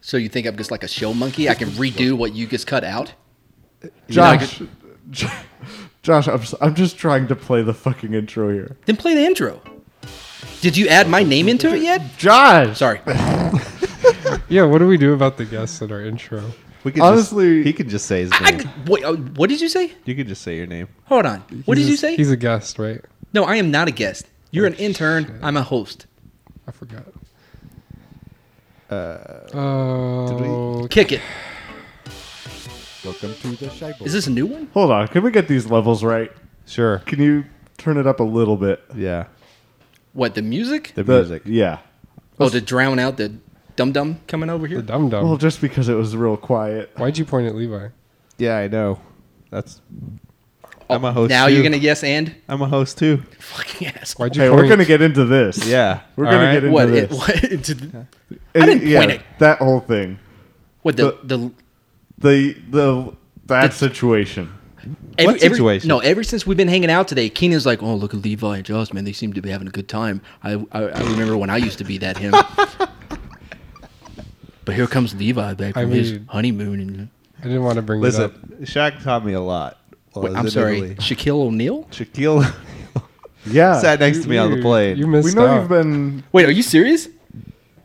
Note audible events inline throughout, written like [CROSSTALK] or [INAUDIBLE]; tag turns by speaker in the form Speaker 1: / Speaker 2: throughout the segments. Speaker 1: So you think I'm just like a show monkey? I can redo what you just cut out?
Speaker 2: Josh, Josh, I'm, s- I'm just trying to play the fucking intro here.
Speaker 1: Then play the intro. Did you add my name into it yet?
Speaker 2: Josh,
Speaker 1: Sorry.
Speaker 3: Yeah, what do we do about the guests in our intro?
Speaker 4: We could
Speaker 2: Honestly-
Speaker 4: just, he could just say his name.
Speaker 1: I, wait, uh, what did you say?
Speaker 4: you could just say your name.
Speaker 1: Hold on. What
Speaker 3: He's
Speaker 1: did
Speaker 3: a-
Speaker 1: you say?
Speaker 3: He's a guest, right?
Speaker 1: No, I am not a guest. You're an intern. I'm a host.
Speaker 3: I forgot.
Speaker 4: Uh,
Speaker 3: Oh,
Speaker 1: Kick it.
Speaker 4: Welcome to the Shibble.
Speaker 1: Is this a new one?
Speaker 2: hold on. Can we get these levels right?
Speaker 4: Sure.
Speaker 2: Can you turn it up a little bit?
Speaker 4: Yeah.
Speaker 1: What, the music?
Speaker 4: The,
Speaker 2: The-
Speaker 4: music.
Speaker 2: Yeah.
Speaker 1: Oh, to drown out the dum dum coming over
Speaker 3: the
Speaker 1: here?
Speaker 3: dum dum.
Speaker 2: Well, just because it was real quiet.
Speaker 3: Why'd you point at Levi?
Speaker 4: Yeah, I know. That's. I'm a host.
Speaker 1: Now
Speaker 4: too.
Speaker 1: you're going to yes and? [LAUGHS]
Speaker 4: I'm a host too.
Speaker 1: Fucking asshole.
Speaker 3: Why'd you
Speaker 2: Hey,
Speaker 3: point?
Speaker 2: we're gonna get into this.
Speaker 4: Yeah.
Speaker 2: We're
Speaker 4: All
Speaker 2: gonna
Speaker 4: right.
Speaker 2: get into
Speaker 1: What? It, [LAUGHS]
Speaker 2: this.
Speaker 1: what, into the-
Speaker 2: It-
Speaker 1: didn't
Speaker 2: yeah,
Speaker 1: point it.
Speaker 2: That whole thing.
Speaker 1: what the, the
Speaker 2: The the that situation.
Speaker 1: Every,
Speaker 4: What
Speaker 1: every-
Speaker 4: situation?
Speaker 1: no, ever since we've been hanging out today, Keenan's like, "Oh, look at Levi and Josh, man. They seem to be having a good time." I I, I remember when I used to be that him. but here comes Levi back
Speaker 3: I
Speaker 1: from his
Speaker 3: mean-
Speaker 1: honeymoon, and
Speaker 3: I didn't want to bring it up.
Speaker 4: Listen, Shaq taught me a lot. while I
Speaker 1: Wait,
Speaker 4: was
Speaker 1: I'm
Speaker 4: in
Speaker 1: sorry,
Speaker 4: Oh, Italy.
Speaker 1: Shaquille O'Neal.
Speaker 4: Shaquille
Speaker 2: Yeah.
Speaker 4: sat next to me on the
Speaker 3: You-
Speaker 4: plane.
Speaker 3: You
Speaker 2: we
Speaker 3: missed
Speaker 2: know
Speaker 3: out.
Speaker 2: you've been
Speaker 1: Wait, are you serious?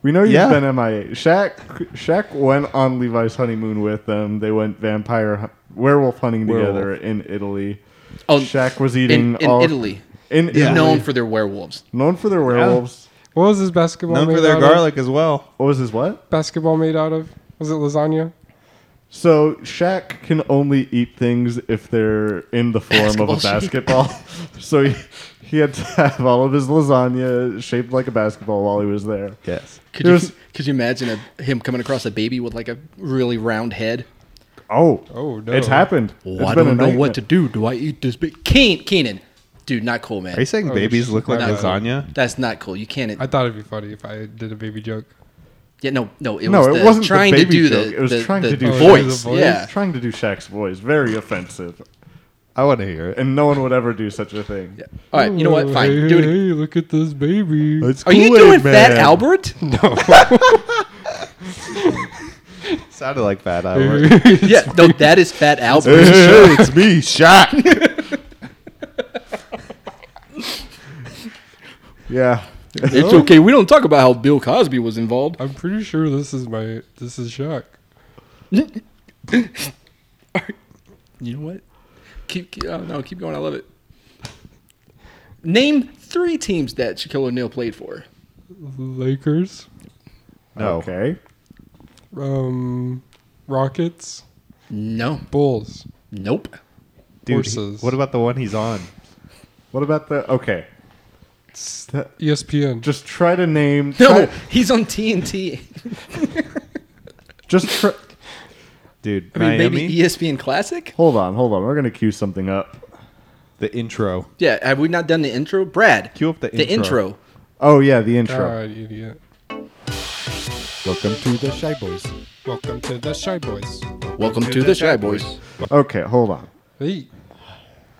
Speaker 2: we know you've
Speaker 4: Yeah.
Speaker 2: been MIA. Shaq Shaq went on Levi's honeymoon with them. They went vampire hu- werewolf hunting together
Speaker 4: Werewolf.
Speaker 2: in Italy.
Speaker 1: Oh,
Speaker 2: Shaq was eating
Speaker 1: in
Speaker 2: all-
Speaker 1: Italy.
Speaker 2: In
Speaker 4: Yeah.
Speaker 2: Italy.
Speaker 1: Known for their werewolves.
Speaker 2: known for their werewolves.
Speaker 3: What was this basketball
Speaker 4: known
Speaker 3: made
Speaker 4: for their
Speaker 3: out
Speaker 4: garlic as well.
Speaker 2: What was his what?
Speaker 3: of? Basketball made out of? Was it lasagna?
Speaker 2: So Shaq can only eat things if they're in the form of
Speaker 1: Basketball
Speaker 2: a
Speaker 1: shape.
Speaker 2: basketball. [LAUGHS] so he, he had to have all of his lasagna shaped like a basketball while he was there.
Speaker 4: Yes.
Speaker 1: Could
Speaker 2: It
Speaker 1: you,
Speaker 2: was-
Speaker 1: [LAUGHS] could you imagine a, him coming across a baby with like a really round head?
Speaker 2: Oh,
Speaker 3: Oh, no.
Speaker 2: it's happened.
Speaker 1: Oh,
Speaker 2: It's
Speaker 1: I
Speaker 2: been
Speaker 1: don't
Speaker 2: a
Speaker 1: know what to
Speaker 2: nightmare.
Speaker 1: do. Do I eat this? Big? Keen, Keenan, dude, not cool, man.
Speaker 4: Are you saying
Speaker 3: Oh,
Speaker 4: babies
Speaker 3: sh-
Speaker 4: look like
Speaker 1: no.
Speaker 4: lasagna?
Speaker 1: That's not cool. You can't.
Speaker 3: I thought it'd be funny if I did a baby joke.
Speaker 1: Yeah, no, no, it
Speaker 2: No,
Speaker 1: was
Speaker 2: it
Speaker 1: the
Speaker 2: wasn't the
Speaker 1: trying to
Speaker 2: baby
Speaker 1: do
Speaker 2: joke.
Speaker 1: the
Speaker 2: It was
Speaker 1: the-
Speaker 2: trying
Speaker 1: the
Speaker 2: to do
Speaker 1: voice.
Speaker 3: the voice.
Speaker 1: Yeah,
Speaker 2: Trying to do Shaq's voice, very offensive,
Speaker 4: I want to hear it.
Speaker 2: and no one would ever do such a thing.
Speaker 1: all right, you know what?
Speaker 3: Oh,
Speaker 1: Fine,
Speaker 3: Hey,
Speaker 1: do it.
Speaker 3: hey, look at this baby.
Speaker 1: Are you doing Fat
Speaker 2: [LAUGHS]
Speaker 1: Albert?
Speaker 4: Sounded like fat Albert.
Speaker 3: [LAUGHS] Hey,
Speaker 1: [LAUGHS] yeah, no, that is Fat Albert.
Speaker 4: it's me, Shaq.
Speaker 3: [LAUGHS]
Speaker 2: Yeah,
Speaker 1: it's okay. We don't talk about how Bill Cosby was involved. [LAUGHS]
Speaker 3: I'm pretty sure this is my this is shock.
Speaker 1: You know what? Keep, keep oh, no, keep going. I love it. Name three teams that Shaquille O'Neal played for.
Speaker 3: Lakers,
Speaker 4: No.
Speaker 2: okay.
Speaker 3: um, Rockets,
Speaker 1: No,
Speaker 3: Bulls.
Speaker 1: nope. [LAUGHS]
Speaker 4: Dude,
Speaker 3: Horses.
Speaker 4: what about the one he's on?
Speaker 2: What about the okay? Th-
Speaker 3: E ESPN.
Speaker 2: Just try to name.
Speaker 1: No,
Speaker 2: try-
Speaker 1: he's on TNT.
Speaker 2: just try,
Speaker 4: Dude,
Speaker 1: [LAUGHS] I mean,
Speaker 4: Miami.
Speaker 1: maybe E ESPN Classic.
Speaker 2: hold on, hold on. We're gonna cue something up.
Speaker 4: the intro.
Speaker 1: Yeah, have we not done the intro, Brad?
Speaker 4: Cue up the
Speaker 1: the
Speaker 4: intro.
Speaker 1: intro.
Speaker 2: Oh yeah, the intro.
Speaker 3: God, Ah, idiot.
Speaker 4: Welcome to the Shy Boys.
Speaker 3: Welcome to the Shy Boys.
Speaker 1: Welcome to the Shy Boys.
Speaker 2: Okay, hold on.
Speaker 3: Hey,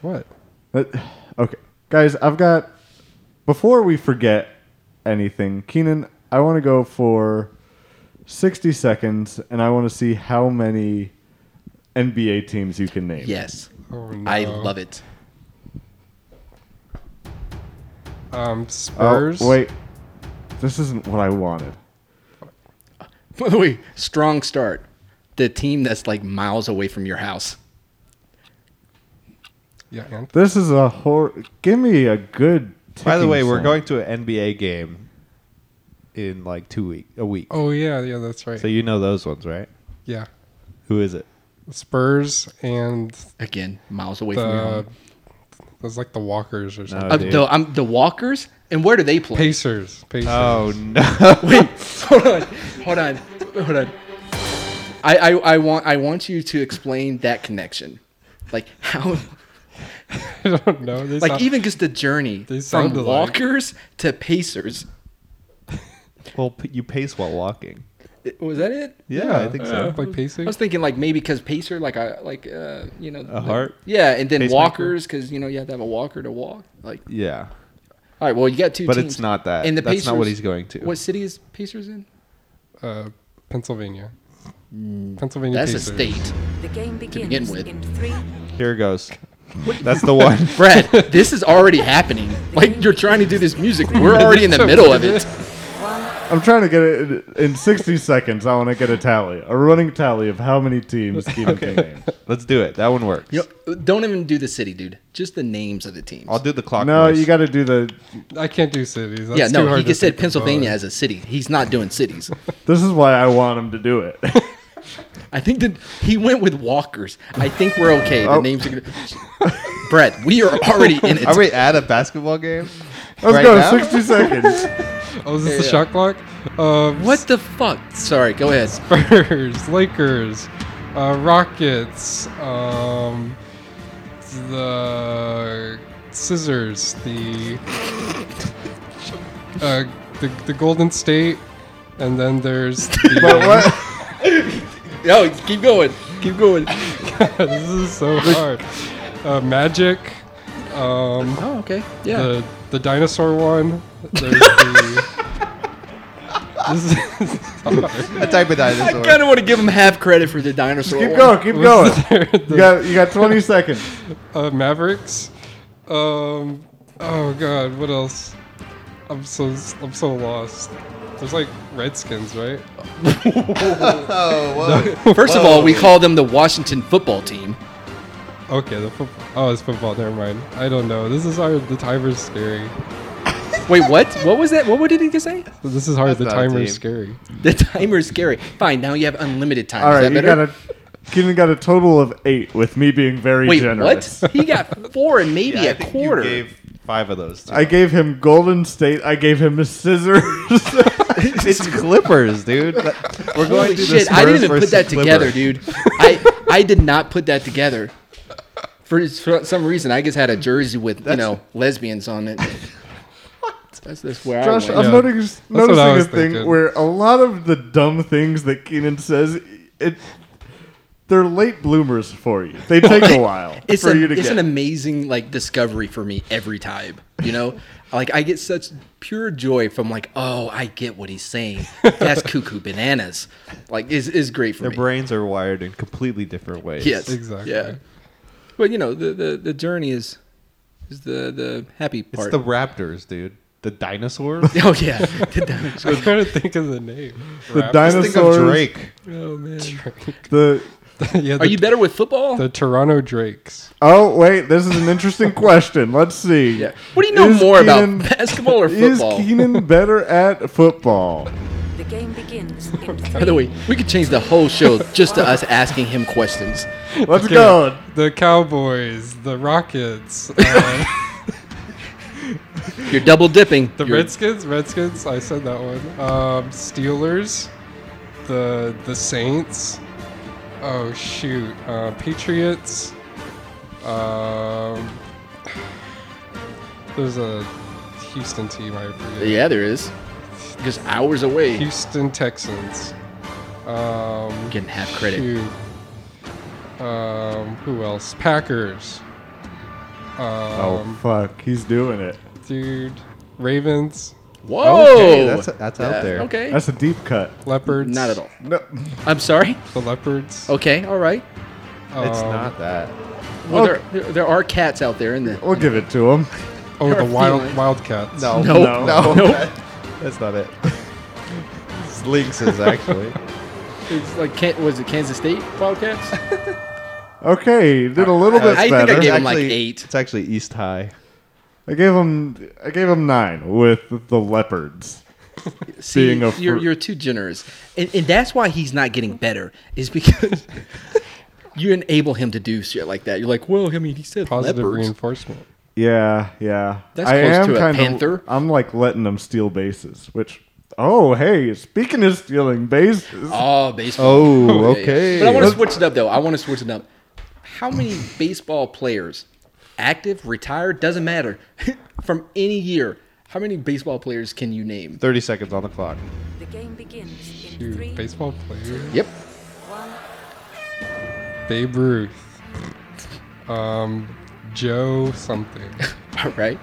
Speaker 3: what?
Speaker 2: But- Okay, guys, I've got. Before we forget anything, Keenan, I want to go for sixty seconds, and I want to see how many NBA teams you can name.
Speaker 1: Yes,
Speaker 3: Oh, no.
Speaker 1: I love it.
Speaker 3: Um,
Speaker 2: Oh,
Speaker 3: Spurs.
Speaker 2: wait, this isn't what I wanted.
Speaker 1: By the way, strong start. The team that's like miles away from your house.
Speaker 3: Yeah, and
Speaker 2: This is a hor. Give me a good.
Speaker 4: By the
Speaker 2: ticking
Speaker 4: way, we're
Speaker 2: song.
Speaker 4: going to an NBA game in like two week a week.
Speaker 3: oh yeah, yeah, that's right.
Speaker 4: So you know those ones, right?
Speaker 3: yeah,
Speaker 4: Who is it?
Speaker 3: Spurs and
Speaker 1: Again, miles away from your
Speaker 3: the.
Speaker 1: home.
Speaker 3: It was like the Walkers or something.
Speaker 1: Uh,
Speaker 4: dude.
Speaker 1: the, um, the Walkers? And where do they play?
Speaker 3: Pacers. Pacers. [LAUGHS]
Speaker 4: Oh no!
Speaker 1: [LAUGHS] Wait, hold on. Hold on. Hold on. I, I, I want I want you to explain that connection. Like how
Speaker 3: I don't know. They
Speaker 1: like
Speaker 3: sound-
Speaker 1: even just the journey
Speaker 3: They
Speaker 1: from
Speaker 3: sound alike.
Speaker 1: walkers to pacers.
Speaker 4: [LAUGHS] well, p- you pace while walking.
Speaker 1: It- Was that it?
Speaker 4: Yeah, uh, I think so.
Speaker 3: Like
Speaker 1: I
Speaker 3: pacing.
Speaker 1: was thinking like maybe because pacer like I like uh you know the-
Speaker 4: heart?
Speaker 1: yeah and then
Speaker 4: Pacemaker?
Speaker 1: walkers because you know you have to have a walker to walk like
Speaker 4: Yeah,
Speaker 1: All right. Well, you got two
Speaker 4: but
Speaker 1: teams,
Speaker 4: it's not that.
Speaker 1: And the
Speaker 4: That's
Speaker 1: Pacers,
Speaker 4: not what he's going to.
Speaker 1: What city is Pacers in?
Speaker 3: Uh, Pennsylvania.
Speaker 4: Mm.
Speaker 3: Pennsylvania.
Speaker 1: That's a
Speaker 3: Pacers.
Speaker 1: state.
Speaker 5: The game
Speaker 1: begin
Speaker 5: begins
Speaker 1: with.
Speaker 5: in three.
Speaker 4: Here it goes. That's the [LAUGHS] one.
Speaker 1: Brad, [LAUGHS] this is already happening. Like you're trying to do this music.
Speaker 3: [LAUGHS]
Speaker 1: We're already in the middle of it.
Speaker 2: I'm trying to get it in, in 60 [LAUGHS] seconds. I want to get a tally, a running tally of how many teams
Speaker 4: [LAUGHS]
Speaker 2: Keenan can name.
Speaker 4: Let's do it. That one works.
Speaker 1: You know, don't even do the city, dude. Just the names of the teams.
Speaker 4: I'll do the clock.
Speaker 2: No,
Speaker 4: noise.
Speaker 2: you got to do the.
Speaker 3: I can't do cities. That's
Speaker 1: yeah,
Speaker 3: too
Speaker 1: no,
Speaker 3: hard
Speaker 1: he
Speaker 3: to
Speaker 1: just said
Speaker 3: think about.
Speaker 1: Pennsylvania as a city. He's not doing cities.
Speaker 2: This is why I want him to do it. [LAUGHS]
Speaker 1: I think that he went with walkers. I think we're okay. The
Speaker 2: Oh.
Speaker 1: names are gonna. Brett, we are already in it.
Speaker 4: [LAUGHS] Are we at a basketball [LAUGHS] game?
Speaker 2: Let's
Speaker 4: Right
Speaker 2: go.
Speaker 4: now?
Speaker 1: [LAUGHS]
Speaker 2: 60 seconds.
Speaker 3: Oh, is this the
Speaker 1: Yeah.
Speaker 3: shot clock? Uh,
Speaker 1: what the fuck? Sorry, go ahead.
Speaker 3: Spurs, [LAUGHS] Lakers, uh, Rockets, um, the Scissors, the uh, the, the Golden State, and then there's. The, [LAUGHS]
Speaker 2: But what?
Speaker 1: No, keep going. Keep going.
Speaker 3: this is so hard. Uh, Magic, um,
Speaker 1: Oh, okay. Yeah.
Speaker 2: Uh,
Speaker 3: the the dinosaur one. There's the.
Speaker 1: [LAUGHS]
Speaker 3: This is
Speaker 4: A type of
Speaker 1: I
Speaker 4: dinosaur.
Speaker 1: kind of want to give him half credit for the dinosaur.
Speaker 2: Keep
Speaker 1: one.
Speaker 2: going. Keep going.
Speaker 3: [LAUGHS] What's there?
Speaker 2: You got, you got 20 seconds.
Speaker 3: uh, Mavericks. Um, oh god, what else? I'm so I'm so lost. There's like Redskins, right?
Speaker 4: oh, whoa.
Speaker 1: First of all, we call them the Washington football team.
Speaker 3: Okay, the football. Oh, it's football. Never mind. I don't know. This is hard. The timer's scary.
Speaker 1: Wait, what? What was that? What did he just say?
Speaker 3: This is hard.
Speaker 4: That's
Speaker 3: the
Speaker 4: not a
Speaker 3: timer's
Speaker 4: team.
Speaker 3: scary. [LAUGHS]
Speaker 1: The timer's scary. Fine, now you have unlimited time.
Speaker 2: All
Speaker 1: Is that
Speaker 2: right, you
Speaker 1: better?
Speaker 2: got a. Keenan got a total of eight, with me being very
Speaker 1: Wait,
Speaker 2: generous.
Speaker 1: what? He got four
Speaker 2: [LAUGHS]
Speaker 1: and maybe
Speaker 4: Yeah, I
Speaker 1: a
Speaker 4: think
Speaker 1: quarter.
Speaker 4: You gave five of those. to [LAUGHS]
Speaker 2: I gave him Golden State. I gave him scissors. [LAUGHS]
Speaker 4: it's Clippers, dude. [LAUGHS] We're going
Speaker 1: Holy
Speaker 4: to
Speaker 1: shit!
Speaker 4: the
Speaker 1: I didn't
Speaker 4: Spurs
Speaker 1: even put
Speaker 4: versus
Speaker 1: that together,
Speaker 4: Clippers.
Speaker 1: dude.
Speaker 4: [LAUGHS]
Speaker 1: I I did not put that together. For, for some reason, I just had a jersey with you know lesbians on it. That's, that's where
Speaker 2: Josh,
Speaker 1: I
Speaker 2: I'm
Speaker 1: went.
Speaker 3: Yeah.
Speaker 2: noticing,
Speaker 3: what I
Speaker 2: noticing a
Speaker 3: was
Speaker 2: thing
Speaker 3: thinking.
Speaker 2: where a lot of the dumb things that Keenan says, it they're late bloomers for you. They
Speaker 1: [LAUGHS]
Speaker 2: take a while
Speaker 1: It's,
Speaker 2: for
Speaker 1: an,
Speaker 2: you to
Speaker 1: it's
Speaker 2: get.
Speaker 1: an amazing like discovery for me every time. You know, like I get such pure joy from like, oh, I get what he's saying.
Speaker 4: [LAUGHS]
Speaker 1: That's cuckoo bananas. Like is is great for
Speaker 4: Their
Speaker 1: me.
Speaker 4: brains are wired in completely different ways.
Speaker 1: Yes,
Speaker 3: Exactly.
Speaker 1: Yeah, but you know the the, the journey is is the the happy
Speaker 4: It's
Speaker 1: part.
Speaker 4: the Raptors, dude.
Speaker 1: [LAUGHS]
Speaker 4: The dinosaurs.
Speaker 1: oh yeah, the damage.
Speaker 3: I'm trying to think of the name.
Speaker 2: the
Speaker 3: Raptors?
Speaker 4: Just think of
Speaker 2: dinosaurs,
Speaker 4: Drake.
Speaker 3: Oh man.
Speaker 2: the
Speaker 3: [LAUGHS] yeah. The,
Speaker 1: Are you better with football?
Speaker 3: the Toronto Drakes?
Speaker 2: oh wait, this is an interesting question. Let's see.
Speaker 1: yeah. What do you know
Speaker 2: Is
Speaker 1: more
Speaker 2: Keenan-
Speaker 1: about [LAUGHS] basketball or
Speaker 2: Is
Speaker 1: football?
Speaker 2: Keenan better
Speaker 1: [LAUGHS]
Speaker 2: at football?
Speaker 5: The game
Speaker 3: [LAUGHS]
Speaker 5: begins in three.
Speaker 1: By the way, we could change the whole show just to us asking him questions.
Speaker 2: Let's
Speaker 3: Okay.
Speaker 2: go.
Speaker 3: The Cowboys, the
Speaker 4: [LAUGHS]
Speaker 3: Rockets, uh,
Speaker 1: You're double dipping.
Speaker 3: The
Speaker 1: You're-
Speaker 3: Redskins, Redskins. I said that one. Um, Steelers, the the Saints. Oh shoot, uh, Patriots. Um, there's a Houston team I forget.
Speaker 1: Yeah, there is. Just hours away.
Speaker 3: Houston Texans. Um,
Speaker 1: Getting half credit.
Speaker 3: shoot. Um, who else? Packers.
Speaker 2: Oh
Speaker 3: Um,
Speaker 2: fuck, he's doing it.
Speaker 3: dude. Ravens,
Speaker 1: Whoa,
Speaker 4: Okay, that's- that's out there.
Speaker 1: Okay,
Speaker 2: That's a deep cut.
Speaker 3: leopards.
Speaker 1: not at all.
Speaker 2: No,
Speaker 1: I'm sorry.
Speaker 3: The leopards.
Speaker 1: Okay, all right.
Speaker 4: It's
Speaker 1: Oh.
Speaker 3: Um,
Speaker 4: not that.
Speaker 1: Well,
Speaker 4: Oh.
Speaker 2: Okay.
Speaker 1: there, there, there are cats out there in the.
Speaker 2: we'll give it to him.
Speaker 3: Oh, the
Speaker 1: Or
Speaker 3: wild
Speaker 1: feline.
Speaker 3: wildcats.
Speaker 1: No.
Speaker 4: no, no. [LAUGHS] That's not it. [LAUGHS] It's
Speaker 1: [LAUGHS]
Speaker 4: lynxes, actually.
Speaker 1: It's like Kan- was it Kansas State Wildcats?
Speaker 2: Okay, he did a little bit
Speaker 1: Uh, I think I
Speaker 2: better.
Speaker 1: gave him, like, eight.
Speaker 4: It's actually East High.
Speaker 2: I gave him I gave him nine with the leopards.
Speaker 1: See,
Speaker 2: Being a
Speaker 1: you're,
Speaker 2: fr-
Speaker 1: you're too generous, and, and that's why he's not getting better. Is because [LAUGHS] you enable him to do shit like that. You're like, well, I mean, he said
Speaker 3: Positive
Speaker 1: leopards.
Speaker 3: reinforcement.
Speaker 2: Yeah, yeah.
Speaker 1: That's
Speaker 2: I
Speaker 1: close
Speaker 2: am
Speaker 1: to a
Speaker 2: kind
Speaker 1: panther.
Speaker 2: Of, I'm like letting them steal bases, which oh hey, speaking of stealing bases,
Speaker 1: Oh, baseball.
Speaker 4: Oh,
Speaker 1: [LAUGHS] Yeah, yeah. But I want to
Speaker 4: Let's-
Speaker 1: switch it up, though. I want to switch it up. How many baseball players, active, retired, doesn't matter, [LAUGHS] from any year, how many baseball players can you name?
Speaker 4: 30 seconds on the clock.
Speaker 5: The game begins in three.
Speaker 3: Dude, baseball player.
Speaker 1: Yep. [LAUGHS]
Speaker 5: One.
Speaker 3: Babe Ruth. Um, Joe something.
Speaker 1: All right.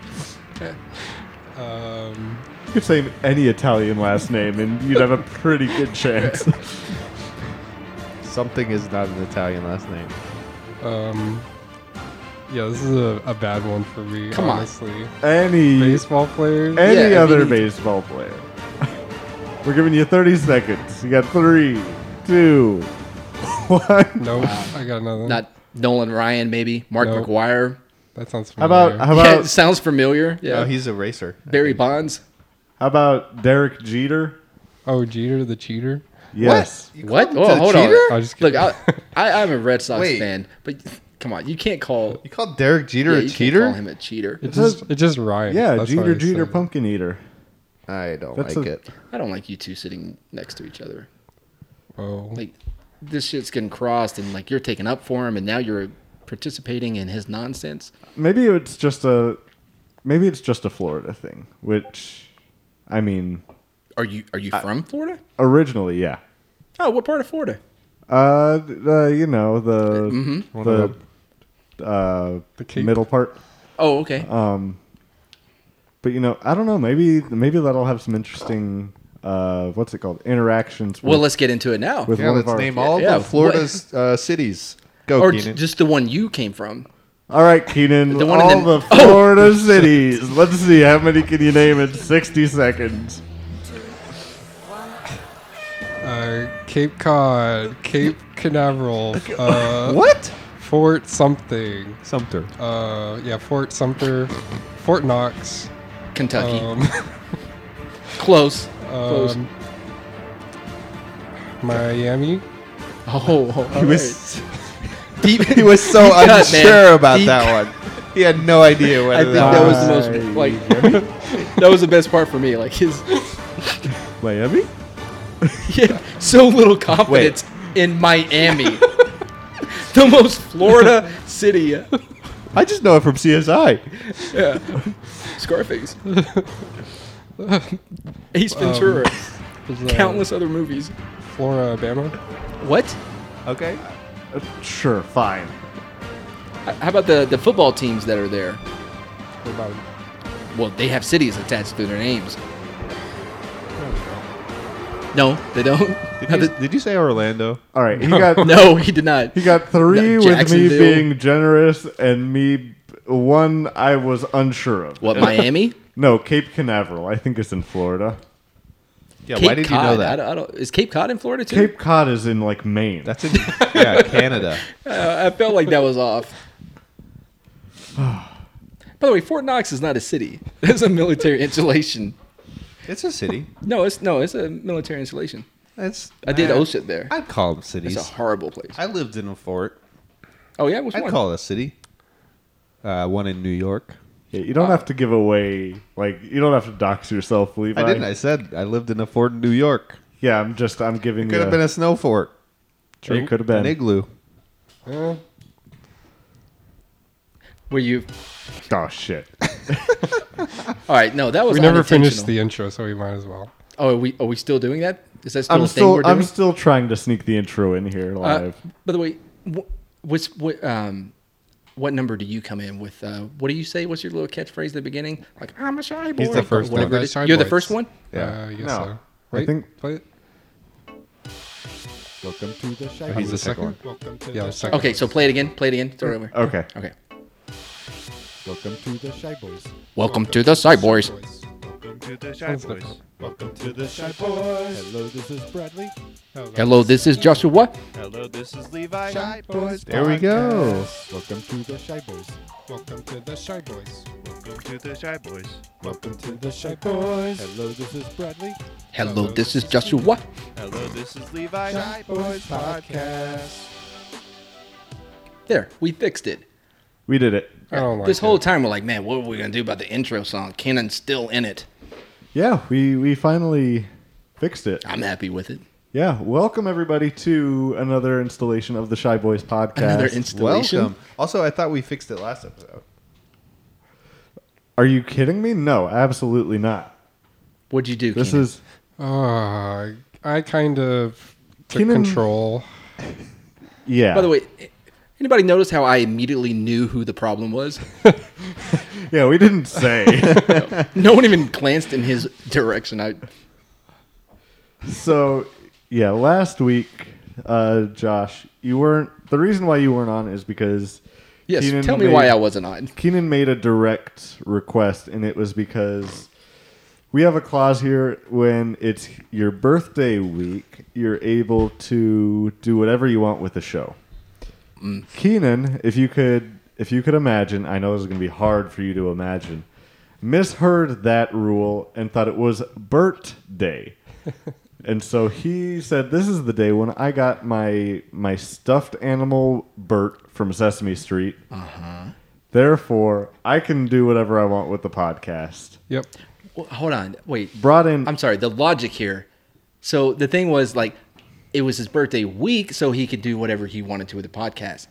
Speaker 3: Um,
Speaker 2: could say any Italian last name, and you'd have a pretty good
Speaker 3: [LAUGHS]
Speaker 2: chance.
Speaker 4: Something is not an Italian last name.
Speaker 3: Um, yeah, this is a, a bad one for me,
Speaker 1: Come on.
Speaker 3: honestly.
Speaker 2: Any
Speaker 3: Baseball players?
Speaker 1: I
Speaker 2: any
Speaker 1: mean-
Speaker 2: other baseball player. [LAUGHS] We're giving you 30 seconds. You got three, two, [LAUGHS] one.
Speaker 3: nope, I got nothing.
Speaker 1: Not Nolan Ryan, maybe Mark
Speaker 3: Nope.
Speaker 1: McGuire.
Speaker 3: that sounds
Speaker 2: How
Speaker 3: familiar.
Speaker 2: about how
Speaker 1: Yeah, [LAUGHS]
Speaker 2: about
Speaker 1: sounds familiar. Yeah,
Speaker 4: Oh, he's a racer. I
Speaker 1: Barry
Speaker 4: think.
Speaker 1: Bonds.
Speaker 2: how about Derek Jeter?
Speaker 3: oh, Jeter the cheater?
Speaker 2: Yes.
Speaker 4: You
Speaker 1: What?
Speaker 4: called him
Speaker 1: Oh,
Speaker 4: the
Speaker 1: hold
Speaker 4: cheater?
Speaker 1: on.
Speaker 3: I just
Speaker 1: Look,
Speaker 3: kidding.
Speaker 1: I, I, I'm a Red Sox
Speaker 4: Wait.
Speaker 1: fan, but come on, you can't call
Speaker 4: You called Derek Jeter
Speaker 1: yeah,
Speaker 4: a
Speaker 1: you can't
Speaker 4: cheater?
Speaker 1: call him a cheater.
Speaker 3: It
Speaker 2: says-
Speaker 3: just it just rhymes.
Speaker 2: Yeah,
Speaker 3: That's why
Speaker 2: Jeter
Speaker 3: I
Speaker 2: Jeter
Speaker 3: said it.
Speaker 2: pumpkin eater.
Speaker 4: I don't
Speaker 2: That's
Speaker 4: like
Speaker 2: a-
Speaker 4: it.
Speaker 1: I don't like you two sitting next to each other.
Speaker 3: Oh,
Speaker 1: Like this shit's getting crossed, and like you're taking up for him, and now you're participating in his nonsense.
Speaker 2: Maybe it's just a maybe it's just a Florida thing, which I mean,
Speaker 1: Are you Are you from Florida?
Speaker 2: originally, yeah.
Speaker 1: Oh, what part of Florida?
Speaker 2: Uh, th- uh you know, the
Speaker 3: One of
Speaker 2: the uh
Speaker 3: The Cape.
Speaker 2: middle part.
Speaker 1: Oh, okay.
Speaker 2: But you know, I don't know. Maybe maybe that'll have some interesting uh, what's it called? Interactions.
Speaker 1: well,
Speaker 2: with,
Speaker 1: let's get into it now,
Speaker 2: with
Speaker 4: Yeah,
Speaker 2: one of
Speaker 4: let's
Speaker 2: our.
Speaker 4: name all
Speaker 1: Yeah,
Speaker 4: of Florida's uh, cities. Go,
Speaker 1: or j-
Speaker 4: Keenan.
Speaker 1: just the one you came from.
Speaker 2: All right, Keenan.
Speaker 1: The one in
Speaker 2: all
Speaker 1: the- Oh!
Speaker 2: the,
Speaker 1: [LAUGHS]
Speaker 2: Florida cities. Let's see how many can you name in sixty seconds.
Speaker 3: uh, Cape Cod, Cape Canaveral, uh,
Speaker 4: what?
Speaker 3: Fort something.
Speaker 4: Sumter.
Speaker 3: Uh, yeah, Fort Sumter, Fort Knox.
Speaker 1: Kentucky. [LAUGHS]
Speaker 3: Um,
Speaker 1: Close. Close.
Speaker 3: um, Miami.
Speaker 1: oh, all
Speaker 4: He
Speaker 1: right.
Speaker 4: was deep. He
Speaker 1: [LAUGHS]
Speaker 4: was so
Speaker 1: Deep cut,
Speaker 4: unsure
Speaker 1: man.
Speaker 4: about
Speaker 1: Deep
Speaker 4: that one. He had no
Speaker 1: [LAUGHS]
Speaker 4: idea
Speaker 1: I
Speaker 4: whether
Speaker 1: think
Speaker 4: that,
Speaker 1: that was
Speaker 4: was.
Speaker 1: the most like [LAUGHS] that was the best part for me. Like his
Speaker 2: Miami.
Speaker 1: he had so little confidence in Miami, [LAUGHS] the most Florida city. uh,
Speaker 4: I just know it from CSI.
Speaker 1: Yeah, Scarface, Ace Ventura,
Speaker 3: Was, uh,
Speaker 1: countless other movies.
Speaker 3: Flora, Alabama.
Speaker 1: What?
Speaker 4: Okay.
Speaker 2: Uh, sure, fine.
Speaker 1: H- How about the the football teams that are there?
Speaker 3: What about eh?
Speaker 1: Well, they have cities attached to their names. No, they don't.
Speaker 4: Did
Speaker 1: How
Speaker 4: you,
Speaker 1: the-
Speaker 4: did you say Orlando?
Speaker 2: All right, he
Speaker 1: [LAUGHS]
Speaker 2: got
Speaker 1: no, he did not.
Speaker 2: [LAUGHS] he got
Speaker 1: No,
Speaker 2: three with me
Speaker 1: Jacksonville.
Speaker 2: being generous and me one I was unsure of.
Speaker 1: What Miami?
Speaker 2: No, Cape Canaveral. I think it's in Florida.
Speaker 4: Yeah.
Speaker 1: Cape
Speaker 4: why did
Speaker 1: Cod.
Speaker 4: you know
Speaker 1: I
Speaker 4: that?
Speaker 1: don't, I don't- is Cape Cod in Florida too?
Speaker 2: Cape Cod is in like Maine.
Speaker 4: That's in
Speaker 1: [LAUGHS]
Speaker 4: yeah Canada.
Speaker 1: Uh, I felt like that was
Speaker 2: [SIGHS]
Speaker 1: off. By the way, Fort Knox is not a city. [LAUGHS] It's a military installation.
Speaker 4: It's a city.
Speaker 1: No, it's no, it's a military installation.
Speaker 4: It's.
Speaker 1: I did
Speaker 4: nah,
Speaker 1: OSHA there.
Speaker 4: I'd call them
Speaker 1: It's
Speaker 4: cities.
Speaker 1: a horrible place.
Speaker 4: I lived in a fort.
Speaker 1: Oh yeah, which
Speaker 4: I'd
Speaker 1: one?
Speaker 4: call it a city. Uh, one in New York.
Speaker 2: Yeah, you don't have to give away like you don't have to dox yourself, Levi.
Speaker 4: I didn't. I said I lived in a fort in New York.
Speaker 2: yeah, I'm just I'm giving
Speaker 4: Could
Speaker 2: you.
Speaker 4: have been a snow fort.
Speaker 2: It could have been.
Speaker 4: An igloo.
Speaker 3: Eh,
Speaker 1: Were you? [LAUGHS]
Speaker 2: Oh shit!
Speaker 1: All right, no, that was.
Speaker 3: we never finished
Speaker 1: unintentional.
Speaker 3: the intro, so we might as well.
Speaker 1: Oh, are we are we still doing that? Is that still a
Speaker 2: I'm
Speaker 1: thing we're
Speaker 2: still
Speaker 1: doing?
Speaker 2: I'm still trying to sneak the intro in here
Speaker 1: Uh,
Speaker 2: live.
Speaker 1: by the way, wh- what's what um, what number do you come in with? Uh, what do you say? What's your little catchphrase at the beginning? Like I'm a shy boy.
Speaker 4: He's the first
Speaker 1: or whatever
Speaker 3: one.
Speaker 1: it is.
Speaker 3: Shy
Speaker 1: You're the
Speaker 3: boys.
Speaker 1: first one.
Speaker 4: Yeah.
Speaker 3: Uh, yes,
Speaker 2: No.
Speaker 3: sir.
Speaker 2: I
Speaker 3: Wait,
Speaker 2: think-
Speaker 3: play it.
Speaker 4: Welcome to the show.
Speaker 3: I'm
Speaker 4: He's the second one.
Speaker 3: Welcome to yeah, the second.
Speaker 1: Okay, so play it again. Play it again. Start over.
Speaker 2: okay,
Speaker 1: Okay.
Speaker 4: Welcome to the Shy Boys.
Speaker 1: Welcome to the Side Boys.
Speaker 6: Welcome to the Shy
Speaker 3: Sounds
Speaker 6: Boys.
Speaker 3: different.
Speaker 6: Welcome to the Shy Boys.
Speaker 4: Hello, this is Bradley.
Speaker 1: Hello, this is Joshua.
Speaker 6: Hello, this is Levi.
Speaker 4: Boys. There we go. Welcome to the Shy Boys.
Speaker 3: Welcome to the Shy Boys.
Speaker 6: Welcome to the Shy Boys.
Speaker 4: Welcome to the Shy Boys. Hello, this is Bradley.
Speaker 1: Hello, this is Joshua.
Speaker 6: Hello, this is Levi. Shy Boys podcast.
Speaker 1: There, we fixed it.
Speaker 2: we did it.
Speaker 3: I don't like
Speaker 1: this whole
Speaker 3: it.
Speaker 1: time we're like, man, what are we gonna do about the intro song? Cannon's still in it.
Speaker 2: Yeah, we we finally fixed it.
Speaker 1: I'm happy with it.
Speaker 2: Yeah, welcome everybody to another installation of the Shy Boys podcast.
Speaker 1: Another installation.
Speaker 4: Welcome. Also, I thought we fixed it last episode.
Speaker 2: Are you kidding me? No, absolutely not.
Speaker 1: What'd you do?
Speaker 2: This
Speaker 1: Kenan?
Speaker 2: is
Speaker 3: Uh, I kind of took
Speaker 2: Keenan-
Speaker 3: control.
Speaker 2: yeah.
Speaker 1: By the way, Anybody notice how I immediately knew who the problem
Speaker 2: [LAUGHS]
Speaker 1: was?
Speaker 2: Yeah, we didn't say. [LAUGHS]
Speaker 1: no one even glanced in his direction. I
Speaker 2: so, yeah, last week, uh, Josh, you weren't. The reason why you weren't on is because.
Speaker 1: yes.
Speaker 2: Keenan
Speaker 1: tell me
Speaker 2: made-
Speaker 1: why I wasn't on.
Speaker 2: Keenan made a direct request, and it was because we have a clause here when it's your birthday week, you're able to do whatever you want with the show. Keenan, if you could, if you could imagine, I know this is going to be hard for you to imagine, misheard that rule and thought it was Bert Day. And so he said, "This is the day when I got my my stuffed animal Bert from Sesame Street. Therefore, I can do whatever I want with the podcast."
Speaker 3: Yep.
Speaker 1: Well, hold on. Wait.
Speaker 2: Brought in,
Speaker 1: I'm sorry. The logic here. So the thing was like, it was his birthday week, so he could do whatever he wanted to with the podcast.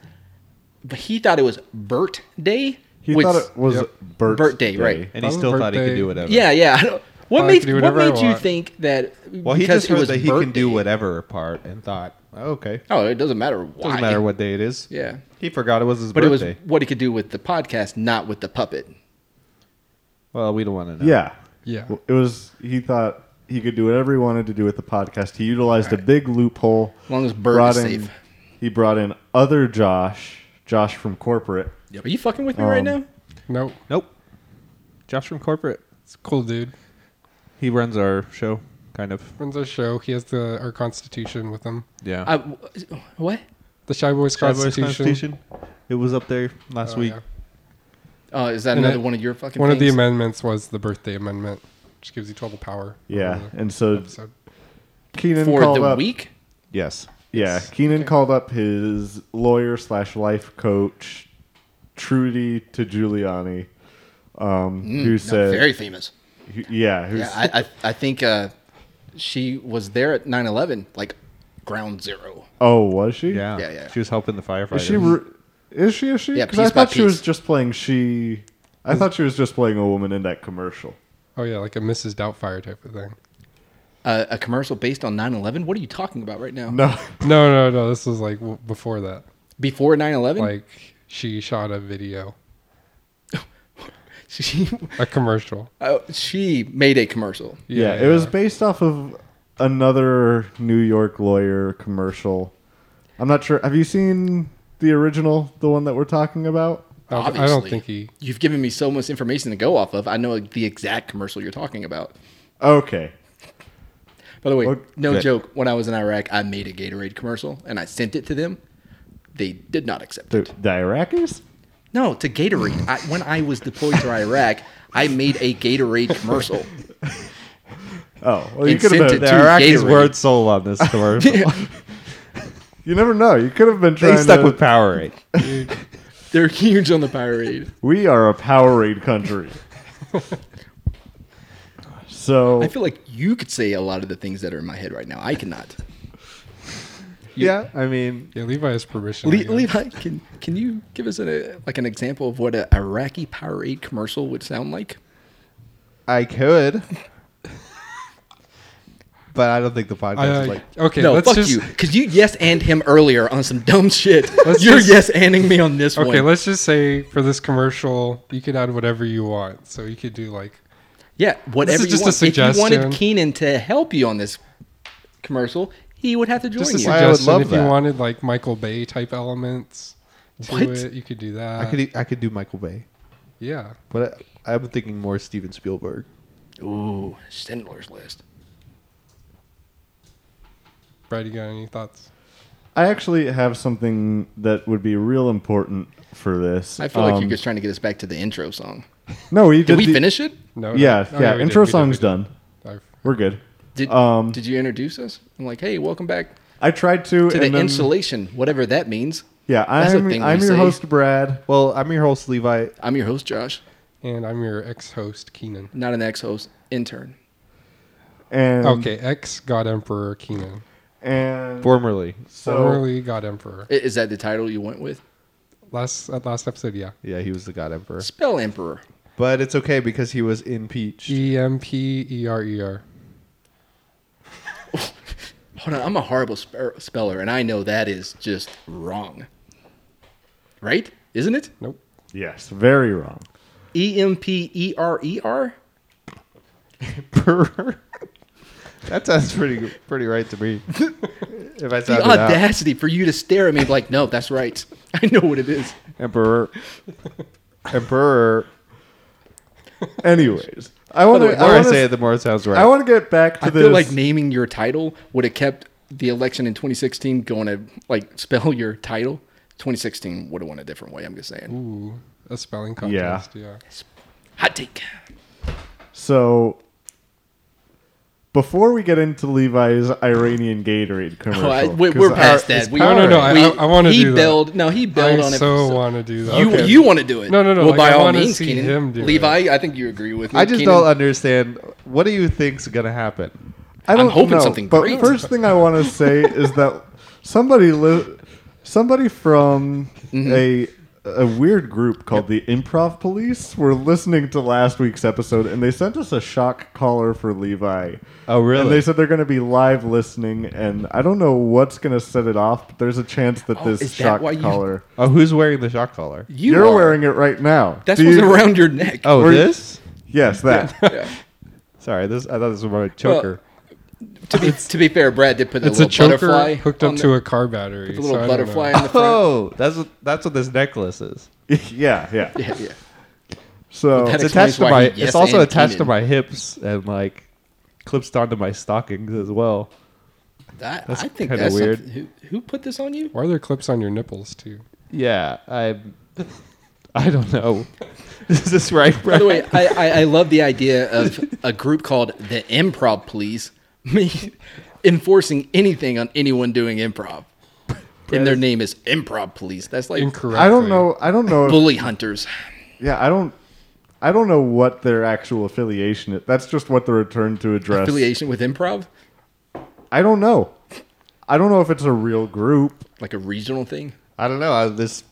Speaker 1: But he thought it was Bert Day.
Speaker 2: he
Speaker 1: which-
Speaker 2: thought it was
Speaker 3: Yep.
Speaker 2: Bert's
Speaker 1: Bert Day, right.
Speaker 4: And he
Speaker 3: Happy
Speaker 4: still thought he could
Speaker 3: birthday.
Speaker 4: do whatever.
Speaker 1: Yeah, yeah. I don't- What
Speaker 3: I
Speaker 1: made
Speaker 3: can do
Speaker 1: what
Speaker 3: whatever I
Speaker 1: made you
Speaker 3: want.
Speaker 1: think that?
Speaker 4: Well, he
Speaker 1: because
Speaker 4: just
Speaker 1: it
Speaker 4: heard
Speaker 1: was
Speaker 4: that he can do
Speaker 1: Bert Day-
Speaker 4: whatever part and thought, oh, okay.
Speaker 1: Oh, it doesn't matter why.
Speaker 4: Doesn't matter what day it is.
Speaker 1: Yeah.
Speaker 4: He forgot it was his
Speaker 1: But
Speaker 4: birthday.
Speaker 1: it was what he could do with the podcast, not with the puppet.
Speaker 4: well, we don't want to know.
Speaker 2: Yeah,
Speaker 3: Yeah.
Speaker 2: Well, It was. He thought he could do whatever he wanted to do with the podcast. He utilized a big loophole.
Speaker 1: As long as Bert
Speaker 2: Brought
Speaker 1: is
Speaker 2: in-
Speaker 1: safe.
Speaker 2: He brought in other Josh, Josh from corporate.
Speaker 1: Are you fucking with me right
Speaker 2: Um,
Speaker 1: now?
Speaker 3: Nope.
Speaker 4: Nope. Josh from corporate.
Speaker 3: It's cool, dude.
Speaker 4: He runs our show, kind of.
Speaker 3: Runs our show. He has the our constitution with him.
Speaker 4: Yeah.
Speaker 1: I, what?
Speaker 3: The Shy Boys Constitution.
Speaker 4: It was up there last
Speaker 3: Oh,
Speaker 4: week.
Speaker 3: yeah.
Speaker 1: Oh, is that
Speaker 3: And
Speaker 1: another
Speaker 3: it-
Speaker 1: one of your fucking?
Speaker 3: One of the
Speaker 1: things?
Speaker 3: amendments was the birthday amendment, which gives you total power.
Speaker 2: Yeah,
Speaker 3: over the
Speaker 2: and so
Speaker 3: episode.
Speaker 2: Keenan
Speaker 1: for
Speaker 2: called
Speaker 1: the
Speaker 2: up.
Speaker 1: week.
Speaker 4: Yes.
Speaker 2: Yeah, Keenan called up his lawyer slash life coach, Trudy to Giuliani, um, who
Speaker 1: Mm, No,
Speaker 2: said,
Speaker 1: very famous.
Speaker 2: who- "Yeah, who's,
Speaker 1: Yeah, I, I, I think uh, she was there at 9-11, like ground zero.
Speaker 2: oh, was she?
Speaker 4: Yeah.
Speaker 1: Yeah, yeah.
Speaker 4: She was helping the firefighters.
Speaker 2: is she? Re- is she? Is she?
Speaker 1: Yeah,
Speaker 2: Because I
Speaker 1: piece by
Speaker 2: thought she was
Speaker 1: piece.
Speaker 2: just playing. She, I thought she was just playing a woman in that commercial. [LAUGHS]
Speaker 3: Oh yeah, like a Mrs. Doubtfire type of thing.
Speaker 1: Uh, a commercial based on 9-11? What are you talking about right now?
Speaker 2: No,
Speaker 3: No, no, no. This was like w- before that.
Speaker 1: Before 9-11?
Speaker 3: Like she shot a video,
Speaker 1: [LAUGHS] she,
Speaker 3: a commercial.
Speaker 1: uh, she made a commercial.
Speaker 2: yeah, it was based off of another New York lawyer commercial. I'm not sure. Have you seen the original, the one that we're talking about?
Speaker 3: I don't, I
Speaker 1: Obviously.
Speaker 3: don't think he.
Speaker 1: You've given me so much information to go off of. I know the exact commercial you're talking about.
Speaker 2: Okay,
Speaker 1: By the way,
Speaker 2: Well,
Speaker 1: no
Speaker 4: good.
Speaker 1: joke. When I was in Iraq, I made a Gatorade commercial and I sent it to them. They did not accept
Speaker 2: the,
Speaker 1: it.
Speaker 2: the Iraqis.
Speaker 1: No, to Gatorade. I, when I was deployed to Iraq, I made a Gatorade commercial.
Speaker 2: Oh, well, you
Speaker 1: And
Speaker 2: could have
Speaker 1: sent
Speaker 2: been.
Speaker 1: it
Speaker 4: the
Speaker 1: to
Speaker 4: Iraqis
Speaker 1: Gatorade.
Speaker 4: were sold on this commercial.
Speaker 2: You never know. You could have been trying
Speaker 4: they stuck
Speaker 2: to.
Speaker 4: with Powerade.
Speaker 1: They're huge on the Powerade.
Speaker 2: we are a Powerade country. so
Speaker 1: [LAUGHS] I feel like you could say a lot of the things that are in my head right now. I [LAUGHS] cannot.
Speaker 4: yeah, I mean,
Speaker 3: Yeah, Levi has permission. I
Speaker 1: Le-
Speaker 3: guess.
Speaker 1: Levi, can can you give us a, like an example of what an Iraqi Powerade commercial would sound like?
Speaker 4: I could. but I don't think the podcast
Speaker 3: I,
Speaker 4: is
Speaker 3: uh,
Speaker 4: like.
Speaker 3: okay,
Speaker 1: no,
Speaker 3: let's
Speaker 1: fuck
Speaker 3: just
Speaker 1: you, because you yes and him earlier on some dumb shit.
Speaker 3: [LAUGHS] Let's
Speaker 1: You're
Speaker 3: just-
Speaker 1: yes anding me on this
Speaker 3: okay.
Speaker 1: one.
Speaker 3: Let's just say for this commercial, you could add whatever you want. So you could do like
Speaker 1: Yeah, whatever
Speaker 3: just
Speaker 1: you
Speaker 3: a
Speaker 1: want. If you wanted
Speaker 3: suggestion.
Speaker 1: Keenan to help you on this commercial, he would have to join
Speaker 3: just a
Speaker 1: you.
Speaker 4: I would
Speaker 3: suggestion.
Speaker 4: love
Speaker 3: If
Speaker 4: that.
Speaker 3: you wanted like Michael Bay type elements to
Speaker 1: What?
Speaker 3: it, you could do that.
Speaker 4: I could I could do Michael Bay,
Speaker 3: yeah.
Speaker 4: but I, I'm thinking more Steven Spielberg.
Speaker 1: Ooh, Schindler's List.
Speaker 3: Brad, you got any thoughts?
Speaker 2: I actually have something that would be real important for this.
Speaker 1: I feel like
Speaker 2: Um,
Speaker 1: you're just trying to get us back to the intro song.
Speaker 2: No, we did,
Speaker 1: Did we
Speaker 2: the-
Speaker 1: finish it?
Speaker 3: No. no.
Speaker 2: Yeah,
Speaker 3: Oh,
Speaker 2: yeah.
Speaker 3: we did,
Speaker 2: intro
Speaker 3: we did,
Speaker 2: song's
Speaker 3: we did.
Speaker 2: done.
Speaker 3: I've-
Speaker 2: We're good.
Speaker 1: Did
Speaker 2: Um,
Speaker 1: Did you introduce us? I'm like, hey, welcome back
Speaker 2: I tried to.
Speaker 1: to
Speaker 2: and
Speaker 1: the
Speaker 2: then-
Speaker 1: installation, whatever that means.
Speaker 2: Yeah,
Speaker 1: That's a
Speaker 2: I'm.
Speaker 1: thing we
Speaker 2: I'm your
Speaker 1: say.
Speaker 2: host, Brad.
Speaker 4: Well, I'm your host Levi.
Speaker 1: I'm your host, Josh,
Speaker 3: And I'm your ex-host Keenan.
Speaker 1: not an ex-host, intern.
Speaker 2: And
Speaker 3: Okay, ex God Emperor Keenan.
Speaker 2: And
Speaker 4: Formerly,
Speaker 2: so
Speaker 3: formerly God Emperor.
Speaker 1: I- Is that the title you went with?
Speaker 3: Last at last episode, yeah.
Speaker 4: yeah, he was the God Emperor.
Speaker 1: Spell Emperor.
Speaker 4: But it's okay because he was impeached.
Speaker 3: E M P E R E R.
Speaker 1: Hold on, I'm a horrible spe- speller, and I know that is just wrong. right? Isn't it?
Speaker 3: Nope.
Speaker 2: Yes, very wrong.
Speaker 1: E M P E R E R?
Speaker 4: Purr. [LAUGHS] that sounds pretty pretty right to me. if I
Speaker 1: The
Speaker 4: sound it out.
Speaker 1: audacity for you to stare at me and be like, no, that's right. [LAUGHS] I know what it is.
Speaker 4: Emperor. Emperor.
Speaker 2: Anyways, I want
Speaker 4: The
Speaker 2: to.
Speaker 4: more I,
Speaker 2: I,
Speaker 4: say it,
Speaker 2: say
Speaker 4: the more it sounds right.
Speaker 2: I want to get back to
Speaker 1: I
Speaker 2: this.
Speaker 1: feel like naming your title would have kept the election in 2016 going to like [LAUGHS] spell your title. 2016 would have went a different way. I'm just saying.
Speaker 3: Ooh, a spelling contest. Yeah.
Speaker 1: Hot take.
Speaker 2: so. Before we get into Levi's Iranian
Speaker 1: [LAUGHS]
Speaker 2: Gatorade commercial,
Speaker 1: Oh, I, we,
Speaker 2: 'cause
Speaker 1: we're
Speaker 2: our-
Speaker 1: past that. We,
Speaker 3: No, no, no, I-
Speaker 1: we-
Speaker 3: I- I wanna
Speaker 1: He
Speaker 3: do that.
Speaker 1: bailed. No, he bailed
Speaker 3: I
Speaker 1: on it.
Speaker 3: so want to do that.
Speaker 1: You
Speaker 3: Okay.
Speaker 1: you want to do it?
Speaker 3: No, no, no,
Speaker 1: Well,
Speaker 3: like,
Speaker 1: by
Speaker 3: I
Speaker 1: all
Speaker 3: wanna
Speaker 1: means,
Speaker 3: see
Speaker 1: Keenan.
Speaker 3: him do it.
Speaker 1: Levi, I think you agree with me.
Speaker 4: I just
Speaker 1: Keenan.
Speaker 3: uh,
Speaker 4: don't understand. What do you think's gonna happen?
Speaker 2: I don't
Speaker 1: hoping
Speaker 2: know,
Speaker 1: something
Speaker 2: but
Speaker 1: great.
Speaker 2: first thing I want to say is that somebody li- somebody from
Speaker 1: Mm-hmm.
Speaker 2: a a weird group called the Improv Police were listening to last week's episode and they sent us a shock caller for Levi.
Speaker 4: Oh, really?
Speaker 2: And they said they're going to be live listening and I don't know what's going to set it off, but there's a chance that
Speaker 1: Oh,
Speaker 2: this
Speaker 1: is that
Speaker 2: shock
Speaker 1: why you-
Speaker 2: caller
Speaker 4: Oh, who's wearing the shock collar?
Speaker 1: You
Speaker 2: are
Speaker 1: are.
Speaker 2: wearing it right now.
Speaker 1: That's
Speaker 2: Do
Speaker 1: what's
Speaker 2: you-
Speaker 1: around your neck.
Speaker 4: Oh,
Speaker 2: Or-
Speaker 4: this?
Speaker 2: Yes,
Speaker 1: [LAUGHS]
Speaker 2: that.
Speaker 1: Yeah.
Speaker 4: Sorry, this. I thought this was my choker.
Speaker 1: to be to be fair, Brad did put a
Speaker 3: It's a
Speaker 1: little
Speaker 3: choker
Speaker 1: butterfly
Speaker 3: hooked up
Speaker 1: on
Speaker 3: to
Speaker 1: the,
Speaker 3: a car battery.
Speaker 1: a little
Speaker 3: so I don't know.
Speaker 1: butterfly in the front.
Speaker 4: oh, that's what that's what this necklace is.
Speaker 2: [LAUGHS] yeah, yeah.
Speaker 1: Yeah, yeah.
Speaker 2: So
Speaker 1: That
Speaker 4: It's
Speaker 1: explains
Speaker 4: attached to
Speaker 1: why
Speaker 4: my.
Speaker 1: he
Speaker 4: It's
Speaker 1: yes
Speaker 4: also
Speaker 1: and
Speaker 4: attached to
Speaker 1: Keenan.
Speaker 4: my hips and like clips onto my stockings as well.
Speaker 1: That, I think
Speaker 4: kinda
Speaker 1: that's
Speaker 4: weird.
Speaker 1: weird. Who, who put this on you?
Speaker 3: Why are there clips on your nipples too?
Speaker 4: Yeah, I. [LAUGHS] I don't know. [LAUGHS] is this right,
Speaker 1: By
Speaker 4: Brad?
Speaker 1: the way, I, I, I love the idea of a group called the Improv Police [LAUGHS] me enforcing anything on anyone doing improv. And their name is Improv Police. That's like
Speaker 3: Incorrect.
Speaker 2: I don't know. I
Speaker 1: [LAUGHS]
Speaker 2: don't know if
Speaker 1: bully hunters.
Speaker 2: Yeah, I don't. I don't know what their actual affiliation is. That's just what they're returned to address.
Speaker 1: Affiliation with improv?
Speaker 2: I don't know. I don't know if it's a real group.
Speaker 1: Like a regional thing?
Speaker 4: I don't know. I, this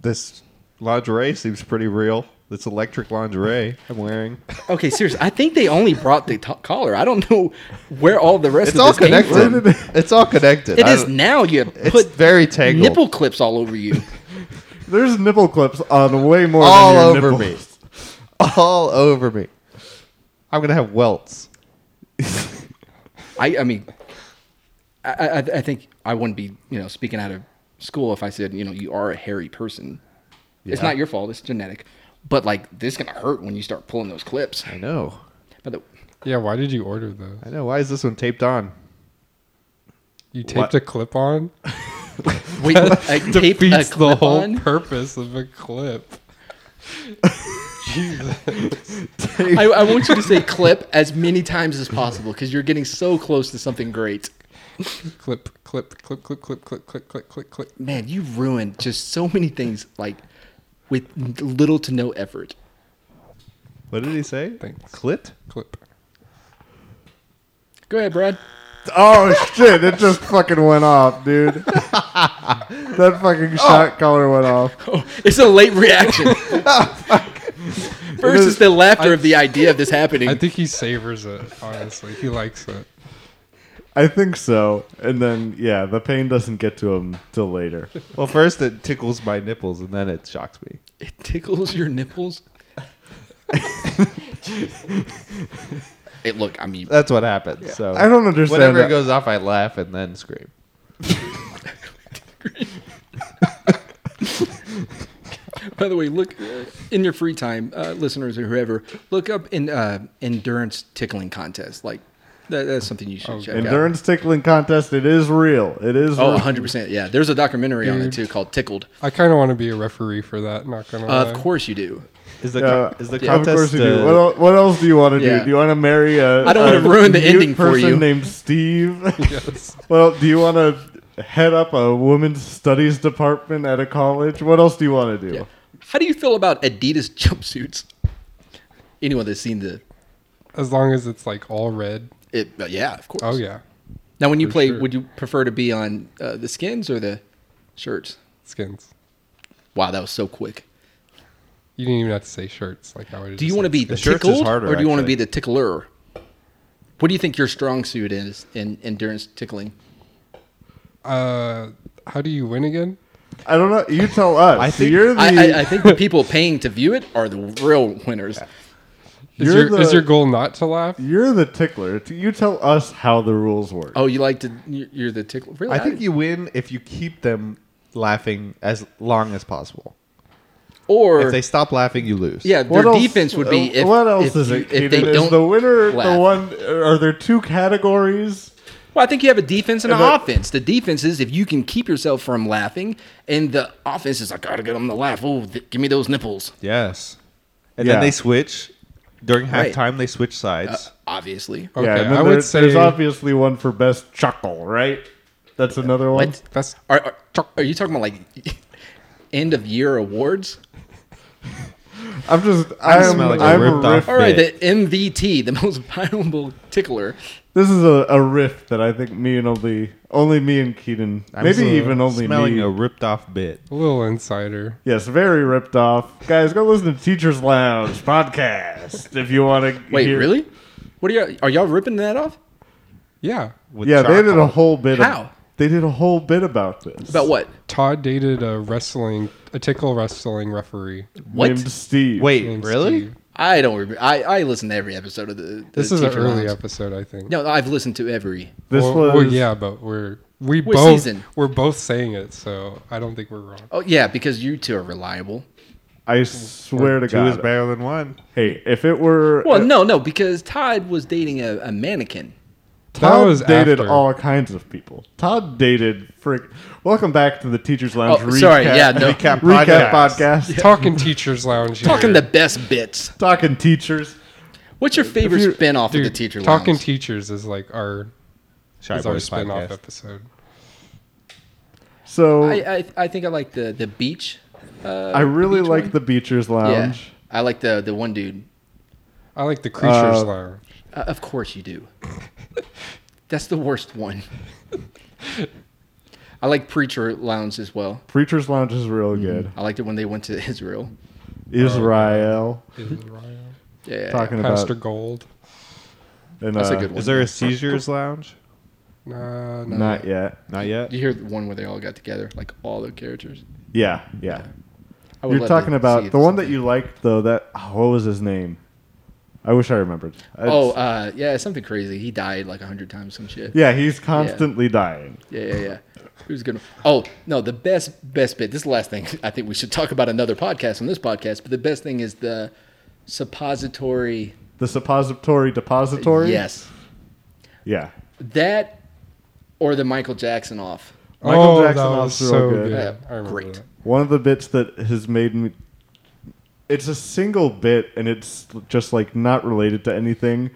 Speaker 4: this lingerie seems pretty real. This electric lingerie I'm wearing.
Speaker 1: Okay, seriously. I think they only brought the t- collar. I don't know where all the rest
Speaker 4: It's
Speaker 1: of
Speaker 4: all
Speaker 1: this came from.
Speaker 4: connected. [LAUGHS] It's all connected.
Speaker 1: It
Speaker 4: I
Speaker 1: is
Speaker 4: don't-
Speaker 1: now you have
Speaker 4: It's
Speaker 1: put
Speaker 4: very tangled.
Speaker 1: nipple clips all over you.
Speaker 2: There's nipple clips on way more.
Speaker 4: all
Speaker 2: than your
Speaker 4: over
Speaker 2: nipples.
Speaker 4: me. [LAUGHS] All over me. I'm gonna have welts.
Speaker 1: I, I mean, I, I, I think I wouldn't be, you know, speaking out of school if I said, you know, you are a hairy person. It's
Speaker 4: Yeah.
Speaker 1: not your fault. It's genetic. But like, this is gonna hurt when you start pulling those clips.
Speaker 4: I know.
Speaker 1: But
Speaker 3: [LAUGHS]
Speaker 1: the,
Speaker 3: Yeah, why did you order those?
Speaker 4: I know. Why is this one taped on?
Speaker 3: You taped
Speaker 4: What?
Speaker 3: a
Speaker 1: [LAUGHS]
Speaker 3: clip on.
Speaker 1: wait, I taped a
Speaker 3: Defeats the
Speaker 1: clip
Speaker 3: whole [LAUGHS]
Speaker 1: on.
Speaker 3: purpose of a
Speaker 1: [LAUGHS]
Speaker 3: clip. Jesus.
Speaker 1: I, I want you to say clip as many times as possible because you're getting so close to something great.
Speaker 3: clip, clip, clip, clip, clip, clip, clip, clip, clip, clip.
Speaker 1: Man, you ruined just so many things like with little to no effort.
Speaker 4: What did he say?
Speaker 3: Thanks.
Speaker 4: Clit?
Speaker 3: clip.
Speaker 1: Go ahead, Brad.
Speaker 2: Oh shit! It just fucking went off, dude.
Speaker 4: [LAUGHS]
Speaker 2: that fucking shot collar went off.
Speaker 1: Oh, [LAUGHS] it's a late
Speaker 3: [LAUGHS]
Speaker 1: reaction.
Speaker 3: Oh,
Speaker 1: First is the laughter of the idea of this happening.
Speaker 3: I think he savors it. Honestly, he likes it.
Speaker 2: I think so. And then yeah, the pain doesn't get to him till later.
Speaker 4: Well, first it tickles my nipples, and then it shocks me.
Speaker 1: it tickles your
Speaker 3: [LAUGHS]
Speaker 1: nipples. it look, I mean,
Speaker 4: That's what happens. So
Speaker 2: I don't understand
Speaker 4: Whenever
Speaker 2: that.
Speaker 4: it goes off, I laugh and then scream.
Speaker 1: by the way, look uh, in your free time, uh, listeners or whoever, look up in uh, endurance tickling contest. Like that, that's something you should
Speaker 3: Oh,
Speaker 1: check
Speaker 2: Endurance tickling contest. It is real. It is.
Speaker 1: out. Oh,
Speaker 2: real.
Speaker 1: 100 percent. Yeah, there's a documentary on it
Speaker 3: Dude.
Speaker 1: too called Tickled.
Speaker 3: I kind of want to be a referee for that. Not gonna
Speaker 1: Uh,
Speaker 3: lie.
Speaker 1: of course you do.
Speaker 4: Is the
Speaker 2: Yeah,
Speaker 4: co- is the
Speaker 1: yeah,
Speaker 2: Of
Speaker 4: contest?
Speaker 2: course you do.
Speaker 4: uh,
Speaker 2: What, el- what else do you want to do?
Speaker 1: Yeah.
Speaker 2: Do you want to marry a?
Speaker 1: I don't
Speaker 2: a
Speaker 1: wanna ruin the
Speaker 2: mute
Speaker 1: ending for
Speaker 2: person
Speaker 1: you.
Speaker 2: Named
Speaker 4: [LAUGHS]
Speaker 2: Steve.
Speaker 3: Yes.
Speaker 2: [LAUGHS] Well, do you want to head up a women's studies department at a college? What else do you want to do?
Speaker 1: Yeah. How do you feel about Adidas jumpsuits? Anyone that's seen the
Speaker 3: As long as it's like all red.
Speaker 1: it, uh, yeah, of course.
Speaker 3: Oh yeah.
Speaker 1: Now, when you
Speaker 3: For
Speaker 1: play,
Speaker 3: sure.
Speaker 1: would you prefer to be on uh, the skins or the shirts?
Speaker 3: Skins.
Speaker 1: Wow, that was so quick.
Speaker 3: You didn't even have to say shirts. Like I would.
Speaker 1: Do you want to be
Speaker 4: the shirts is
Speaker 1: tickled,
Speaker 4: harder,
Speaker 1: or do you want to
Speaker 4: actually.
Speaker 1: be the tickler? What do you think your strong suit is in endurance tickling?
Speaker 3: Uh, how do you win again?
Speaker 2: I don't know. You tell us.
Speaker 4: I think-
Speaker 2: you're the.
Speaker 1: I, I, I think the people paying to view it are the real winners.
Speaker 3: Is
Speaker 2: You're
Speaker 3: your, is
Speaker 2: the-
Speaker 3: your goal not to laugh?
Speaker 2: you're the tickler. T- You tell us how the rules work.
Speaker 1: Oh, you like to? you- You're the tickle. Really?
Speaker 4: I think you win if you keep them laughing as long as possible.
Speaker 1: Or
Speaker 4: if they stop laughing, you lose.
Speaker 1: yeah, their defense would be. If,
Speaker 2: uh, what else
Speaker 1: if
Speaker 2: is
Speaker 1: you-
Speaker 2: it?
Speaker 1: If they
Speaker 2: Keenan? is
Speaker 1: don't.
Speaker 2: the winner
Speaker 1: laugh.
Speaker 2: the one? Are there two categories?
Speaker 1: well, I think you have a defense and an
Speaker 2: the-
Speaker 1: offense. The defense is if you can keep yourself from laughing, and the offense is I gotta get them to laugh. Oh, th- give me those nipples.
Speaker 4: Yes. And
Speaker 2: Yeah.
Speaker 4: then they switch during
Speaker 1: Right.
Speaker 4: halftime. They switch sides.
Speaker 1: Obviously.
Speaker 3: Okay,
Speaker 2: yeah, and
Speaker 3: I
Speaker 2: then
Speaker 3: would
Speaker 2: there's-
Speaker 3: say
Speaker 2: there's obviously one for best chuckle, right? That's another one.
Speaker 1: What?
Speaker 3: that's
Speaker 1: Are, are, are you talking about like [LAUGHS] end of year awards?
Speaker 2: I'm just. I'm, I'm,
Speaker 4: smelling a ripped off
Speaker 2: riff.
Speaker 1: All right,
Speaker 4: Yeah.
Speaker 1: the MVT, [LAUGHS] the most valuable tickler.
Speaker 2: This is a, a riff that I think me and only only me and Keaton,
Speaker 4: I'm
Speaker 2: maybe
Speaker 4: sm-
Speaker 2: even only
Speaker 4: smelling
Speaker 2: me.
Speaker 4: a ripped off bit.
Speaker 3: a little insider.
Speaker 2: yes, very ripped off. Guys, go listen to Teachers Lounge podcast if you want to.
Speaker 1: [LAUGHS] Wait, really? What are y'all? Are y'all ripping that off?
Speaker 3: Yeah,
Speaker 4: with
Speaker 2: Yeah, they did a
Speaker 4: charcoal.
Speaker 2: whole bit.
Speaker 1: How?
Speaker 2: Of, they did a whole bit about this.
Speaker 1: About what?
Speaker 3: Todd dated a wrestling, a tickle wrestling referee.
Speaker 1: What?
Speaker 2: Named Steve.
Speaker 4: Wait,
Speaker 3: named
Speaker 4: really?
Speaker 3: Steve.
Speaker 1: I don't. Remember. I I listen to every episode of the. the
Speaker 3: This is an
Speaker 1: Teacher
Speaker 3: early
Speaker 1: Lounge.
Speaker 3: episode, I think.
Speaker 1: No, I've listened to every.
Speaker 2: this
Speaker 3: well,
Speaker 2: was.
Speaker 3: well, yeah, but we're we
Speaker 1: We're
Speaker 3: both
Speaker 1: seasoned.
Speaker 3: we're both saying it, so I don't think we're wrong.
Speaker 1: Oh yeah, because you two are reliable.
Speaker 2: I swear to
Speaker 4: Two is
Speaker 2: God.
Speaker 4: better than one.
Speaker 2: Hey, if it were
Speaker 1: Well, no, no, because Todd was dating a, a mannequin.
Speaker 3: that
Speaker 2: Todd
Speaker 3: was
Speaker 2: dated
Speaker 3: after.
Speaker 2: all kinds of people. Todd dated frick. Welcome back to the Teachers Lounge.
Speaker 1: Oh,
Speaker 2: recap,
Speaker 1: sorry, yeah, no.
Speaker 2: recap,
Speaker 4: Recap
Speaker 2: podcast.
Speaker 3: Talking teachers lounge. Here.
Speaker 1: Talking the best bits.
Speaker 2: Talking teachers.
Speaker 1: What's your favorite
Speaker 2: you're-
Speaker 1: spin off of
Speaker 3: Dude,
Speaker 1: the teacher?
Speaker 3: Talking
Speaker 1: Lounge?
Speaker 3: teachers is like our
Speaker 4: Shy
Speaker 3: is our
Speaker 4: Boys
Speaker 3: spin off
Speaker 4: podcast.
Speaker 3: episode.
Speaker 2: So
Speaker 1: I,
Speaker 2: I,
Speaker 1: I I think I like the the beach. Uh,
Speaker 2: really
Speaker 1: beach
Speaker 2: like
Speaker 1: one.
Speaker 2: the Beechers
Speaker 1: Yeah,
Speaker 2: Lounge.
Speaker 1: I like the the one dude.
Speaker 3: I like the creatures
Speaker 2: Uh,
Speaker 3: lounge.
Speaker 1: Uh, of course you
Speaker 2: [LAUGHS]
Speaker 1: do. That's the worst one. [LAUGHS] I like Preacher Lounge as well.
Speaker 2: Preachers Lounge is
Speaker 1: Mm.
Speaker 2: real good.
Speaker 1: I liked it when they went to Israel.
Speaker 4: Oh,
Speaker 2: Israel
Speaker 3: Israel.
Speaker 1: [LAUGHS] Yeah.
Speaker 2: talking
Speaker 3: Pastor
Speaker 2: about
Speaker 3: Gold.
Speaker 2: and,
Speaker 1: That's a
Speaker 2: uh,
Speaker 1: good one.
Speaker 4: Is there a seizures lounge?
Speaker 1: Uh,
Speaker 3: Nah, nah.
Speaker 2: Not yet.
Speaker 4: Not yet.
Speaker 1: You hear the one where they all got together, like all the characters.
Speaker 2: Yeah, yeah.
Speaker 1: I would
Speaker 2: You're
Speaker 1: love
Speaker 2: talking
Speaker 1: to
Speaker 2: about
Speaker 1: see
Speaker 2: the one that
Speaker 1: something-
Speaker 2: you liked though. That oh, what was his name? I wish I remembered. It's-
Speaker 1: Oh, uh, yeah, something crazy. He died like a hundred times, some shit.
Speaker 2: yeah, he's constantly dying.
Speaker 1: Yeah, yeah, yeah. It was a good. One. Oh no, the best best bit. This is the last thing I think we should talk about another podcast on this podcast. But the best thing is the suppository.
Speaker 2: The suppository depository.
Speaker 1: Yes,
Speaker 2: Yeah.
Speaker 1: that or the Michael Jackson off.
Speaker 2: Michael
Speaker 3: oh,
Speaker 2: Jackson
Speaker 3: that was
Speaker 2: also
Speaker 3: so
Speaker 2: good.
Speaker 3: good.
Speaker 1: Yeah,
Speaker 3: I remember
Speaker 1: great.
Speaker 3: that.
Speaker 2: One of the bits that has made me. It's a single bit, and it's just like not related to anything,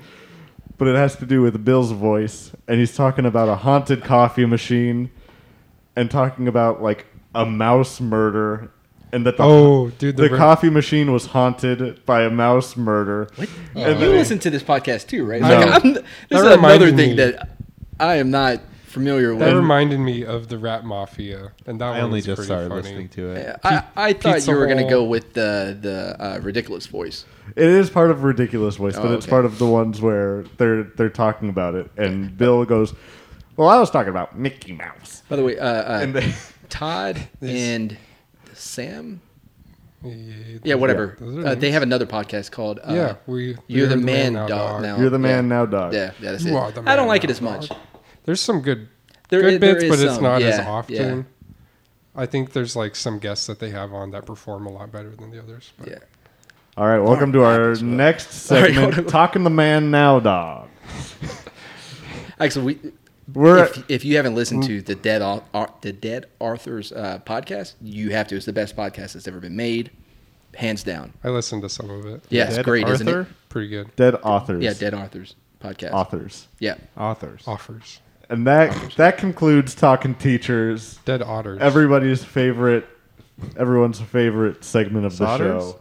Speaker 2: but it has to do with Bill's voice, and he's talking about a haunted coffee machine, and talking about like a mouse murder, and that the
Speaker 3: Oh, dude,
Speaker 2: the
Speaker 3: the, re-
Speaker 2: coffee machine was haunted by a mouse murder.
Speaker 1: You listen to this podcast too, right? It's
Speaker 2: Oh, No.
Speaker 1: Like, I'm, this is
Speaker 3: reminded
Speaker 1: another thing
Speaker 3: me.
Speaker 1: that I am not familiar
Speaker 3: that
Speaker 1: with.
Speaker 3: reminded me of the Rat Mafia, and that
Speaker 4: I
Speaker 3: one
Speaker 4: only
Speaker 3: was
Speaker 4: just
Speaker 3: pretty
Speaker 4: started
Speaker 3: funny.
Speaker 4: listening to it.
Speaker 1: I, I thought
Speaker 3: Pizza
Speaker 1: you were going to
Speaker 3: Hut.
Speaker 1: go with the the uh, ridiculous voice.
Speaker 2: It is part of ridiculous voice, but
Speaker 1: Oh,
Speaker 2: it's
Speaker 1: okay.
Speaker 2: part of the ones where they're they're talking about it, and Bill goes, "Well, I was talking about Mickey Mouse,"
Speaker 1: By the way, uh, uh,
Speaker 2: and they. [LAUGHS]
Speaker 1: Todd and Sam.
Speaker 3: Yeah,
Speaker 1: Yeah, whatever.
Speaker 3: those are
Speaker 1: Uh, they
Speaker 3: names.
Speaker 1: have another podcast called uh,
Speaker 3: yeah, we.
Speaker 1: You're the,
Speaker 3: they're
Speaker 1: man, dog, now.
Speaker 2: You're the man
Speaker 1: Oh, yeah.
Speaker 2: now, dog.
Speaker 1: Yeah, yeah, that's it.
Speaker 3: You are the
Speaker 1: I don't
Speaker 3: man
Speaker 1: like it
Speaker 3: now,
Speaker 1: as much.
Speaker 3: dog. There's some good,
Speaker 1: There
Speaker 3: good
Speaker 1: is- there
Speaker 3: bits,
Speaker 1: is
Speaker 3: but it's
Speaker 1: some,
Speaker 3: not as
Speaker 1: yeah,
Speaker 3: often.
Speaker 1: yeah.
Speaker 3: I think there's like some guests that they have on that perform a lot better than the others. But
Speaker 1: Yeah.
Speaker 2: All right, welcome to our
Speaker 1: [LAUGHS]
Speaker 2: next
Speaker 1: Sorry,
Speaker 2: segment,
Speaker 1: hold on.
Speaker 2: talking the man now, dog.
Speaker 1: Actually, we,
Speaker 2: We're
Speaker 1: if, if you haven't listened
Speaker 3: Mm.
Speaker 1: to the Dead Ar- Ar- the Dead Arthur's uh, podcast, you have to. It's the best podcast that's ever been made, hands down.
Speaker 3: I listened to some of it.
Speaker 1: Yeah, it's
Speaker 4: Dead
Speaker 1: great, isn't it?
Speaker 4: Arthur?
Speaker 3: Pretty good
Speaker 2: dead authors.
Speaker 1: Yeah, Dead Arthur's podcast.
Speaker 2: authors,
Speaker 1: Yeah,
Speaker 4: Authors.
Speaker 3: offers.
Speaker 2: and that that concludes talking teachers.
Speaker 3: Dead otters.
Speaker 2: Everybody's favorite, everyone's favorite segment of the
Speaker 4: Sodders?
Speaker 2: show.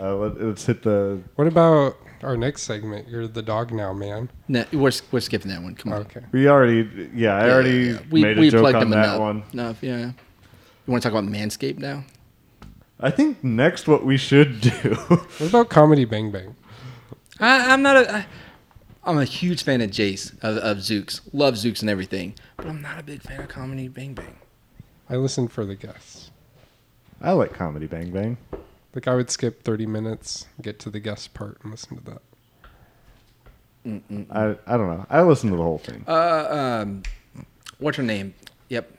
Speaker 2: Uh, let, let's hit the.
Speaker 3: What about our next segment? You're the dog now, man.
Speaker 1: no, we're we're skipping that one. Come on.
Speaker 3: Okay.
Speaker 2: We already, yeah, I
Speaker 1: Yeah,
Speaker 2: already
Speaker 1: yeah, yeah. We,
Speaker 2: made a
Speaker 1: we
Speaker 2: joke
Speaker 1: plugged
Speaker 2: on
Speaker 1: them
Speaker 2: that
Speaker 1: enough,
Speaker 2: one.
Speaker 1: Enough, yeah. You want to talk about Manscaped now?
Speaker 2: I think next, what we should do. [LAUGHS]
Speaker 3: What about comedy Bang Bang?
Speaker 1: I, I'm not a. I, I'm a huge fan of Jace of, of Zooks. Love Zooks and everything, but I'm not a big fan of comedy Bang Bang.
Speaker 3: I listen for the guests.
Speaker 2: I like comedy Bang Bang.
Speaker 3: Like I would skip 30 minutes, get to the guest part, and listen to that.
Speaker 2: I I don't know. I listen to the whole thing.
Speaker 1: Uh, um, what's her name? Yep,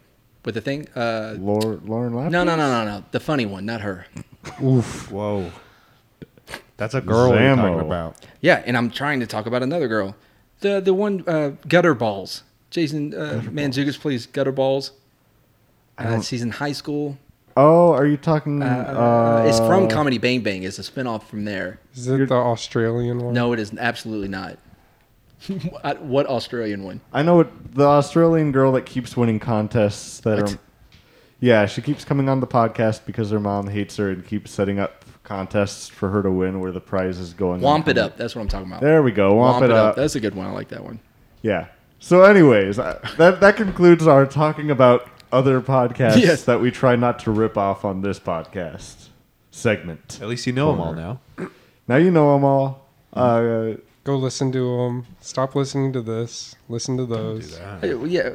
Speaker 1: with the thing. Uh,
Speaker 2: Lauren Lauren Lapkus?
Speaker 1: no, no, no, no, no. The funny one, not her.
Speaker 4: Oof. Whoa. That's a girl you're talking
Speaker 2: Zamo.
Speaker 4: about.
Speaker 1: Yeah, and I'm trying to talk about another girl, the the one uh, Gutter Balls. Jason uh, Manzukis plays Gutter Balls. Uh, she's in high school.
Speaker 2: Oh, are you talking? Uh,
Speaker 1: Uh, it's from Comedy Bang Bang. It's a spinoff from there.
Speaker 3: Is it the Australian one?
Speaker 1: No, it is absolutely not. What- what Australian one?
Speaker 2: I know it, the Australian girl that keeps winning contests that
Speaker 1: What?
Speaker 2: are. Yeah, she keeps coming on the podcast because her mom hates her and keeps setting up contests for her to win where the prize is going.
Speaker 1: Womp
Speaker 2: on.
Speaker 1: it up. That's what I'm talking about.
Speaker 2: There we go. Womp, it up.
Speaker 1: That's a good one. I like that one.
Speaker 2: Yeah. So, anyways, I, that that concludes our talking about other podcasts
Speaker 1: Yes.
Speaker 2: that we try not to rip off on this podcast segment.
Speaker 4: At least you know them all now.
Speaker 2: Now you know them all.
Speaker 1: Mm-hmm.
Speaker 2: Uh,
Speaker 3: Go listen to them. Stop listening to this. Listen to
Speaker 4: Do
Speaker 3: those.
Speaker 4: that.
Speaker 1: Uh, Yeah.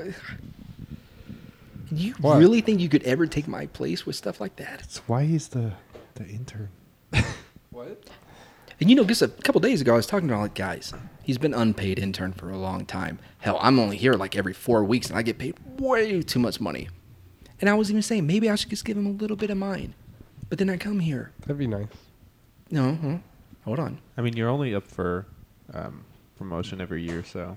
Speaker 1: You
Speaker 3: What?
Speaker 1: really think you could ever take my place with stuff like that?
Speaker 4: That's why he's the the intern.
Speaker 3: What?
Speaker 1: And you know, just a couple days ago, I was talking to all like guys. He's been unpaid intern for a long time. Hell, I'm only here like every four weeks, and I get paid way too much money. And I was even saying maybe I should just give him a little bit of mine. But then I come here.
Speaker 3: That'd be nice.
Speaker 1: No, huh? hold on.
Speaker 4: I mean, you're only up for um, promotion every year, so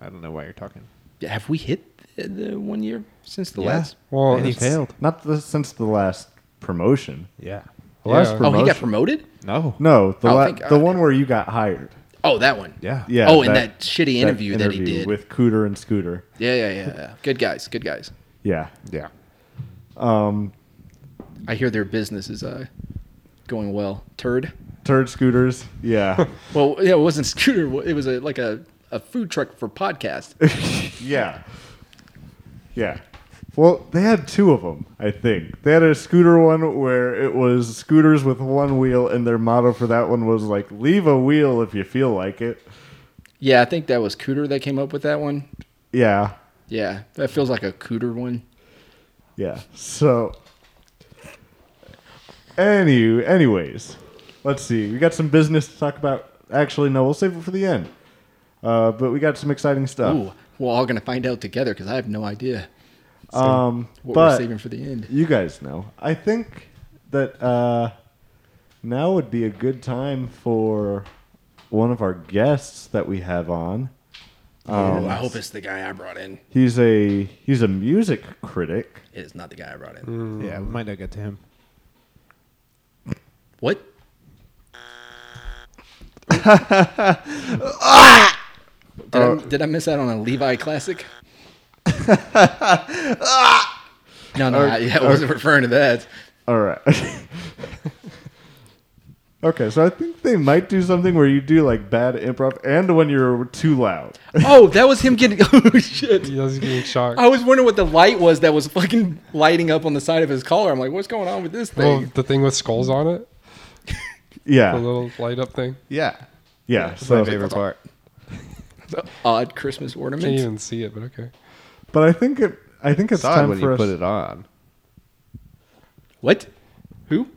Speaker 4: I don't know why you're talking.
Speaker 1: Have we hit the, the one year since the
Speaker 4: Yeah.
Speaker 1: last?
Speaker 3: Well,
Speaker 4: and he
Speaker 3: it's-
Speaker 4: failed.
Speaker 2: not the, since the last promotion.
Speaker 4: Yeah.
Speaker 2: The last
Speaker 3: Yeah.
Speaker 1: Oh,
Speaker 2: promotion.
Speaker 1: he got promoted.
Speaker 4: No.
Speaker 2: No, the
Speaker 1: Oh,
Speaker 2: la-
Speaker 1: thank God.
Speaker 2: the one where you got hired.
Speaker 1: Oh, that one.
Speaker 4: Yeah.
Speaker 2: Yeah.
Speaker 1: oh, and that, shitty interview that, he
Speaker 2: interview
Speaker 1: did.
Speaker 2: with Cooter and Scooter.
Speaker 1: yeah, yeah, yeah, yeah. Good guys. Good guys.
Speaker 2: Yeah.
Speaker 4: Yeah.
Speaker 1: I hear their business is uh, going well. Turd.
Speaker 2: Turd scooters.
Speaker 1: [LAUGHS]
Speaker 2: Yeah.
Speaker 1: Well, yeah, it wasn't [LAUGHS] scooter. It was a like a, a food truck for podcast.
Speaker 2: [LAUGHS] yeah. Yeah. Well, they had two of them, I think. They had a scooter one where it was scooters with one wheel, and their motto for that one was like, leave a wheel if you feel like it.
Speaker 1: Yeah, I think that was Cooter that came up with that one.
Speaker 2: Yeah.
Speaker 1: Yeah, that feels like a Cooter one.
Speaker 2: Yeah. So, any, anyways, let's see. We got some business to talk about. Actually, no, we'll save it for the end. Uh, but we got some exciting stuff.
Speaker 1: Ooh, we're all gonna find out together because I have no idea
Speaker 2: um,
Speaker 1: what
Speaker 2: but
Speaker 1: we're saving for the end.
Speaker 2: you guys know. I think that uh, now would be a good time for one of our guests that we have on. Oh.
Speaker 1: Ooh, I hope it's the guy I brought in.
Speaker 2: He's a he's a music critic.
Speaker 1: It is not the guy I brought in.
Speaker 4: Yeah. We might not get to him.
Speaker 1: What? did, I, did I miss out on a Levi classic? no, no, I, yeah, I wasn't referring to that.
Speaker 2: All right. [LAUGHS] okay, so I think they might do something where you do like bad improv and when you're too loud.
Speaker 1: Oh, that was him getting. [LAUGHS] Oh shit!
Speaker 3: He was being shocked.
Speaker 1: I was wondering what the light was that was fucking lighting up on the side of his collar. I'm like, what's going on with this
Speaker 3: well,
Speaker 1: thing?
Speaker 3: the thing with skulls on it, the
Speaker 2: Yeah.
Speaker 3: little light up thing.
Speaker 4: Yeah.
Speaker 2: Yeah.
Speaker 4: That's
Speaker 2: So
Speaker 4: my favorite part.
Speaker 1: Odd Christmas
Speaker 3: Can't
Speaker 1: ornament.
Speaker 3: even see it, but okay.
Speaker 2: but I think it I think it's
Speaker 4: It's odd
Speaker 2: time
Speaker 4: when
Speaker 2: for
Speaker 4: you
Speaker 2: us
Speaker 4: put it on.
Speaker 1: What? Who?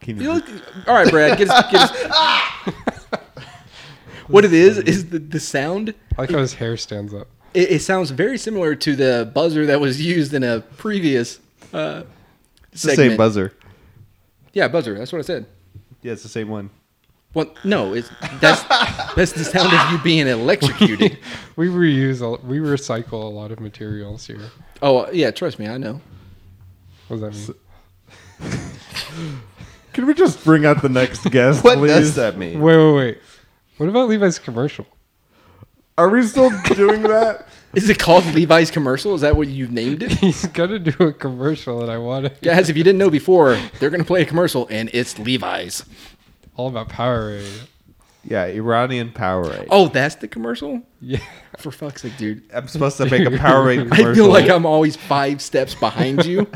Speaker 4: Can
Speaker 1: You look- all right, Brad. Get us, get us. what it is is the, the sound.
Speaker 3: I like how his hair stands up.
Speaker 1: It, it sounds very similar to the buzzer that was [LAUGHS] used in a previous. Uh,
Speaker 4: it's the
Speaker 1: segment.
Speaker 4: same buzzer.
Speaker 1: Yeah, buzzer. That's what I said.
Speaker 4: Yeah, it's the same one.
Speaker 1: Well, no, it's that's that's the sound of you being electrocuted.
Speaker 3: We reuse, a, we recycle a lot of materials here.
Speaker 1: oh yeah, trust me, I know.
Speaker 3: What does that mean?
Speaker 2: Can we just bring out the
Speaker 4: [LAUGHS]
Speaker 2: next guest,
Speaker 4: What
Speaker 2: please?
Speaker 4: does that mean?
Speaker 3: Wait, wait, wait. What about Levi's commercial? [LAUGHS]
Speaker 2: Are we still
Speaker 4: [LAUGHS]
Speaker 2: doing that?
Speaker 1: Is it called Levi's commercial? Is that what you've named it?
Speaker 3: He's gonna do a commercial, and I want to
Speaker 1: Guys, if you didn't know before, they're gonna play a commercial and it's Levi's.
Speaker 3: all about Powerade.
Speaker 4: Yeah, Iranian Powerade.
Speaker 1: Oh, that's the commercial?
Speaker 3: Yeah,
Speaker 1: For fuck's sake, dude.
Speaker 4: I'm supposed to make a Powerade commercial.
Speaker 1: I feel like I'm always five steps behind [LAUGHS] you.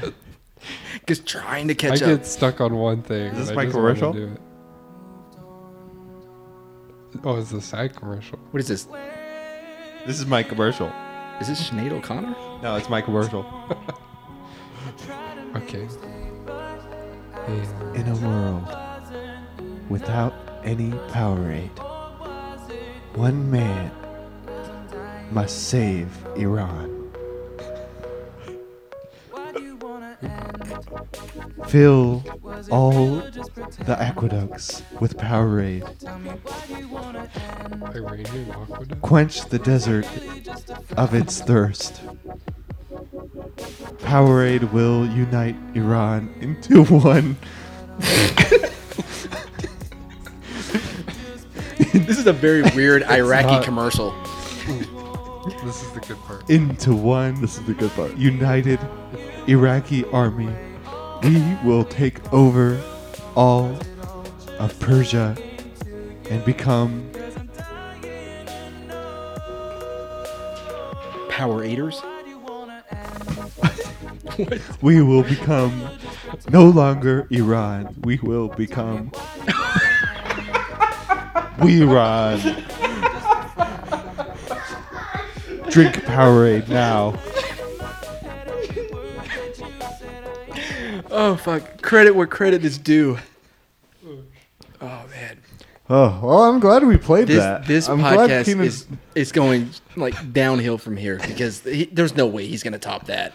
Speaker 1: Just trying to
Speaker 3: I
Speaker 1: catch up.
Speaker 3: get stuck on one thing.
Speaker 4: this
Speaker 3: and
Speaker 4: my
Speaker 3: I just wanna
Speaker 4: commercial?
Speaker 3: do it. Oh, it's the side commercial.
Speaker 1: What is this?
Speaker 4: This is my commercial.
Speaker 1: Is this Sinead O'Connor?
Speaker 4: No, it's my commercial.
Speaker 3: Okay. Yeah.
Speaker 6: In a world without any Powerade, one man must save Iran. Fill all the aqueducts with Powerade.
Speaker 3: Iranian aqueduct.
Speaker 6: Quench the desert of its thirst. Powerade will unite Iran into [LAUGHS] one.
Speaker 1: [LAUGHS] This is a very weird Iraqi
Speaker 3: not-
Speaker 1: commercial.
Speaker 3: This is the good part.
Speaker 6: into one
Speaker 2: This is the good part.
Speaker 6: united Iraqi army. We will take over all of Persia and become
Speaker 1: Power eaters.
Speaker 6: we will become no longer Iran. We will become [LAUGHS] We Iran. Drink Powerade now.
Speaker 1: Oh fuck! Credit where credit is due. Oh man,
Speaker 2: Oh, well, I'm glad we played
Speaker 1: this
Speaker 2: that.
Speaker 1: this
Speaker 2: I'm glad
Speaker 1: podcast
Speaker 2: Keenan-
Speaker 1: is is going like downhill from here because he, there's no way he's gonna top that.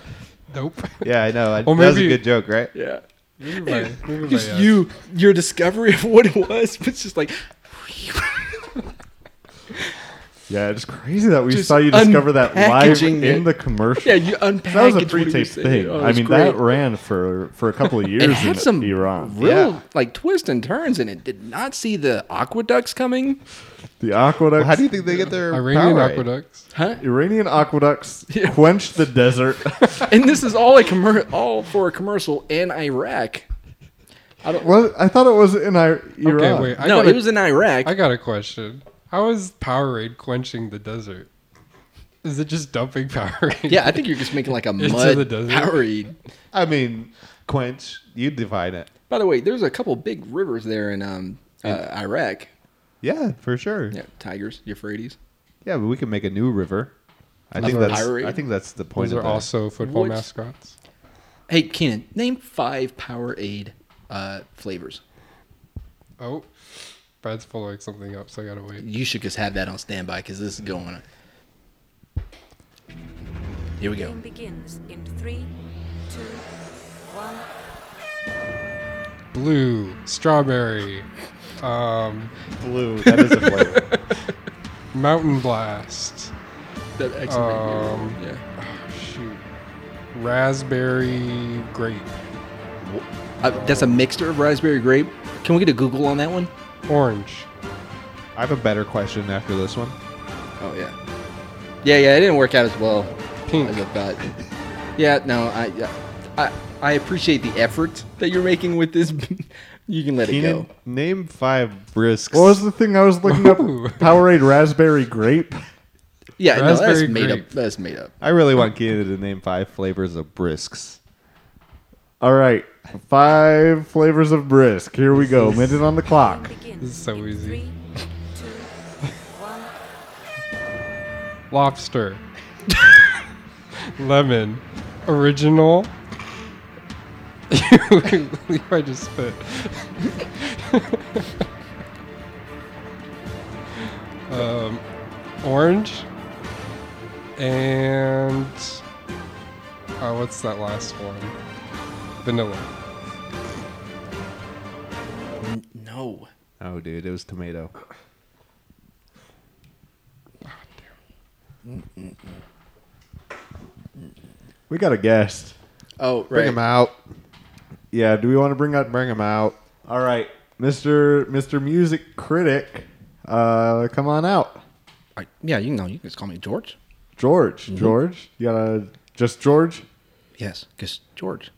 Speaker 3: Nope. [LAUGHS]
Speaker 4: Yeah, I know. I,
Speaker 3: Or
Speaker 4: that was a
Speaker 3: maybe-
Speaker 4: good joke, right?
Speaker 1: Yeah,
Speaker 3: Maybe my- maybe my
Speaker 1: just
Speaker 3: ass.
Speaker 1: you your discovery of what it was [LAUGHS] was just like
Speaker 2: Yeah, it's crazy that we
Speaker 1: Just
Speaker 2: saw you discover that live
Speaker 1: unpackaging
Speaker 2: in
Speaker 1: it.
Speaker 2: the commercial.
Speaker 1: yeah you unpackaged
Speaker 2: that was
Speaker 1: what
Speaker 2: a
Speaker 1: you
Speaker 2: pre-tape
Speaker 1: said.
Speaker 2: thing.
Speaker 1: Oh, it
Speaker 2: I
Speaker 1: was
Speaker 2: mean,
Speaker 1: great.
Speaker 2: that ran for for a couple of
Speaker 1: [LAUGHS]
Speaker 2: years
Speaker 1: it had
Speaker 2: in
Speaker 1: some
Speaker 2: Iran.
Speaker 1: real
Speaker 4: Yeah.
Speaker 1: like twists and turns in it. Did not see the aqueducts coming,
Speaker 2: The aqueducts,
Speaker 4: How do you think they get their
Speaker 3: Iranian
Speaker 4: Powerade?
Speaker 3: aqueducts.
Speaker 1: huh?
Speaker 2: Iranian aqueducts
Speaker 1: [LAUGHS] Yeah.
Speaker 2: quench
Speaker 1: [LAUGHS]
Speaker 2: the desert.
Speaker 1: and this is all a commer- all for a commercial in Iraq.
Speaker 2: Well, I thought it was in I- Iran.
Speaker 3: Okay, wait. I
Speaker 1: no,
Speaker 3: got a-
Speaker 1: it was in Iraq.
Speaker 3: I got a question. How is Powerade quenching the desert? Is it just dumping Powerade?
Speaker 1: yeah, I think you're just making like a
Speaker 3: Into
Speaker 1: mud
Speaker 3: the desert.
Speaker 1: Powerade.
Speaker 4: I mean, quench. You define it.
Speaker 1: By the way, there's a couple big rivers there in um, uh, Iraq.
Speaker 4: Yeah, for sure. Yeah.
Speaker 1: Yeah, Tigers, Euphrates.
Speaker 4: but we can make a new river. I
Speaker 3: Those
Speaker 4: think
Speaker 3: are-
Speaker 4: that's.
Speaker 1: Powerade?
Speaker 4: I think that's the point.
Speaker 3: Those
Speaker 4: of
Speaker 3: are
Speaker 4: that.
Speaker 3: also football
Speaker 1: Which-
Speaker 3: mascots.
Speaker 1: Hey, Kenan, name five Powerade uh, flavors.
Speaker 3: Oh, Brad's following something up, so I gotta wait.
Speaker 1: You should just have that on standby because this is going on. Here we go.
Speaker 5: Game begins in three, two, one.
Speaker 3: Blue, strawberry, um,
Speaker 4: blue. [LAUGHS] That is a flavor.
Speaker 3: mountain blast,
Speaker 1: That excellent.
Speaker 3: Um,
Speaker 1: yeah.
Speaker 3: shoot, raspberry, grape,
Speaker 1: Uh, that's a mixture of raspberry grape. Can we get a Google on that one?
Speaker 3: orange.
Speaker 4: I have a better question after this one.
Speaker 1: Oh yeah. Yeah, yeah. It didn't work out as well
Speaker 3: Pink.
Speaker 1: as I thought. Yeah, no, I, yeah, I, I appreciate the effort that you're making with this. [LAUGHS] you can let
Speaker 4: Keenan,
Speaker 1: it go.
Speaker 4: name five brisks.
Speaker 2: What was the thing I was looking
Speaker 1: [LAUGHS]
Speaker 2: up?
Speaker 3: Ooh.
Speaker 2: Powerade raspberry grape.
Speaker 1: Yeah, no, that's
Speaker 3: Raspberry
Speaker 1: made
Speaker 3: grape.
Speaker 1: up. That's made up.
Speaker 4: I really want Keenan to name five flavors of brisks.
Speaker 2: All right, five flavors of brisk. Here we go. Minute on the clock.
Speaker 5: Game begins
Speaker 3: This is so
Speaker 5: in
Speaker 3: easy.
Speaker 5: Three, two, one.
Speaker 3: lobster, lemon, original. [LAUGHS] Levi just spit. um, orange and uh, what's that last one? Vanilla.
Speaker 1: N- no.
Speaker 4: Oh, dude, it was tomato.
Speaker 2: We got a guest.
Speaker 1: Oh right.
Speaker 4: Bring him out.
Speaker 2: Yeah. Do we want to bring out?
Speaker 4: Bring him out.
Speaker 2: All right, Mister Mister Music Critic, uh, come on out,
Speaker 1: I- yeah, you know, you can just call me George.
Speaker 2: George.
Speaker 3: Mm-hmm.
Speaker 2: George, you gotta just George.
Speaker 1: Yes, because George.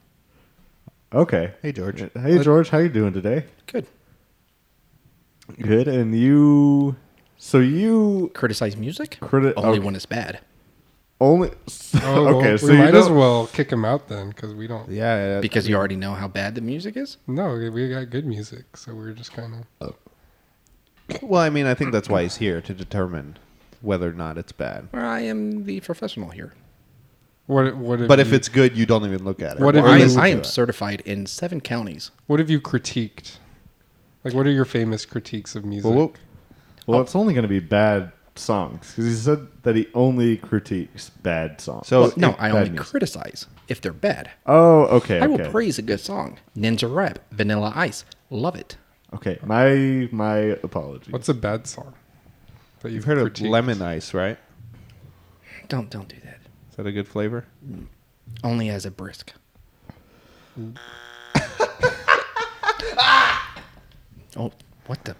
Speaker 2: Okay.
Speaker 4: Hey, George.
Speaker 2: Hey, George. How you doing today?
Speaker 1: Good.
Speaker 2: Good. And you? So you
Speaker 1: Criticize music.
Speaker 2: Criti-
Speaker 1: Only
Speaker 2: okay.
Speaker 1: when it's bad.
Speaker 2: only? [LAUGHS]
Speaker 3: Oh,
Speaker 2: okay.
Speaker 3: well,
Speaker 2: so
Speaker 3: we
Speaker 2: you
Speaker 3: might as
Speaker 2: don't-
Speaker 3: well kick him out then, because we don't.
Speaker 4: Yeah. yeah.
Speaker 1: Because you already know how bad the music is.
Speaker 3: No, we got good music, so we're just kind of.
Speaker 4: Well, I mean, I think that's why he's here to determine whether or not it's bad.
Speaker 1: Well, I am the professional here.
Speaker 3: What? What?
Speaker 4: But if it's good, you don't even look at it.
Speaker 3: What if
Speaker 4: Or
Speaker 1: I am,
Speaker 4: listen
Speaker 1: I
Speaker 4: to
Speaker 1: am
Speaker 4: it.
Speaker 1: certified in seven counties.
Speaker 3: what have you critiqued? Like, what are your famous critiques of music?
Speaker 4: Well, what-
Speaker 2: Well, it's only going to be bad songs because he said that he only critiques bad songs.
Speaker 4: So
Speaker 1: Well, no,
Speaker 4: it-
Speaker 1: I
Speaker 4: Oh, bad
Speaker 1: only
Speaker 4: music.
Speaker 1: criticize if they're bad.
Speaker 2: oh, okay,
Speaker 1: I will
Speaker 2: okay.
Speaker 1: praise a good song. Ninja Rap, Vanilla Ice, love it.
Speaker 2: Okay, my my apologies.
Speaker 3: What's a bad song that
Speaker 4: You've heard of
Speaker 3: critiqued?
Speaker 4: lemon ice, right?
Speaker 1: Don't don't do that.
Speaker 4: Is that a good flavor?
Speaker 1: Only as a
Speaker 2: [LAUGHS]
Speaker 1: brisk. oh, what the?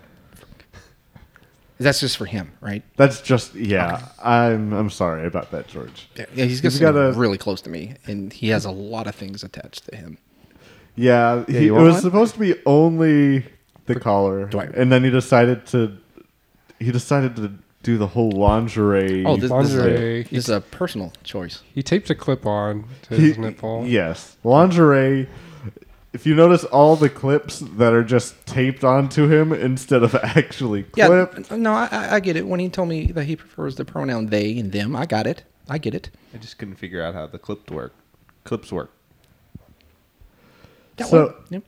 Speaker 1: That's just for him, right?
Speaker 2: That's just yeah. I'm I'm sorry about that, George.
Speaker 1: Yeah, he's
Speaker 2: He's
Speaker 1: just got
Speaker 2: gotta-
Speaker 1: really close to me, and he has a lot of things attached to him.
Speaker 2: Yeah, he, it
Speaker 4: you want
Speaker 2: was
Speaker 4: one?
Speaker 2: supposed to be only the collar,
Speaker 1: Dwight.
Speaker 2: and then he decided to he decided to do the whole lingerie.
Speaker 1: Oh, this, this, is,
Speaker 3: Andre.
Speaker 1: a, this is a personal choice.
Speaker 3: He taped a clip on to
Speaker 2: He-
Speaker 3: his nipple.
Speaker 2: Yes, lingerie. If you notice all the clips that are just taped onto him instead of [LAUGHS] actually clipped.
Speaker 1: Yeah, no, I- I, I get it. When he told me that he prefers the pronoun they and them, I got it. I get it.
Speaker 4: I just couldn't figure out how the clips work. Clips work.
Speaker 1: That
Speaker 2: So-
Speaker 1: one, yep.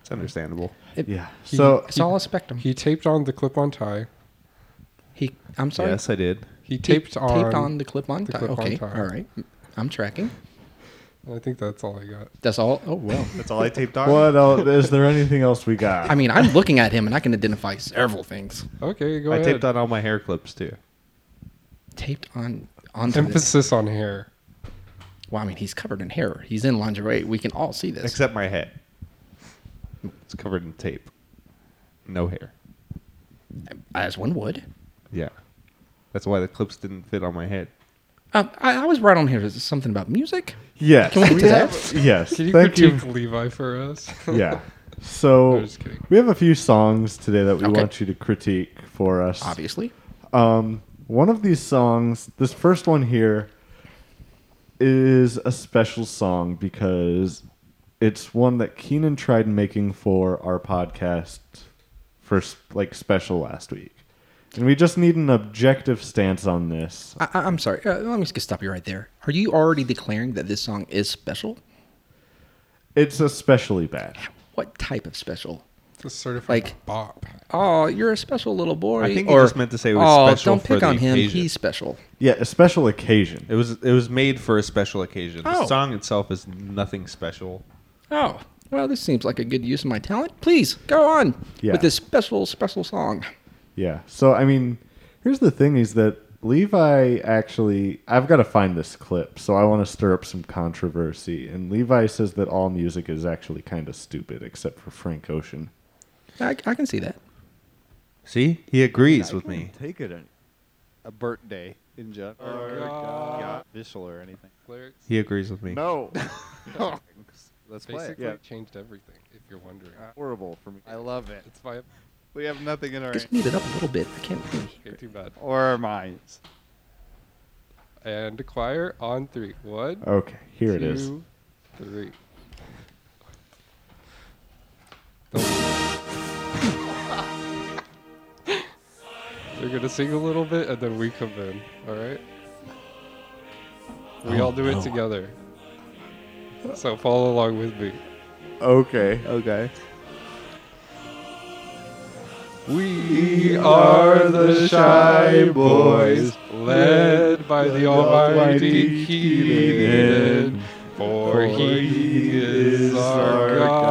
Speaker 4: It's understandable.
Speaker 1: It-
Speaker 2: Yeah. So
Speaker 1: it's all a spectrum. He,
Speaker 3: He taped on the clip on tie.
Speaker 1: I'm sorry.
Speaker 4: Yes, I did.
Speaker 3: He
Speaker 1: He
Speaker 3: taped on.
Speaker 1: taped on the clip on.
Speaker 3: the
Speaker 1: tie.
Speaker 3: clip on
Speaker 1: okay,
Speaker 3: tie.
Speaker 1: all right. I'm tracking.
Speaker 3: I think that's all I got.
Speaker 1: That's all. Oh well.
Speaker 4: That's all I taped [LAUGHS] on.
Speaker 2: what else? Is there anything else we got?
Speaker 1: I mean, I'm looking at him and I can identify several things
Speaker 3: Okay, go
Speaker 4: I
Speaker 3: ahead.
Speaker 4: taped on all my hair clips too.
Speaker 1: taped on onto this.
Speaker 3: Emphasis on hair.
Speaker 1: Well, I mean, he's covered in hair. He's in lingerie. We can all see this.
Speaker 4: Except my head. It's covered in tape. No hair.
Speaker 1: as one would.
Speaker 4: Yeah. That's why the clips didn't fit on my head.
Speaker 1: Um, I, I was right on here. Is this something about music?
Speaker 2: yes.
Speaker 1: Can we get to that?
Speaker 2: have- Yes.
Speaker 3: Can you
Speaker 2: Thank you.
Speaker 3: critique Levi for us? [LAUGHS]
Speaker 2: Yeah. So
Speaker 3: I'm just kidding.
Speaker 2: we have a few songs today that we
Speaker 1: Okay.
Speaker 2: want you to critique for us.
Speaker 1: Obviously.
Speaker 2: Um, one of these songs, this first one here, is a special song because it's one that Keenan tried making for our podcast for s- like special last week, and we just need an objective stance on this.
Speaker 1: I, I- I'm sorry. Uh, let me just stop you right there. Are you already declaring that this song is special?
Speaker 2: It's especially bad.
Speaker 1: What type of special?
Speaker 3: It's a certified
Speaker 1: Like-
Speaker 3: bop.
Speaker 1: Oh, you're a special little boy. Oh,
Speaker 4: I think he just meant to say it was special
Speaker 1: don't
Speaker 4: for
Speaker 1: pick
Speaker 4: the
Speaker 1: on him.
Speaker 4: occasion.
Speaker 1: He's special.
Speaker 2: Yeah, a special occasion.
Speaker 4: It was it was made for a special occasion.
Speaker 1: Oh.
Speaker 4: The song itself is nothing special.
Speaker 1: Oh, well, this seems like a good use of my talent. Please go on
Speaker 2: Yeah.
Speaker 1: with this special, special song.
Speaker 2: Yeah. So I mean, here's the thing: is that Levi actually? I've got to find this clip, so I want to stir up some controversy. And Levi says that all music is actually kind of stupid, except for Frank Ocean.
Speaker 1: I, I can see that.
Speaker 4: See? He agrees with me.
Speaker 7: Take it any. A birthday in general. Or uh, yeah, official or anything.
Speaker 3: uh, Lyrics
Speaker 4: He agrees with me.
Speaker 7: No. Let's play it.
Speaker 3: basically
Speaker 7: Yeah.
Speaker 3: changed everything, if you're wondering.
Speaker 2: Uh,
Speaker 7: Horrible for me. I love it.
Speaker 3: It's my
Speaker 7: We have nothing in our
Speaker 1: Just mute it up a little bit. I can't really hear
Speaker 3: okay,
Speaker 1: it.
Speaker 3: too bad.
Speaker 7: or our minds.
Speaker 3: And choir on three. One,
Speaker 2: Okay, Uh, here it is.
Speaker 3: two, three. [LAUGHS] They're gonna sing a little bit and then we come in. All right. We all do it together. So follow along with me.
Speaker 2: Okay.
Speaker 4: Okay.
Speaker 3: We are the shy [LAUGHS] boys, led by the Almighty Keenan, for He is our God.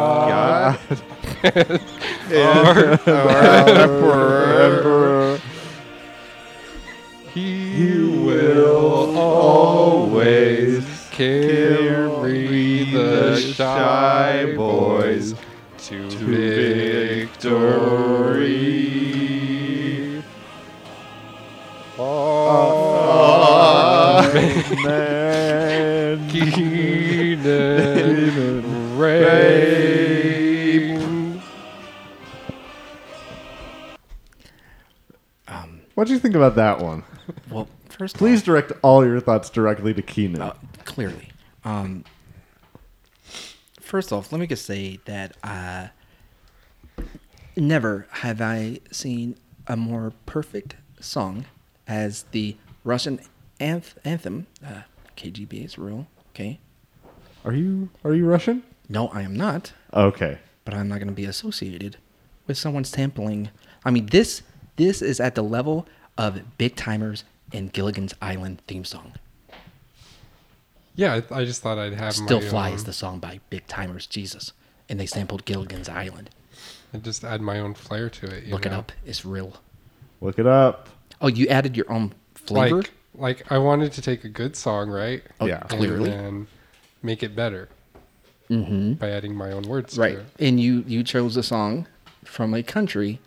Speaker 3: He will always carry the shy boys to victory.
Speaker 2: Man.
Speaker 3: Keenan Rain.
Speaker 2: What do you think about that one?
Speaker 1: Well, first, of all-
Speaker 2: Please direct all your thoughts directly to Keenan.
Speaker 1: Uh, clearly. Um, first off, let me just say that uh, never have I seen a more perfect song as the Russian anth- anthem, uh, KGB is real. Okay.
Speaker 2: Are you are you Russian?
Speaker 1: No, I am not.
Speaker 2: Okay.
Speaker 1: but I'm not going to be associated with someone's tampering. I mean, this this is at the level of Big Timers and Gilligan's Island theme song.
Speaker 3: Yeah, I, I just thought I'd have
Speaker 1: Still
Speaker 3: my
Speaker 1: Fly
Speaker 3: own,
Speaker 1: is the song by Big Timers, Jesus. And they sampled Gilligan's Island.
Speaker 3: and just add my own flair to it. you
Speaker 1: Look it
Speaker 3: know?
Speaker 1: up. It's real.
Speaker 2: Look it up.
Speaker 1: Oh, you added your own flavor?
Speaker 3: Like, like I wanted to take a good song, right?
Speaker 1: oh,
Speaker 4: yeah.
Speaker 1: Clearly.
Speaker 3: and then make it better
Speaker 1: Mm-hmm.
Speaker 3: by adding my own words.
Speaker 1: Right.
Speaker 3: To it.
Speaker 1: And you, you chose a song from a country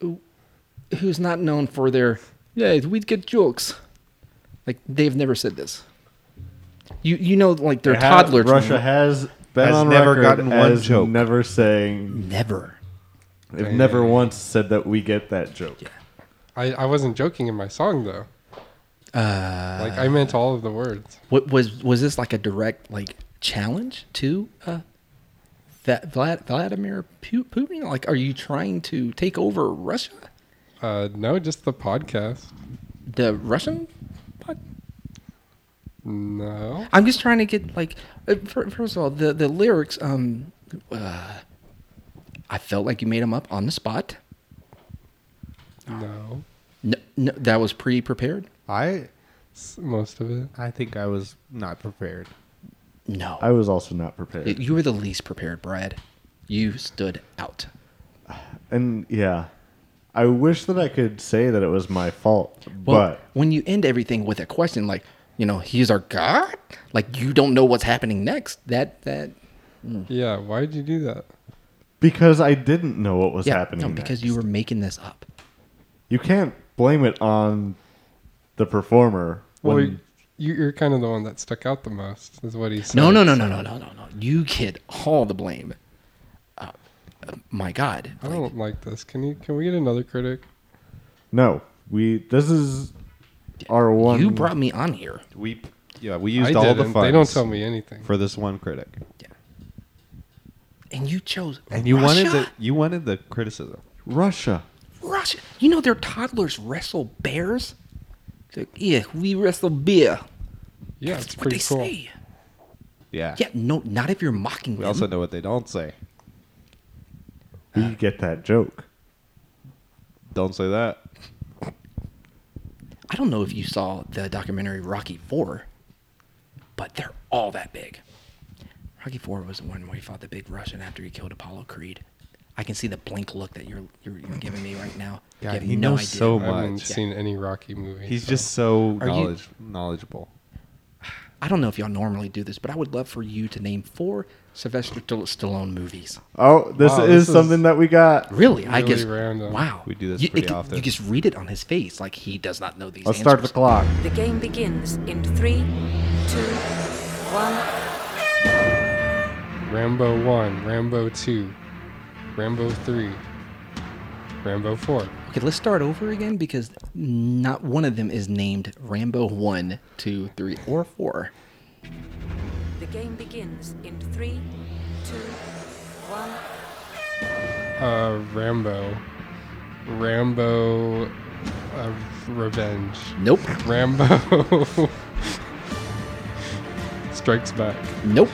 Speaker 1: who- who's not known for their, yeah, we get jokes. Like, they've never said this. You, you know, like their
Speaker 2: It ha-
Speaker 1: toddler
Speaker 2: Russia has been
Speaker 4: Has
Speaker 2: on
Speaker 4: never
Speaker 2: record
Speaker 4: gotten one
Speaker 2: as
Speaker 4: joke.
Speaker 2: never saying
Speaker 1: Never.
Speaker 2: they've
Speaker 3: Dang.
Speaker 2: never once said that we get that joke.
Speaker 3: I, I wasn't joking in my song though.
Speaker 1: Uh,
Speaker 3: Like I meant all of the words.
Speaker 1: what was was this like a direct like challenge to uh, that Vlad, Vladimir Pu- Putin? Like, are you trying to take over Russia?
Speaker 3: Uh, no, just the podcast.
Speaker 1: The Russian? pod-
Speaker 3: No.
Speaker 1: I'm just trying to get like. uh, fir- First of all, the the lyrics. Um, uh, I felt like you made them up on the spot.
Speaker 3: No.
Speaker 1: No, no that was pre-prepared.
Speaker 7: I
Speaker 3: S- Most of it.
Speaker 7: I think I was not prepared.
Speaker 1: No,
Speaker 2: I was also not prepared.
Speaker 1: you were the least prepared, Brad. You stood out.
Speaker 2: and yeah, I wish that I could say that it was my fault,
Speaker 1: Well,
Speaker 2: but
Speaker 1: when you end everything with a question like, you know, he's our God, like you don't know what's happening next. That that Mm.
Speaker 3: Yeah. Why did you do that?
Speaker 2: because I didn't know what was
Speaker 1: yeah,
Speaker 2: happening,
Speaker 1: no, because you
Speaker 2: next.
Speaker 1: were making this up.
Speaker 2: you can't blame it on the performer.
Speaker 3: Well,
Speaker 2: when-
Speaker 3: you, you're kind of the one that stuck out the most, is what he said.
Speaker 1: No, no, no, no, no, no, no, no. You get all the blame. Uh, uh, my God,
Speaker 3: I
Speaker 4: Oh,
Speaker 1: like,
Speaker 3: don't like this. Can you? Can we get another critic?
Speaker 2: no, we this is our one.
Speaker 1: you brought me on here.
Speaker 4: We yeah we used
Speaker 3: I
Speaker 4: all the
Speaker 3: didn't.
Speaker 4: funds.
Speaker 3: They don't tell me anything.
Speaker 4: for this one critic.
Speaker 1: And you chose
Speaker 4: And you
Speaker 1: Russia?
Speaker 4: wanted the you wanted the criticism.
Speaker 2: Russia.
Speaker 1: Russia. You know their toddlers wrestle bears. They're Like, yeah, we wrestle beer.
Speaker 3: yeah, it's
Speaker 1: That's what
Speaker 3: pretty
Speaker 1: they
Speaker 3: cool.
Speaker 1: say.
Speaker 4: Yeah.
Speaker 1: Yeah, no, not if you're mocking
Speaker 4: We
Speaker 1: them.
Speaker 4: also know what they don't say.
Speaker 2: We get that joke.
Speaker 4: Don't say that.
Speaker 1: I don't know if you saw the documentary Rocky Four, but they're all that big. Rocky Four was the one where he fought the big Russian after he killed Apollo Creed. I can see the blank look that you're you're, you're giving me right now. You
Speaker 4: God,
Speaker 1: have
Speaker 4: he knows so
Speaker 3: I
Speaker 4: much.
Speaker 3: haven't
Speaker 4: Yeah.
Speaker 3: seen any Rocky movie.
Speaker 4: He's
Speaker 3: so-
Speaker 4: just so
Speaker 1: Are you-
Speaker 4: knowledge knowledgeable.
Speaker 1: I don't know if y'all normally do this, but I would love for you to name four Sylvester St- Stallone movies.
Speaker 2: Oh, this
Speaker 3: Wow,
Speaker 2: is
Speaker 3: this is-
Speaker 2: something that we got.
Speaker 1: Really, I
Speaker 3: Really
Speaker 1: guess.
Speaker 3: random.
Speaker 1: Wow,
Speaker 4: We do this
Speaker 1: You- it
Speaker 4: pretty
Speaker 1: could-
Speaker 4: often.
Speaker 1: You just read it on his face, like he does not know these.
Speaker 2: Let's start the
Speaker 1: answers.
Speaker 2: clock.
Speaker 5: The game begins in three, two, one.
Speaker 3: Rambo one, Rambo two, Rambo three, Rambo four.
Speaker 1: Okay, let's start over again because not one of them is named Rambo one, two, three, or 4.
Speaker 5: The game begins in three, two, one.
Speaker 3: Uh, Rambo, Rambo, uh, Revenge,
Speaker 1: Nope.
Speaker 3: Rambo [LAUGHS] Strikes Back,
Speaker 1: Nope.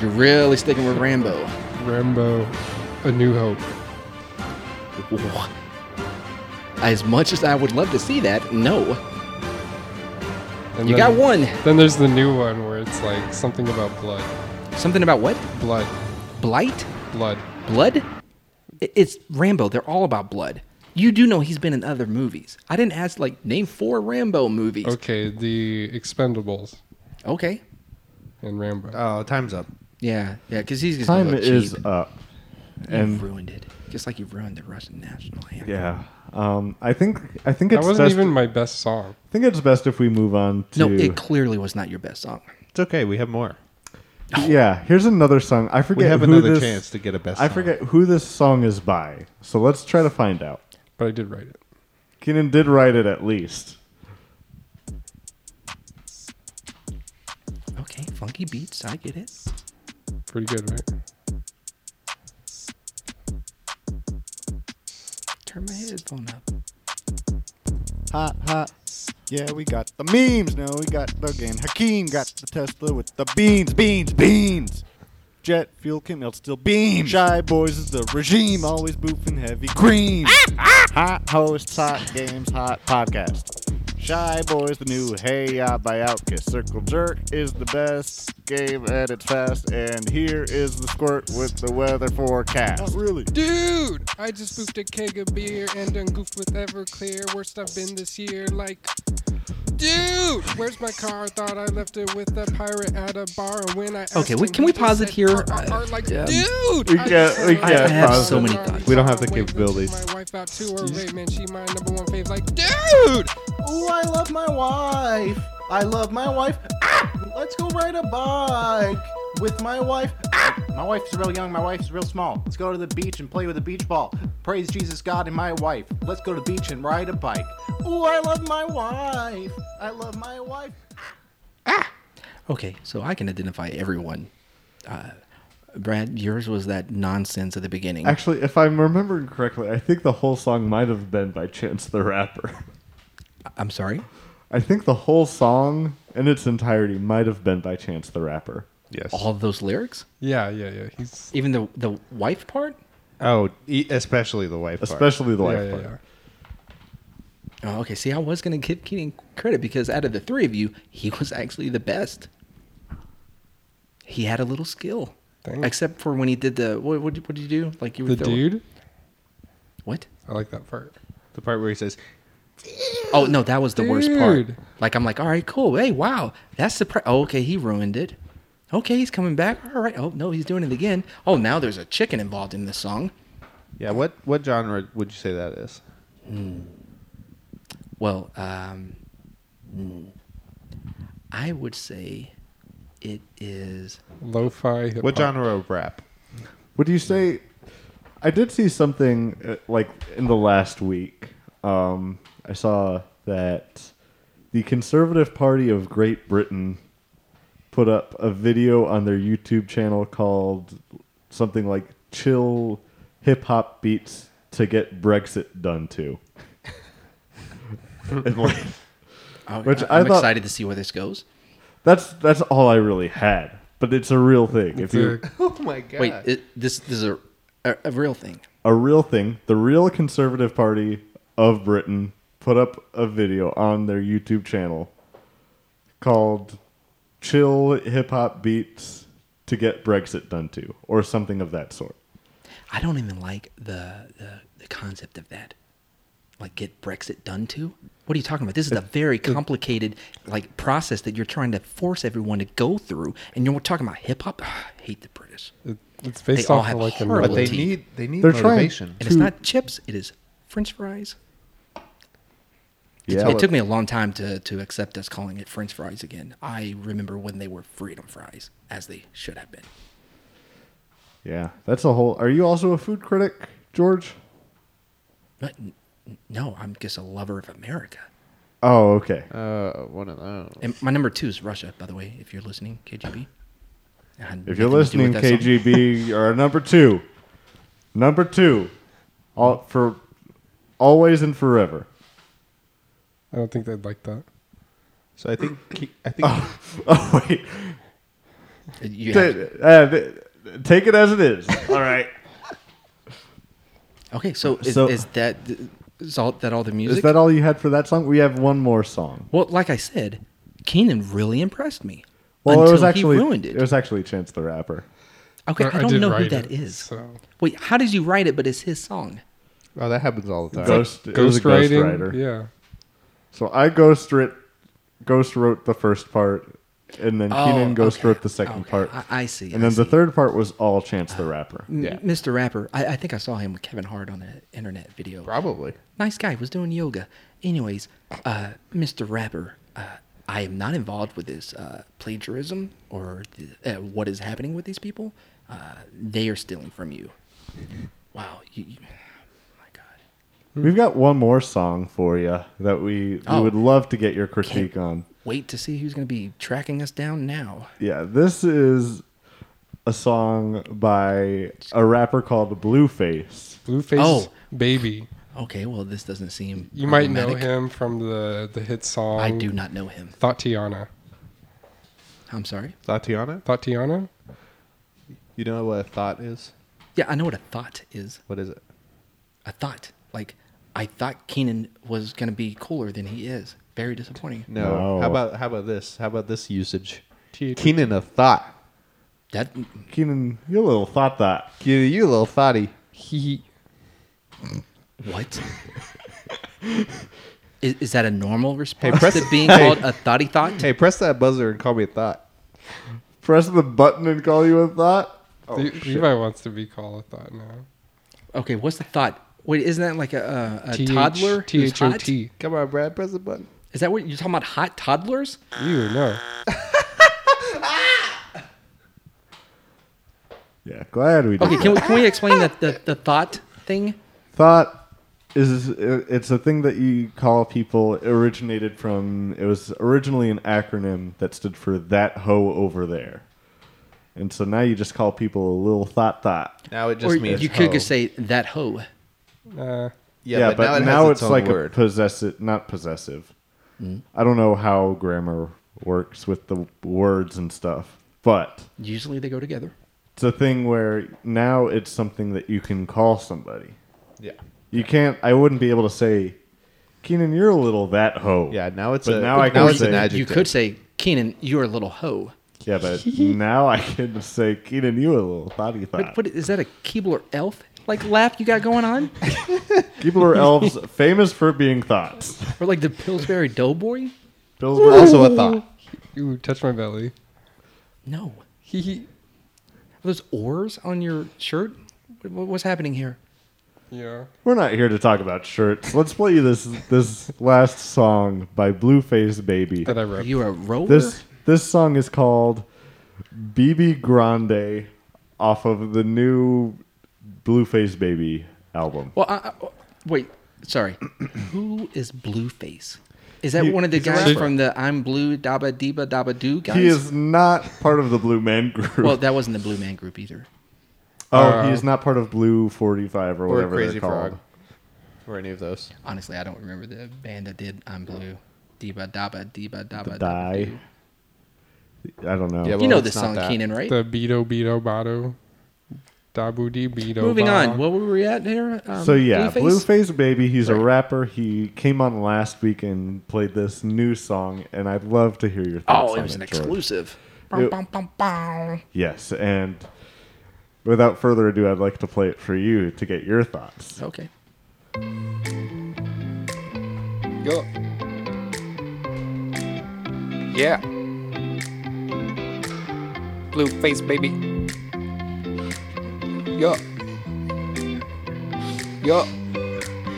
Speaker 1: You're really sticking with Rambo.
Speaker 3: Rambo, A New Hope.
Speaker 1: As much as I would love to see that, no.
Speaker 3: And
Speaker 1: You got one.
Speaker 3: Then there's the new one where it's like something about blood,
Speaker 1: Something about what?
Speaker 3: blood,
Speaker 1: Blight?
Speaker 3: blood.
Speaker 1: Blood? I- It's Rambo. They're all about blood. You do know he's been in other movies. I didn't ask, like, name four Rambo movies.
Speaker 3: Okay, the Expendables
Speaker 1: Okay.
Speaker 3: and Rambo.
Speaker 7: Oh, time's up.
Speaker 1: Yeah, yeah, because he's just gonna
Speaker 2: Time
Speaker 1: look
Speaker 2: is
Speaker 1: cheap.
Speaker 2: up.
Speaker 1: and
Speaker 2: And
Speaker 1: ruined it, just like you ruined the Russian national anthem.
Speaker 2: yeah, um, I think I think
Speaker 3: that
Speaker 2: it's
Speaker 3: wasn't
Speaker 2: best,
Speaker 3: even my best song.
Speaker 2: I think it's best if we move on to
Speaker 1: No, it clearly was not your best song.
Speaker 4: It's okay. We have more.
Speaker 2: yeah. Here's another song. I forget
Speaker 4: We have
Speaker 2: who
Speaker 4: another
Speaker 2: this,
Speaker 4: chance to get a best.
Speaker 2: I
Speaker 4: song.
Speaker 2: forget who this song is by. So let's try to find out.
Speaker 3: But I did write it.
Speaker 2: Keenan did write it at least.
Speaker 1: Okay, funky beats, I get it.
Speaker 3: Pretty good, right?
Speaker 1: Turn my headphone up.
Speaker 7: Hot, hot, Yeah, we got the memes. No, we got the game. Hakeem got the Tesla with the beans, beans, beans. Jet fuel can melt still beam. Shy boys is the regime, always boofing heavy cream. hot host, hot games, hot podcast. Shy boys the new hey ya by Outkast. Circle jerk is the best game and it's fast. And here is the squirt with the weather forecast. really.
Speaker 3: Dude, I just boofed a keg of beer and done goofed with Everclear. Worst I've been this year, like. Dude, where's my car? Thought I left it with a pirate at a bar. And when I asked
Speaker 1: Okay, we-
Speaker 3: him,
Speaker 1: can we
Speaker 3: he
Speaker 1: pause it
Speaker 3: said,
Speaker 1: here?
Speaker 3: "Arr, arr, arr,"
Speaker 1: Uh,
Speaker 3: like,
Speaker 1: yeah.
Speaker 3: dude,
Speaker 2: We can't-
Speaker 3: I just
Speaker 2: we
Speaker 3: said,
Speaker 2: can't
Speaker 3: "Arr,
Speaker 2: I have
Speaker 3: arr,
Speaker 1: so many
Speaker 3: arr,
Speaker 1: thoughts.
Speaker 4: We don't have the
Speaker 3: waving
Speaker 4: capabilities.
Speaker 3: My wife out to her rave, man. She my number one fave. Like, dude,
Speaker 8: Ooh, I love my wife. I love my wife. Ah! Let's go ride a bike with my wife. Ah! My wife's real young. My wife's real small. Let's go to the beach and play with a beach ball. Praise Jesus, God, and my wife. Let's go to the beach and ride a bike. Ooh, I love my wife. I love my wife.
Speaker 1: Okay, so I can identify everyone. Uh, Brad, yours was that nonsense at the beginning.
Speaker 2: Actually, if I'm remembering correctly, I think the whole song might have been by Chance the Rapper. [LAUGHS]
Speaker 1: I'm sorry.
Speaker 2: I think the whole song in its entirety might have been by Chance the Rapper.
Speaker 4: Yes.
Speaker 1: All of those lyrics,
Speaker 3: yeah, yeah, yeah. He's
Speaker 1: even the the wife part.
Speaker 4: Oh, e- especially the wife. part.
Speaker 2: Especially the
Speaker 3: yeah,
Speaker 2: wife
Speaker 3: yeah,
Speaker 2: part.
Speaker 3: yeah.
Speaker 1: Oh, okay. See, I was gonna give Keating credit because out of the three of you, he [LAUGHS] was actually the best. He had a little skill,
Speaker 3: Thanks.
Speaker 1: except for when he did the what? What, did- what did you do? Like you were
Speaker 3: The
Speaker 1: throwing-
Speaker 3: dude,
Speaker 1: What?
Speaker 3: I like that part.
Speaker 4: the part where he says,
Speaker 1: Oh no, that was the worst part.
Speaker 3: Dude.
Speaker 1: Like I'm like, all right, cool. Hey, wow, that's the. Pre- oh, okay, he ruined it. Okay, he's coming back. All right. Oh no, he's doing it again. Oh, now there's a chicken involved in this song.
Speaker 4: "Yeah, what what genre would you say that is?"
Speaker 1: Well, um, mm, I would say it is.
Speaker 3: Lo-fi. Hip-hop.
Speaker 4: What genre of rap?
Speaker 2: Would you say? I did see something uh, like in the last week. Um, I saw that the Conservative Party of Great Britain put up a video on their YouTube channel called something like "Chill Hip Hop Beats to Get Brexit Done To," And, [LAUGHS] like,
Speaker 1: Oh,
Speaker 2: Which
Speaker 1: I,
Speaker 2: I
Speaker 1: am
Speaker 2: thought-
Speaker 1: excited to see where this goes.
Speaker 2: that's that's all I really had. But it's a real thing. If you
Speaker 3: Dude,
Speaker 4: Oh my god!
Speaker 1: Wait, it, this this is a, a a real thing.
Speaker 2: a real thing, the real Conservative Party of Britain put up a video on their YouTube channel called Chill Hip Hop Beats to Get Brexit Done To, or something of that sort.
Speaker 1: I don't even like the the, the concept of that. Like get Brexit done to? What are you talking about? This is a very complicated like process that you're trying to force everyone to go through, and you're talking about hip hop. Ah, I hate the British,
Speaker 3: it- it's based
Speaker 1: They all
Speaker 3: off
Speaker 1: have
Speaker 3: of like a
Speaker 1: horrible
Speaker 4: but they
Speaker 1: Teeth.
Speaker 4: need they need
Speaker 2: They're trying-
Speaker 4: motivation.
Speaker 1: and it's
Speaker 2: Two-
Speaker 1: not chips; it is French fries.
Speaker 2: Yeah.
Speaker 1: it took me a long time to to accept us calling it French fries again. I remember when they were freedom fries, as they should have been.
Speaker 2: Yeah, that's a whole. Are you also a food critic, George?
Speaker 1: But n- n- no, I'm just a lover of America.
Speaker 2: Oh, okay.
Speaker 4: Uh, one of those.
Speaker 1: And my number two is Russia, by the way. If you're listening, KGB. It had nothing to
Speaker 2: If you're
Speaker 1: do
Speaker 2: listening,
Speaker 1: with that song. [LAUGHS]
Speaker 2: KGB, you're our number two. Number two. All, for always and forever. [LAUGHS]
Speaker 3: I don't think they'd like that.
Speaker 4: So I think I think
Speaker 2: Oh, wait.
Speaker 1: You have-
Speaker 2: Ta- uh, th- take it as
Speaker 1: [LAUGHS]
Speaker 2: it is. All right.
Speaker 1: okay, so is,
Speaker 2: So-
Speaker 1: is that is all that all the music?
Speaker 2: Is that all you had for that song? We have one more song.
Speaker 1: well, like I said, Keenan really impressed me.
Speaker 2: Well,
Speaker 1: until
Speaker 2: it was actually
Speaker 1: he ruined it.
Speaker 2: was actually Chance the Rapper.
Speaker 1: okay,
Speaker 3: But
Speaker 1: I
Speaker 3: I
Speaker 1: don't
Speaker 3: did
Speaker 1: know who
Speaker 3: write
Speaker 1: that
Speaker 3: it,
Speaker 1: is.
Speaker 3: so-
Speaker 1: Wait, how did you write it? But it's his song.
Speaker 4: oh that happens all the time.
Speaker 2: Ghost, it was a
Speaker 3: Ghost
Speaker 2: ghost
Speaker 3: writing.
Speaker 2: writer.
Speaker 3: Yeah.
Speaker 2: So I ghost writ, ghost wrote the first part, and then Keenan
Speaker 1: Oh,
Speaker 2: ghost
Speaker 1: okay.
Speaker 2: wrote the second
Speaker 1: Okay,
Speaker 2: part,
Speaker 1: I, I see.
Speaker 2: and
Speaker 1: I
Speaker 2: then
Speaker 1: see.
Speaker 2: the
Speaker 1: Mm.
Speaker 2: third part was all Chance the Rapper.
Speaker 1: M-
Speaker 4: yeah.
Speaker 1: Mr. Rapper, I, I think I saw him with Kevin Hart on an internet video.
Speaker 4: Probably.
Speaker 1: nice guy was doing yoga anyways uh mr rapper uh, i am not involved with this uh plagiarism or the, uh, what is happening with these people uh they are stealing from you wow you, you- my god
Speaker 2: We've got one more song for you that we, we
Speaker 1: Oh.
Speaker 2: would love to get your critique
Speaker 1: Can't-
Speaker 2: on.
Speaker 1: wait to see who's gonna be tracking us down now
Speaker 2: Yeah, this is a song by a rapper called Blueface.
Speaker 3: Blueface
Speaker 1: Oh.
Speaker 3: baby.
Speaker 1: Okay, well, this doesn't seem.
Speaker 3: You might know
Speaker 1: problematic.
Speaker 3: him from the, the hit song.
Speaker 1: I do not know him.
Speaker 3: Tatiana.
Speaker 1: I'm sorry.
Speaker 4: Tatiana?
Speaker 3: Tatiana?
Speaker 4: You know what a thought is?
Speaker 1: Yeah, I know what a thought is.
Speaker 4: What is it?
Speaker 1: A thought. Like, I thought Keenan was going to be cooler than he is. Very disappointing.
Speaker 4: No.
Speaker 2: No.
Speaker 4: How about how about this? How about this usage?
Speaker 3: T-
Speaker 4: Keenan a thought.
Speaker 1: That
Speaker 2: Keenan, you little thought that.
Speaker 4: You, you little thoughty.
Speaker 3: He.
Speaker 1: What? [LAUGHS] is, is that a normal response
Speaker 4: press
Speaker 1: to
Speaker 4: it.
Speaker 1: being
Speaker 4: Hey.
Speaker 1: called a thoughty thought?
Speaker 4: Hey, press that buzzer and call me a thought.
Speaker 2: Press the button and call you a thought.
Speaker 4: Oh.
Speaker 3: Le- Levi wants to be called a thought now.
Speaker 1: Okay, what's the thought? Wait, isn't that like a, a, a
Speaker 3: T H-
Speaker 1: toddler?
Speaker 3: T
Speaker 1: who's
Speaker 3: H O
Speaker 1: hot?
Speaker 3: T.
Speaker 4: Come on, Brad, press the button.
Speaker 1: Is that what you're talking about? Hot toddlers?
Speaker 3: You know.
Speaker 2: Yeah, glad
Speaker 3: Oh.
Speaker 2: we did.
Speaker 1: Okay, can we, can we explain the, the, the thought thing?
Speaker 2: Thought is it's a thing that you call people it originated from it was originally an acronym that stood for that hoe over there. And so now you just call people a little thought thought.
Speaker 4: Now it
Speaker 1: or you could just say that hoe.
Speaker 3: Uh,
Speaker 4: yeah,
Speaker 2: yeah,
Speaker 4: but, now, it has its,
Speaker 2: it's, like
Speaker 4: own word.
Speaker 2: a possessive, not possessive.
Speaker 1: Mm-hmm.
Speaker 2: I don't know how grammar works with the words and stuff, but
Speaker 1: Usually they go together.
Speaker 2: it's a thing where now it's something that you can call somebody.
Speaker 4: yeah,
Speaker 2: You can't. I wouldn't be able to say, Keenan, you're a little that hoe.
Speaker 4: yeah. Now it's
Speaker 2: But
Speaker 4: a,
Speaker 2: now I
Speaker 4: now
Speaker 2: can
Speaker 4: it's
Speaker 2: say-
Speaker 4: an
Speaker 2: You
Speaker 4: adjective.
Speaker 1: You could say, Keenan, you're a little hoe.
Speaker 2: Yeah,
Speaker 4: [LAUGHS]
Speaker 2: but now I can say, Keenan, you a little thoughty
Speaker 1: But
Speaker 2: thought.
Speaker 1: what is that a Keebler elf like laugh you got going on?
Speaker 2: People are
Speaker 4: [LAUGHS]
Speaker 2: elves famous for being thoughts.
Speaker 1: or like the Pillsbury Doughboy?
Speaker 2: Bills were
Speaker 4: also a thought. [LAUGHS]
Speaker 3: ooh, touch my belly.
Speaker 1: No. He. Are those oars on your shirt? What- what- What's happening here?
Speaker 3: Yeah.
Speaker 2: We're not here to talk about shirts. Let's play you this this last song by Blueface Baby.
Speaker 3: That I
Speaker 1: Are
Speaker 3: wrote.
Speaker 1: you a rower?
Speaker 2: This this song is called BB Grande off of the new Blueface Baby album.
Speaker 1: well, I, I, wait. Sorry. [CLEARS THROAT] Who is Blueface? Is that
Speaker 2: He-
Speaker 1: one of the
Speaker 2: he's a
Speaker 1: guys
Speaker 2: rapper.
Speaker 1: from the I'm Blue Daba Diba Daba Doo guys?
Speaker 2: He is not part of the Blue Man Group.
Speaker 1: Well, that wasn't the Blue Man Group either.
Speaker 2: oh,
Speaker 1: Uh,
Speaker 2: he is not part of Blue 45 or,
Speaker 4: or
Speaker 2: whatever
Speaker 4: Crazy
Speaker 2: they're called.
Speaker 4: Frog, or any of those.
Speaker 1: Honestly, I don't remember the band that did I'm Blue Diba Daba Diba Daba Daba
Speaker 2: Die.
Speaker 1: Doo.
Speaker 2: I don't know.
Speaker 4: Yeah,
Speaker 1: You
Speaker 4: Well,
Speaker 1: know
Speaker 4: it's
Speaker 1: this
Speaker 4: not
Speaker 1: song,
Speaker 4: that.
Speaker 1: Keenan, right?
Speaker 3: The Beto Beto Bado. Dabu Di Beto.
Speaker 1: Moving
Speaker 3: Ba.
Speaker 1: on. What were we at here? Um,
Speaker 2: so yeah, Blueface,
Speaker 1: Blueface.
Speaker 2: Baby, he's a
Speaker 1: Right.
Speaker 2: rapper. He came on last week and played this new song, and I'd love to hear your thoughts.
Speaker 1: Oh, it
Speaker 2: on
Speaker 1: was an
Speaker 2: George.
Speaker 1: exclusive.
Speaker 2: It-
Speaker 1: Bum, bum, bum,
Speaker 2: Yes, and without further ado, I'd like to play it for you to get your thoughts.
Speaker 1: bum. Okay.
Speaker 3: Go. Yeah. Blue face, baby. Yo. Yo.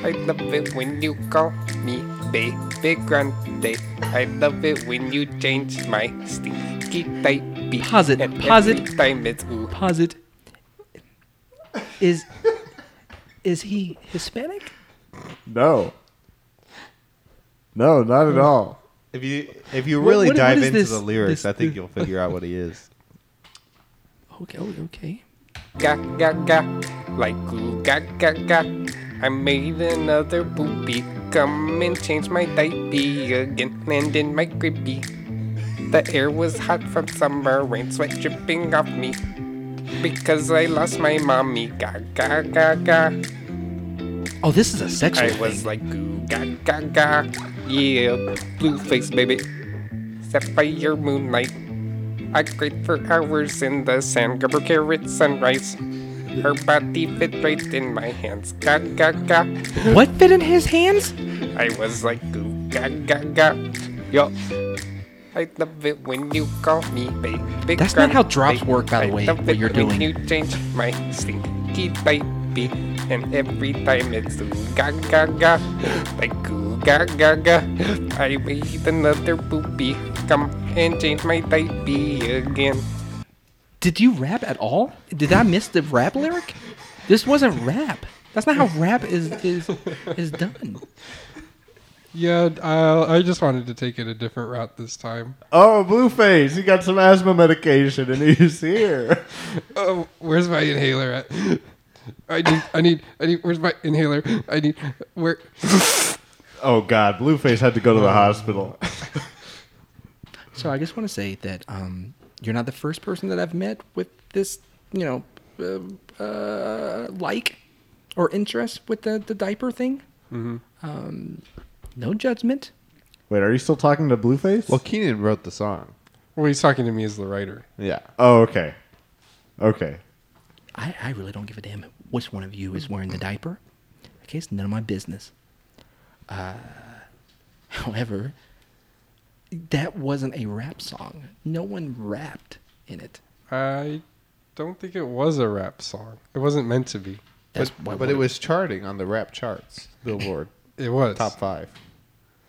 Speaker 3: I love it when you call me baby grande. I love it when you change my stinky type beat.
Speaker 1: Pause it,
Speaker 3: And
Speaker 1: pause it.
Speaker 3: every Time it's ooh.
Speaker 1: Pause it. Is is he Hispanic?
Speaker 2: No, no, not at all.
Speaker 4: If you if you
Speaker 1: What-
Speaker 4: really
Speaker 1: what- what
Speaker 4: dive
Speaker 1: is
Speaker 4: into
Speaker 1: this-
Speaker 4: the lyrics,
Speaker 1: this-
Speaker 4: I think you'll figure out what he
Speaker 1: [LAUGHS]
Speaker 4: is.
Speaker 1: Okay, oh, okay.
Speaker 9: ga ga ga, like goo ga ga ga. I made another poopy. Come and change my diaper again, and in my cribby. The air was hot from summer rain, sweat dripping off me. Because I lost my mommy, ga ga ga ga.
Speaker 1: Oh, this is a sexual
Speaker 9: I was
Speaker 1: thing.
Speaker 9: like goo ga ga ga. Yeah, blue face baby, sapphire moonlight. I grate for hours in the sand, grabber carrot sunrise. Her body fit right in my hands. Ga ga ga.
Speaker 1: what fit in his hands?
Speaker 9: I was like goo ga ga ga. Yo. I love it when you call me baby.
Speaker 1: That's not how
Speaker 9: grande.
Speaker 1: drops work, by the
Speaker 9: I
Speaker 1: way,
Speaker 9: love
Speaker 1: what
Speaker 9: it
Speaker 1: you're
Speaker 9: when
Speaker 1: doing.
Speaker 9: You change my stinky baby, and every time it's ooh ga ga ga, like ooh ga ga ga. I made another poopy. Come and change my diaper again.
Speaker 1: Did you rap at all? Did I miss the rap lyric? This wasn't rap. That's not how rap is is is done.
Speaker 3: Yeah, I, I just wanted to take it a different route this time.
Speaker 2: Oh, Blueface, he got some asthma medication, and he's here. [LAUGHS]
Speaker 3: Oh, where's my inhaler at? I need, I need, I need. Where's my inhaler? I need. Where?
Speaker 2: Oh God, Blueface had to go to the hospital.
Speaker 1: So I just want to say that um, you're not the first person that I've met with this, you know, uh, uh, like or interest with the, the diaper thing. Mm-hmm. Um, no judgment.
Speaker 2: Wait, are you still talking to Blueface?
Speaker 4: Well, Keenan wrote the song.
Speaker 3: Well, he's talking to me as the writer.
Speaker 4: Yeah.
Speaker 2: oh, okay, okay.
Speaker 1: I, I really don't give a damn which one of you is wearing the diaper. Okay, it's none of my business. Uh, [LAUGHS] however, that wasn't a rap song. No one rapped in it.
Speaker 3: I don't think it was a rap song. It wasn't meant to be.
Speaker 1: That's why
Speaker 4: But, but it was charting on the rap charts, Billboard
Speaker 3: It was
Speaker 4: top five.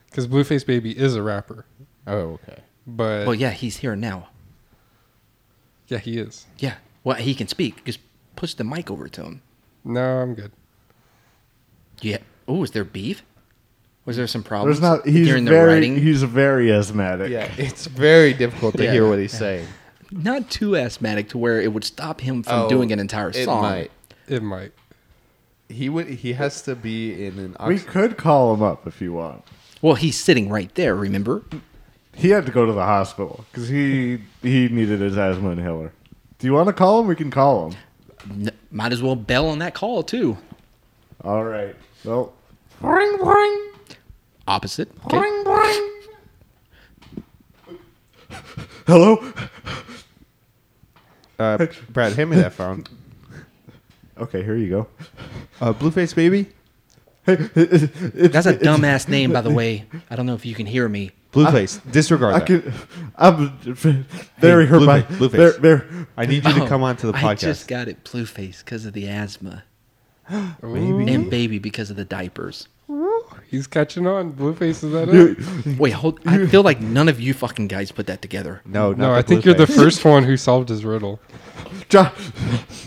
Speaker 3: because Blueface Baby is a rapper,
Speaker 4: Oh, okay.
Speaker 3: but
Speaker 1: Well, yeah, he's here now.
Speaker 3: yeah, he is.
Speaker 1: Yeah. Well, he can speak. Just push the mic over to him.
Speaker 3: No, I'm good.
Speaker 1: Yeah. Oh, is there beef? Was there some problems
Speaker 4: Um,
Speaker 2: There's not. He's
Speaker 1: during the
Speaker 2: very.
Speaker 1: writing?
Speaker 2: He's very asthmatic.
Speaker 4: Yeah, it's very difficult to hear what he's saying.
Speaker 1: Not too asthmatic to where it would stop him from
Speaker 4: Oh,
Speaker 1: doing an entire
Speaker 4: it
Speaker 1: song.
Speaker 4: might.
Speaker 3: It might.
Speaker 4: He would. He has to be in an.
Speaker 2: We
Speaker 4: Ox-
Speaker 2: could call him up if you want.
Speaker 1: Well, he's sitting right there, remember?
Speaker 2: He had to go to the hospital because he he needed his asthma inhaler. Do you want to call him? We can call him.
Speaker 1: N- might as well bell on that call, too.
Speaker 2: All right. Well,
Speaker 1: Opposite. Okay.
Speaker 2: hello.
Speaker 4: uh, Brad, hand me that [LAUGHS] phone.
Speaker 2: Okay, here you go.
Speaker 4: Uh, Blueface baby.
Speaker 1: That's
Speaker 4: [LAUGHS]
Speaker 1: a dumbass name, by the way. I don't know if you can hear me.
Speaker 4: Blueface. disregard
Speaker 2: I
Speaker 4: that.
Speaker 2: can. I'm very
Speaker 4: Hey,
Speaker 2: hurt by.
Speaker 4: Blueface, Blueface.
Speaker 2: They're, they're,
Speaker 4: I need you to come on to the podcast.
Speaker 1: Oh, I just got it blue face because of the asthma. Maybe.
Speaker 4: Hmm?
Speaker 1: And baby because of the diapers.
Speaker 3: He's catching on. Blueface is that
Speaker 2: you,
Speaker 3: it?
Speaker 1: Wait, hold. I feel like none of you fucking guys put that together.
Speaker 4: no, not
Speaker 3: No,
Speaker 4: the
Speaker 3: I think you're the
Speaker 4: Blueface.
Speaker 3: first one who solved his riddle.
Speaker 2: Josh, Josh,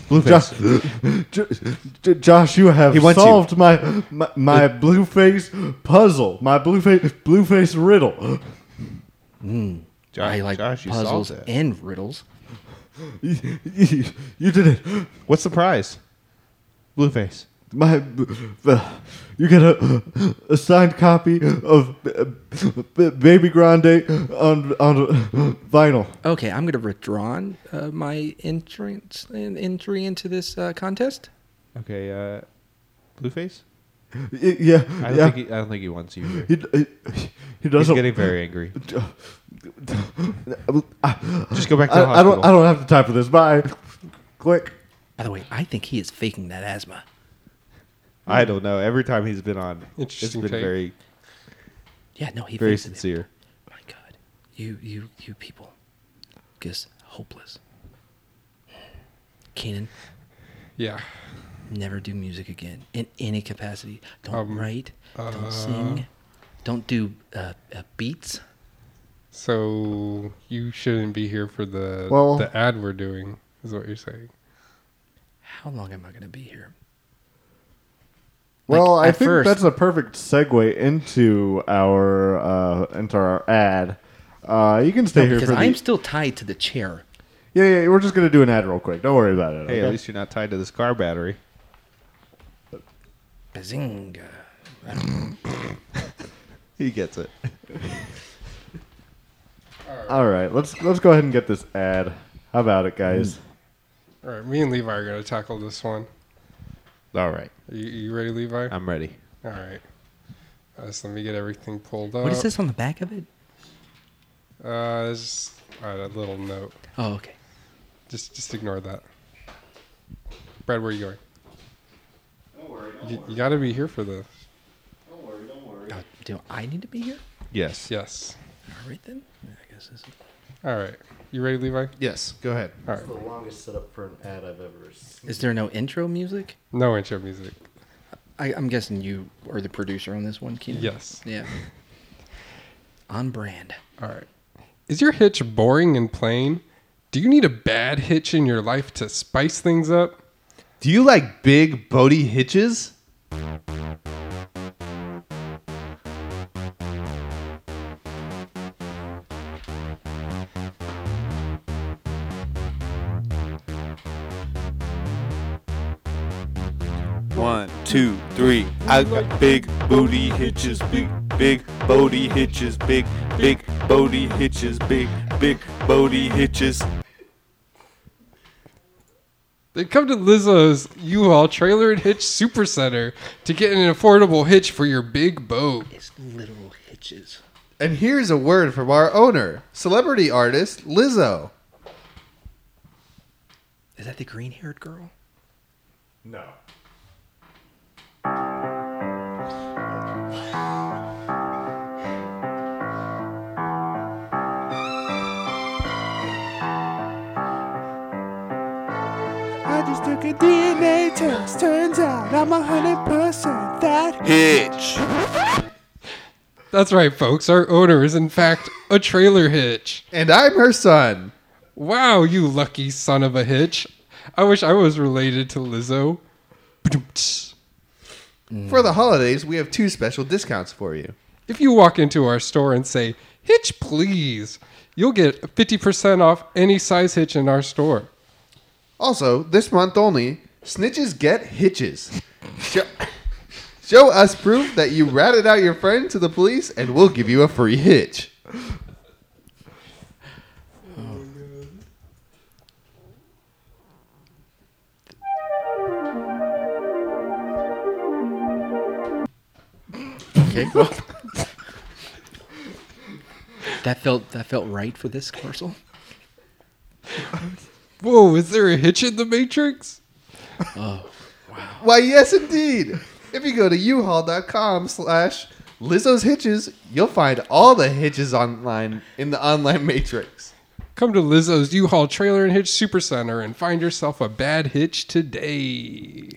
Speaker 4: Blueface.
Speaker 2: J- Josh, you have
Speaker 4: He wants you.
Speaker 2: solved my my, my blueface puzzle, my blueface blueface riddle. [LAUGHS]
Speaker 4: Jo-
Speaker 1: I like
Speaker 4: Josh, you solved
Speaker 1: puzzles
Speaker 4: it.
Speaker 1: and riddles.
Speaker 2: You, you- you did it.
Speaker 4: What's the prize? Blueface.
Speaker 2: My, uh, you get a, a signed copy of uh, B- Baby Grande on on vinyl.
Speaker 1: Okay, I'm gonna withdraw uh, my entrance and entry into this uh, contest.
Speaker 4: Okay. Uh, Blueface.
Speaker 2: Y- Yeah,
Speaker 4: I don't
Speaker 2: yeah.
Speaker 4: think. He, I don't think he wants you here.
Speaker 2: He, he, he
Speaker 4: He's
Speaker 2: doesn't.
Speaker 4: getting very angry.
Speaker 2: I,
Speaker 4: Just go back to the
Speaker 2: I
Speaker 4: hospital.
Speaker 2: don't. I don't have the time for this. Bye. Click.
Speaker 1: By the way, I think he is faking that asthma.
Speaker 4: I don't know. Every time he's been on, it's
Speaker 3: Interesting
Speaker 4: been
Speaker 3: take.
Speaker 4: very,
Speaker 1: Yeah, no, he
Speaker 4: very
Speaker 1: faked it.
Speaker 4: sincere.
Speaker 1: My God, you, you, you people, just hopeless. Keenan,
Speaker 3: Yeah.
Speaker 1: never do music again in any capacity. Don't
Speaker 2: Um,
Speaker 1: write.
Speaker 2: uh,
Speaker 1: Don't sing. Don't do uh, uh, beats.
Speaker 3: So you shouldn't be here for the
Speaker 2: Well-
Speaker 3: the ad we're doing, is what you're saying.
Speaker 1: How long am I gonna be here?
Speaker 2: Well,
Speaker 1: Like,
Speaker 2: I
Speaker 1: at
Speaker 2: think
Speaker 1: first-
Speaker 2: that's a perfect segue into our uh, into our ad. Uh, you can stay
Speaker 1: No,
Speaker 2: here
Speaker 1: because
Speaker 2: for
Speaker 1: I'm
Speaker 2: the.
Speaker 1: still tied to the chair.
Speaker 2: Yeah, yeah, yeah, we're just gonna do an ad real quick. Don't worry about it.
Speaker 4: Hey,
Speaker 2: okay?
Speaker 4: at least you're not tied to this car battery.
Speaker 1: Bazinga.
Speaker 4: He gets it.
Speaker 2: All right, let's let's go ahead and get this ad. How about it, guys?
Speaker 1: Mm.
Speaker 3: All right, me and Levi are gonna tackle this one.
Speaker 4: [LAUGHS] All right,
Speaker 3: Are you, you ready, Levi?
Speaker 4: I'm ready.
Speaker 3: All right. Uh, so let me get everything pulled
Speaker 2: Uh,
Speaker 3: up.
Speaker 1: What is this on the back of it?
Speaker 3: Uh, it's just uh, a little note.
Speaker 1: Oh, okay.
Speaker 3: Just just ignore that. Brad, where are you going?
Speaker 2: Don't worry,
Speaker 3: You, you got to be here for this.
Speaker 2: don't worry, don't worry.
Speaker 1: Uh, do I need to be here?
Speaker 4: Yes.
Speaker 3: Yes.
Speaker 1: All right then. I guess this is.
Speaker 3: All right. You ready, Levi?
Speaker 4: Yes. Go ahead.
Speaker 3: All right.
Speaker 8: longest setup for an ad I've ever seen.
Speaker 1: Is there no intro music?
Speaker 3: No intro music.
Speaker 1: I, I'm guessing you are the producer on this one, Keenan.
Speaker 3: Yes.
Speaker 1: Yeah. [LAUGHS] on brand.
Speaker 3: All right. Is your hitch boring and plain? Do you need a bad hitch in your life to spice things up?
Speaker 4: Do you like big boaty hitches?
Speaker 6: One, two, three. I got big booty hitches, big, big booty hitches, big, big booty hitches, big, big booty hitches.
Speaker 3: They come to Lizzo's U-Haul Trailer and Hitch Supercenter to get an affordable hitch for your big boat.
Speaker 1: It's literal hitches.
Speaker 4: And here's a word from our owner, celebrity artist Lizzo.
Speaker 1: Is that the green haired girl?
Speaker 2: No.
Speaker 6: I just took a DNA test. Turns out I'm a hundred percent that hitch.
Speaker 3: That's right, folks. Our owner is in fact a trailer hitch.
Speaker 4: And I'm her son.
Speaker 3: Wow, you lucky son of a hitch. I wish I was related to Lizzo.
Speaker 4: For the holidays, we have two special discounts for you.
Speaker 3: If you walk into our store and say, Hitch, please, you'll get 50% off any size hitch in our store.
Speaker 4: Also, this month only, snitches get hitches. Show, show us proof that you ratted out your friend to the police, and we'll give you a free hitch.
Speaker 1: Okay, well. that felt that felt right for this commercial.
Speaker 3: Whoa, is there a hitch in the Matrix?
Speaker 4: Why, yes, indeed. If you go to uhaul.com slash Lizzo's Hitches, you'll find all the hitches online in the online matrix.
Speaker 3: Come to Lizzo's U-Haul Trailer and Hitch Supercenter and find yourself a bad hitch today.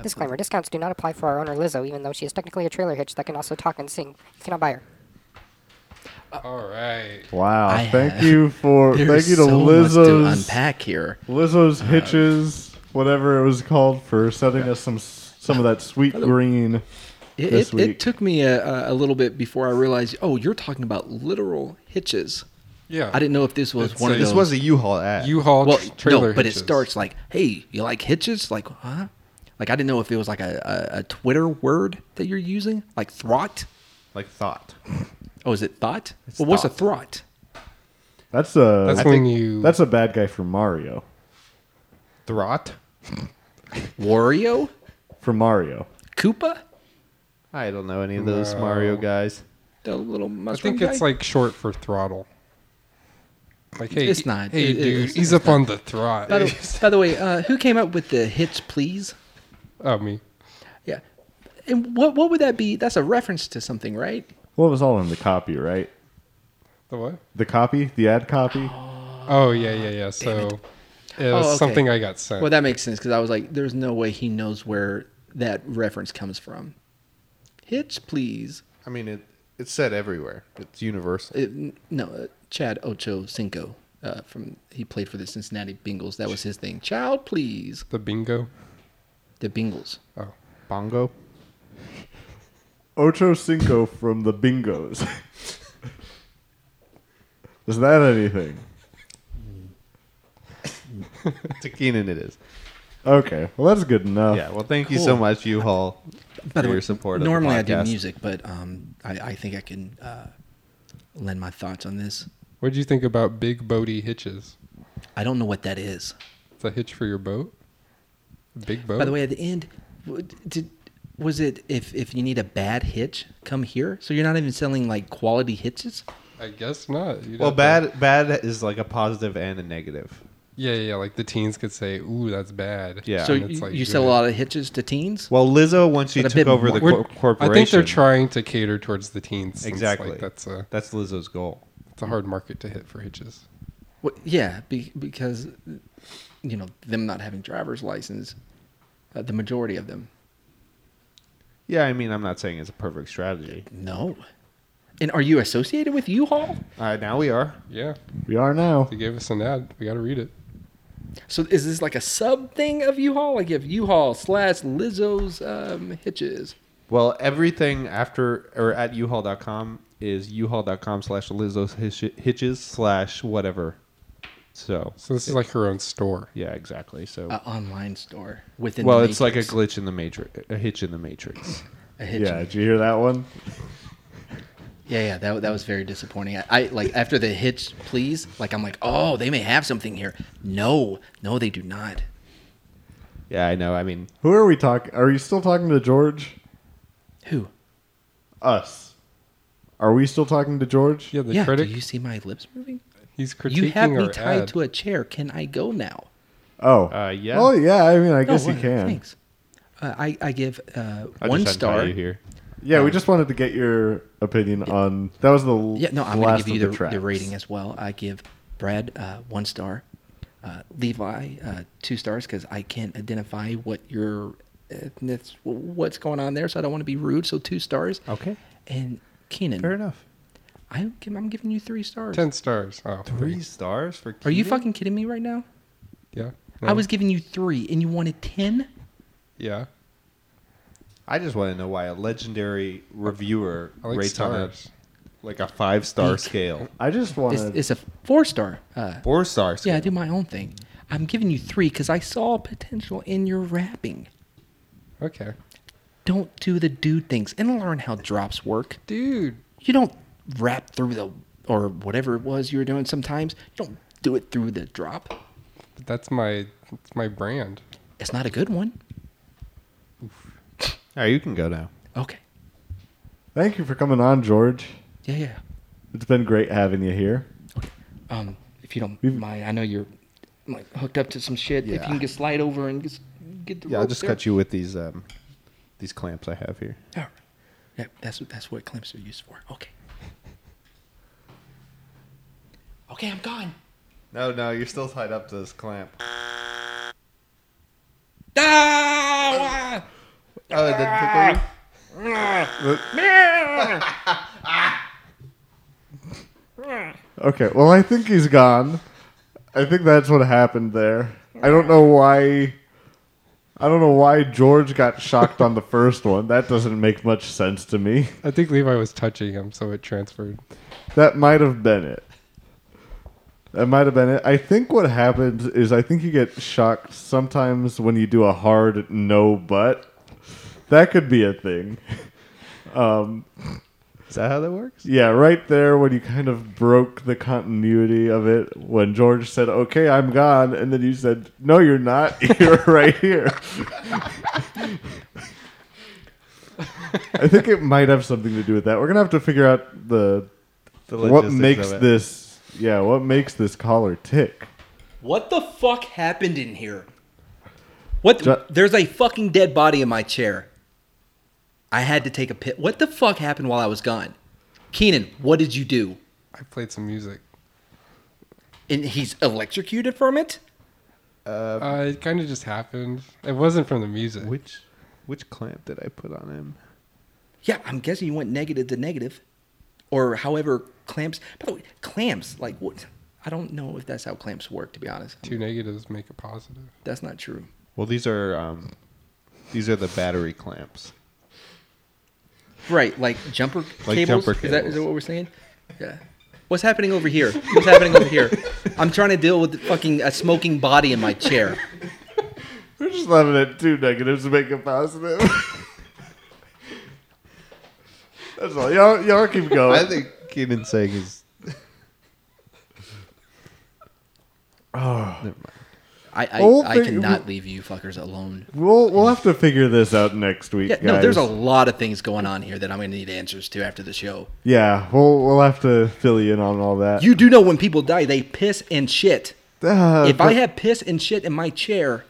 Speaker 10: Disclaimer: Discounts do not apply for our owner Lizzo, even though she is technically a trailer hitch that can also talk and sing. You cannot buy her.
Speaker 3: All right.
Speaker 2: Wow.
Speaker 1: I
Speaker 2: thank
Speaker 1: have-
Speaker 2: you for Oh,
Speaker 1: [LAUGHS]
Speaker 2: thank
Speaker 1: There's
Speaker 2: you to
Speaker 1: so much to
Speaker 2: Lizzo's
Speaker 1: unpack here.
Speaker 2: Lizzo's hitches, whatever it was called, for sending us some s- some of that sweet green.
Speaker 1: It,
Speaker 2: This
Speaker 1: it, it
Speaker 2: week.
Speaker 1: took me a, a- a little bit before I realized, oh, you're talking about literal hitches.
Speaker 3: Yeah.
Speaker 1: I didn't know if this was
Speaker 3: It's
Speaker 1: one
Speaker 3: a-
Speaker 1: of
Speaker 4: This
Speaker 1: those.
Speaker 4: was a U-Haul ad.
Speaker 3: U-Haul
Speaker 1: well,
Speaker 3: tr- trailer
Speaker 1: no, but
Speaker 3: hitches.
Speaker 1: it starts like, hey, you like hitches? Like, huh? Like I didn't know if it was like a, a, a Twitter word that you're using, like throt.
Speaker 4: like thought.
Speaker 1: Oh, is it thought? well, what's a throt?
Speaker 2: That's a
Speaker 3: That's
Speaker 2: that's,
Speaker 3: when you.
Speaker 2: a bad guy from Mario.
Speaker 4: Throt?
Speaker 1: Wario,
Speaker 2: From Mario.
Speaker 1: Koopa,
Speaker 4: I don't know any of those Mario guys.
Speaker 1: the little
Speaker 3: I
Speaker 1: mushroom
Speaker 3: think it's
Speaker 1: guy?
Speaker 3: like short for throttle. Like hey,
Speaker 1: It's not.
Speaker 3: Hey,
Speaker 1: It- it-
Speaker 3: dude,
Speaker 1: it's-
Speaker 3: he's up on the throttle.
Speaker 1: [LAUGHS] By the, by the way, uh, who came up with the hitch, please?
Speaker 3: [LAUGHS] oh me.
Speaker 1: Yeah. And what what would that be? That's a reference to something, right?
Speaker 2: Well, it was all in the copy, right?
Speaker 3: The what?
Speaker 2: The copy, the ad copy.
Speaker 3: Oh yeah, yeah, yeah. So it was
Speaker 1: Oh, okay.
Speaker 3: something I got sent.
Speaker 1: Well, that makes sense because I was like, there's no way he knows where that reference comes from. Hitch, please.
Speaker 4: I mean, it, it's said everywhere. It's universal.
Speaker 1: It, n- no, uh, Chad Ocho Cinco. Uh, from he played for the Cincinnati Bengals. That was his thing. Child, please.
Speaker 3: the bingo.
Speaker 1: The Bengals.
Speaker 3: Oh,
Speaker 4: [LAUGHS] Bongo?
Speaker 2: Ocho Cinco from the Bingos. [LAUGHS] Is that anything?
Speaker 4: to Keenan it is.
Speaker 2: Okay, well that's good enough.
Speaker 4: Yeah, well, thank you so much, U-Haul, for your support of the
Speaker 1: normally I do
Speaker 4: podcast.
Speaker 1: music, but um, I, I think I can uh, lend my thoughts on this.
Speaker 3: what do you think about big boaty hitches?
Speaker 1: I don't know what that is.
Speaker 3: It's a hitch for your boat. Big boat.
Speaker 1: By
Speaker 4: Oh.
Speaker 1: the way, at the end, w- did was it if if you need a bad hitch, come here? So you're not even selling like quality hitches.
Speaker 3: I guess not. You'd
Speaker 4: Well,
Speaker 3: have to-
Speaker 4: bad bad is like a positive and a negative.
Speaker 3: Yeah, yeah. Like the teens could say, "Ooh, that's bad."
Speaker 4: Yeah.
Speaker 1: so
Speaker 3: and
Speaker 1: you,
Speaker 3: it's like
Speaker 1: you sell a
Speaker 3: good.
Speaker 1: lot of hitches to teens.
Speaker 4: Well, Lizzo, once she
Speaker 1: But a
Speaker 4: took
Speaker 1: bit
Speaker 4: over the
Speaker 1: more-
Speaker 4: cor-
Speaker 3: We're-
Speaker 4: corporation,
Speaker 3: I think they're trying to cater towards the teens. since,
Speaker 4: Exactly.
Speaker 3: Like, that's a
Speaker 4: That's Lizzo's goal.
Speaker 3: it's a hard market to hit for hitches.
Speaker 1: Well, yeah, be, because you know them not having driver's license, uh, the majority of them.
Speaker 4: Yeah, I mean, I'm not saying it's a perfect strategy.
Speaker 1: No. And are you associated with U-Haul?
Speaker 4: All right, now we are.
Speaker 3: Yeah.
Speaker 2: We are now.
Speaker 3: They gave us an ad. We got to read it.
Speaker 1: So is this like a sub thing of U-Haul? Like if U-Haul slash Lizzo's um, hitches.
Speaker 4: Well, everything after or at uhaul.com is uhaul.com slash Lizzo's hitch- hitches slash whatever. So
Speaker 9: So this is like her own store.
Speaker 4: yeah, exactly. So
Speaker 1: An online store within.
Speaker 4: well,
Speaker 1: Uh, the
Speaker 4: it's like a
Speaker 1: Matrix.
Speaker 4: glitch in the matrix, a hitch in the matrix.
Speaker 1: A hitch.
Speaker 2: Yeah, did you hear that one?
Speaker 1: Yeah, yeah, that, that was very disappointing. I, I like after the hitch, please. Like I'm like, oh, they may have something here. No, no, they do not.
Speaker 4: yeah, I know. I mean,
Speaker 2: Who are we talking? Are you still talking to George?
Speaker 1: Who?
Speaker 2: Us. Are we still talking to George?
Speaker 9: Yeah, the
Speaker 1: yeah.
Speaker 9: critic.
Speaker 1: Do you see my lips moving?
Speaker 9: he's critiquing
Speaker 1: You have me
Speaker 9: our
Speaker 1: tied
Speaker 9: ad.
Speaker 1: to a chair. Can I go now?
Speaker 2: Oh.
Speaker 4: Uh, yeah.
Speaker 2: Oh yeah. I mean, I
Speaker 1: No,
Speaker 2: guess he
Speaker 1: what-
Speaker 2: can.
Speaker 1: Thanks. Uh, I I give uh,
Speaker 4: I'll
Speaker 1: one
Speaker 4: just untie
Speaker 1: star.
Speaker 4: you here.
Speaker 2: Yeah, we just wanted to get your opinion on that. Was the l-
Speaker 1: Yeah, no, I'm going to
Speaker 2: last
Speaker 1: give you
Speaker 2: of
Speaker 1: the, the,
Speaker 2: tracks.
Speaker 1: rating as well. I give Brad uh, one star, uh, Levi uh, two stars because I can't identify what your uh, that's- what's going on there, so I don't want to be rude. So two stars.
Speaker 4: Okay.
Speaker 1: And Keenan,
Speaker 4: Fair enough.
Speaker 1: I'm, gi- I'm giving you three stars.
Speaker 9: Ten stars. Oh,
Speaker 4: Three stars for.
Speaker 1: Are you
Speaker 4: Keegan?
Speaker 1: fucking kidding me right now?
Speaker 9: Yeah.
Speaker 1: I
Speaker 9: No.
Speaker 1: was giving you three, and you wanted ten.
Speaker 9: Yeah.
Speaker 4: I just want to know why a legendary reviewer
Speaker 9: I like
Speaker 4: rates
Speaker 9: stars.
Speaker 4: on a like a five star
Speaker 1: Eek.
Speaker 4: scale,
Speaker 2: I just
Speaker 1: It's,
Speaker 2: wanted.
Speaker 1: it's a four star. Uh,
Speaker 4: four star
Speaker 1: yeah,
Speaker 4: scale.
Speaker 1: I do my own thing. I'm giving you three because I saw potential in your rapping.
Speaker 9: Okay.
Speaker 1: Don't do the dude things and learn how drops work.
Speaker 9: Dude.
Speaker 1: you don't rap through the or whatever it was you were doing sometimes you don't do it through the drop
Speaker 9: But that's my that's my brand.
Speaker 1: it's not a good one
Speaker 4: All right, you can go now.
Speaker 1: okay
Speaker 2: thank you for coming on, George.
Speaker 1: yeah yeah
Speaker 2: It's been great having you here.
Speaker 1: um if you don't mind i know you're like hooked up to some shit if you can just slide over and just get the
Speaker 4: Yeah, I'll
Speaker 1: rope
Speaker 4: just
Speaker 1: there.
Speaker 4: cut you with these um, these clamps I have here.
Speaker 1: All right. yeah that's what that's what clamps are used for okay [LAUGHS] okay i'm gone
Speaker 4: No, no, you're still tied up to this clamp.
Speaker 1: ah!
Speaker 4: Oh, it didn't tickle you?
Speaker 2: Okay, well, I think he's gone. I think that's what happened there. I don't know why. I don't know why George got shocked on the first one. That doesn't make much sense to me.
Speaker 9: I think Levi was touching him, so it transferred.
Speaker 2: That might have been it. That might have been it. I think what happens is I think you get shocked sometimes when you do a hard no but. That could be a thing.
Speaker 4: Is that how that works?
Speaker 2: Yeah, right there when you kind of broke the continuity of it when George said, "Okay, I'm gone," and then you said, "No, you're not. [LAUGHS] You're right here." [LAUGHS] I think it might have something to do with that. We're gonna have to figure out the,
Speaker 4: The
Speaker 2: what
Speaker 4: logistics
Speaker 2: makes
Speaker 4: of it.
Speaker 2: this. Yeah, what makes this collar tick?
Speaker 1: What the fuck happened in here? What?
Speaker 2: Ju-
Speaker 1: There's a fucking dead body in my chair. I had to take a pit. What the fuck happened while I was gone? Keenan, what did you do?
Speaker 9: I played some music.
Speaker 1: And he's electrocuted from it?
Speaker 9: Uh, it kind of just happened. It wasn't from the music.
Speaker 4: Which which clamp did I put on him?
Speaker 1: Yeah, I'm guessing you went negative to negative. Or however clamps. By the way, clamps, like what? I don't know if that's how clamps work, to be honest.
Speaker 9: Two negatives make a positive.
Speaker 1: That's not true.
Speaker 4: Well, these are um, these are the battery clamps.
Speaker 1: Right, like jumper
Speaker 4: Like
Speaker 1: cables.
Speaker 4: jumper
Speaker 1: Is that is
Speaker 4: cables.
Speaker 1: that what we're saying? Yeah. What's happening over here? What's happening over here? I'm trying to deal with the fucking a smoking body in my chair.
Speaker 2: We're just letting it two negatives to make a positive. That's all. Y'all, y'all keep going.
Speaker 4: [LAUGHS] I think Keenan saying is
Speaker 1: I I,
Speaker 2: Old
Speaker 1: I
Speaker 2: thing-
Speaker 1: cannot leave you fuckers alone.
Speaker 2: We'll we'll have to figure this out next week.
Speaker 1: Yeah, no, there's a
Speaker 2: guys.
Speaker 1: lot of things going on here that I'm gonna need answers to after the show.
Speaker 2: Yeah, we'll we'll have to fill you in on all that.
Speaker 1: You do know when people die, they piss and shit.
Speaker 2: Uh,
Speaker 1: If
Speaker 2: but,
Speaker 1: I have piss and shit in my chair,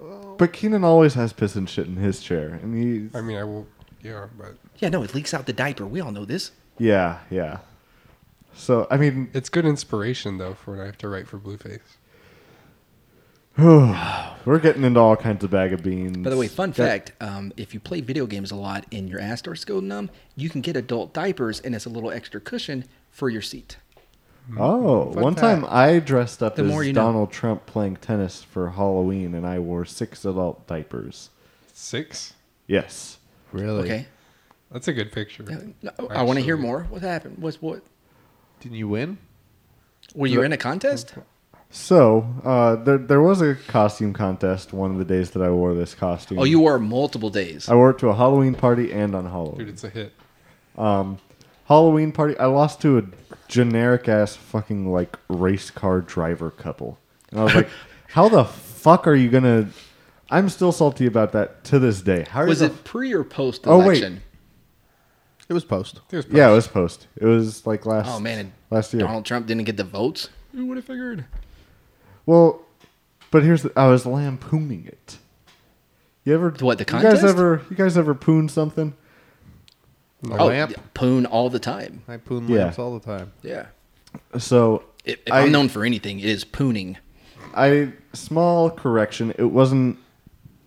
Speaker 2: but Keenan always has piss and shit in his chair, and he.
Speaker 9: I mean, I will. Yeah, but
Speaker 1: yeah, no, it leaks out the diaper. We all know this.
Speaker 2: Yeah, yeah. So I mean,
Speaker 9: it's good inspiration though for when I have to write for Blueface.
Speaker 2: we're getting into all kinds of bag of beans.
Speaker 1: By the way, fun
Speaker 2: Got-
Speaker 1: fact: um, if you play video games a lot and your ass starts to go numb, you can get adult diapers, and it's a little extra cushion for your seat.
Speaker 9: Mm-hmm.
Speaker 2: Oh, one time I dressed up
Speaker 1: The more
Speaker 2: as
Speaker 1: you know.
Speaker 2: Donald Trump playing tennis for Halloween, and I wore six adult diapers.
Speaker 9: Six.
Speaker 2: Yes.
Speaker 4: really.
Speaker 1: Okay. Uh,
Speaker 9: That's a good picture.
Speaker 1: No, I want to hear
Speaker 9: Actually.
Speaker 1: more. What happened? What's what?
Speaker 4: Didn't you win?
Speaker 1: Were you in a contest?
Speaker 2: So uh, there there was a costume contest one of the days that I wore this costume.
Speaker 1: Oh, you wore multiple days.
Speaker 2: I wore it to a Halloween party and on Halloween.
Speaker 4: Dude, it's a hit.
Speaker 2: Halloween party. I lost to a generic ass fucking like race car driver couple, and I
Speaker 1: [LAUGHS]
Speaker 2: was like, "How the fuck are you gonna?" I'm still salty about that to this day. How
Speaker 1: Was
Speaker 2: the
Speaker 1: it pre or post
Speaker 2: Oh, wait.
Speaker 1: election?
Speaker 4: It was post.
Speaker 3: There's Pop.
Speaker 2: Yeah, it was post. It was like last.
Speaker 1: Oh, man, and
Speaker 2: last year.
Speaker 1: Donald Trump didn't get the votes.
Speaker 3: Who would have figured?
Speaker 2: Well, but here's the, I was lampooning it. You ever
Speaker 1: What, the
Speaker 2: You
Speaker 1: contest?
Speaker 2: guys ever you guys ever poon something?
Speaker 4: The
Speaker 1: oh,
Speaker 4: lamp.
Speaker 1: yeah, poon all the time.
Speaker 4: I poon
Speaker 2: Yeah.
Speaker 4: lamps all the time.
Speaker 1: Yeah.
Speaker 2: So
Speaker 1: If, if
Speaker 2: I-
Speaker 1: I'm known for anything, it is pooning.
Speaker 2: I small correction. It wasn't.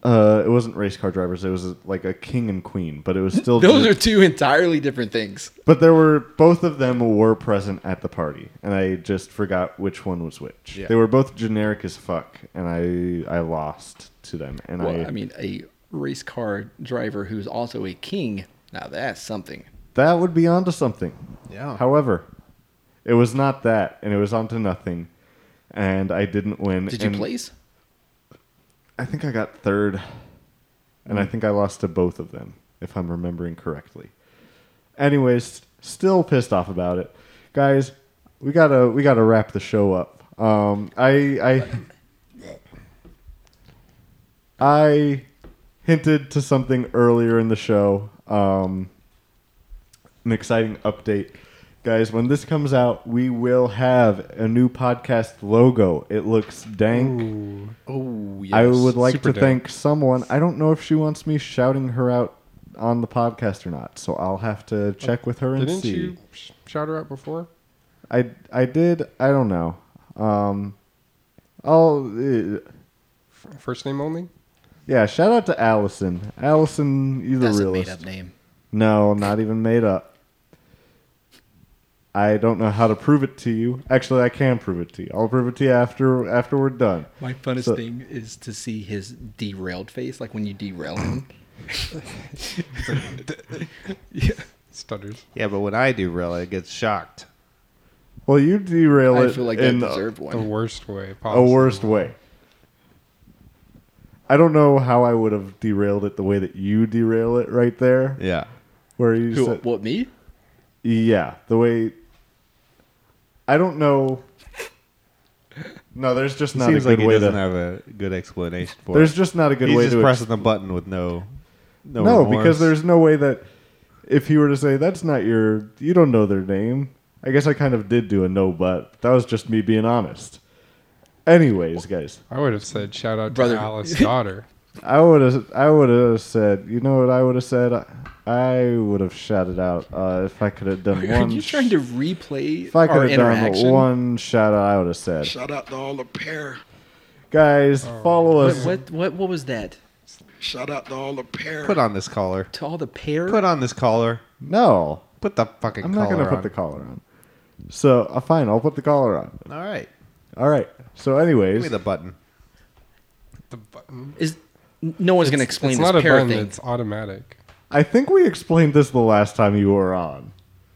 Speaker 2: Uh, it wasn't race car drivers. It was like a king and queen, but it was
Speaker 1: [LAUGHS]
Speaker 2: still.
Speaker 1: Those are two entirely different things.
Speaker 2: but there were both of them were present at the party, and I just forgot which one was which.
Speaker 4: Yeah.
Speaker 2: They were both generic as fuck, and I I lost to them. And
Speaker 1: Well,
Speaker 2: I,
Speaker 1: I mean, a race car driver who's also a king. Now that's something.
Speaker 2: that would be onto something.
Speaker 4: Yeah.
Speaker 2: However, it was not that, and it was onto nothing, and I didn't win.
Speaker 1: Did you
Speaker 2: and
Speaker 1: place?
Speaker 2: I think I got third, and I think I lost to both of them, if I'm remembering correctly. Anyways, still pissed off about it, guys. We gotta we gotta wrap the show up. Um, I I I hinted to something earlier in the show. Um, an exciting update. Guys, when this comes out, we will have a new podcast logo. It looks dank.
Speaker 4: Oh, yes.
Speaker 2: I would like
Speaker 3: Super
Speaker 2: to
Speaker 3: dope.
Speaker 2: thank someone. I don't know if she wants me shouting her out on the podcast or not, so I'll have to check with her and
Speaker 3: Oh, Didn't
Speaker 2: see.
Speaker 3: you sh- shout her out before?
Speaker 2: I I did. I don't know. Um, I'll uh,
Speaker 3: F- First name only.
Speaker 2: yeah. Shout out to Allison. Allison, you the
Speaker 1: That's
Speaker 2: realist.
Speaker 1: a made up name.
Speaker 2: No, not even made up. I don't know how to prove it to you. Actually, I can prove it to you. I'll prove it to you after after we're done.
Speaker 1: My funnest
Speaker 2: So-
Speaker 1: thing is to see his derailed face, like when you derail
Speaker 2: [CLEARS THROAT]
Speaker 1: him.
Speaker 3: Stutters.
Speaker 4: Yeah, but when I do really, it gets shocked.
Speaker 2: Well, you derail
Speaker 1: I
Speaker 2: it
Speaker 1: feel like that
Speaker 2: in
Speaker 1: deserved
Speaker 3: The
Speaker 1: one.
Speaker 3: worst way
Speaker 2: a
Speaker 3: possible.
Speaker 2: worst way. I don't know how I would have derailed it the way that you derail it right there.
Speaker 4: Yeah.
Speaker 2: Where you
Speaker 1: Who,
Speaker 2: said,
Speaker 1: what me? [LAUGHS]
Speaker 2: yeah, the way. I don't know. No, there's just not a
Speaker 4: Seems
Speaker 2: good
Speaker 4: like he
Speaker 2: way
Speaker 4: doesn't
Speaker 2: to.
Speaker 4: have a good explanation for
Speaker 2: there's
Speaker 4: it.
Speaker 2: just not a good
Speaker 4: He's
Speaker 2: way
Speaker 4: just
Speaker 2: to.
Speaker 4: pressing the button with no. No,
Speaker 2: no,
Speaker 4: remorse.
Speaker 2: because there's no way that if he were to say that's not your, you don't know their name. I guess I kind of did do a no, but that was just me being honest. Anyways, guys.
Speaker 3: I would have said shout out
Speaker 1: Brother.
Speaker 3: to Alice's daughter.
Speaker 2: I would have. I would have said. You know what I would have said. I would have shouted out uh, if I could have done
Speaker 1: [LAUGHS] Are
Speaker 2: one.
Speaker 1: you
Speaker 2: sh-
Speaker 1: trying to replay
Speaker 2: If I
Speaker 1: our
Speaker 2: could have
Speaker 1: interaction?
Speaker 2: done one shout out, I would have said.
Speaker 11: Shout out to all the pair.
Speaker 2: Guys,
Speaker 4: Oh.
Speaker 2: follow
Speaker 1: What,
Speaker 2: us.
Speaker 1: what what what was that?
Speaker 11: Shout out to all the pair.
Speaker 4: Put on this collar.
Speaker 1: To all the pair.
Speaker 4: Put on this collar.
Speaker 2: No,
Speaker 4: Put the fucking
Speaker 2: I'm
Speaker 4: collar
Speaker 2: not gonna
Speaker 4: on.
Speaker 2: put the collar on. So uh, fine, I'll put the collar on.
Speaker 4: All right.
Speaker 2: All right. So,
Speaker 4: Give me
Speaker 2: anyways,
Speaker 4: the button.
Speaker 3: The button.
Speaker 1: Is no one's going to explain
Speaker 3: It's
Speaker 1: this
Speaker 3: not a
Speaker 1: pair
Speaker 3: button.
Speaker 1: thing?
Speaker 3: It's automatic.
Speaker 2: I think we explained this the last time you were on.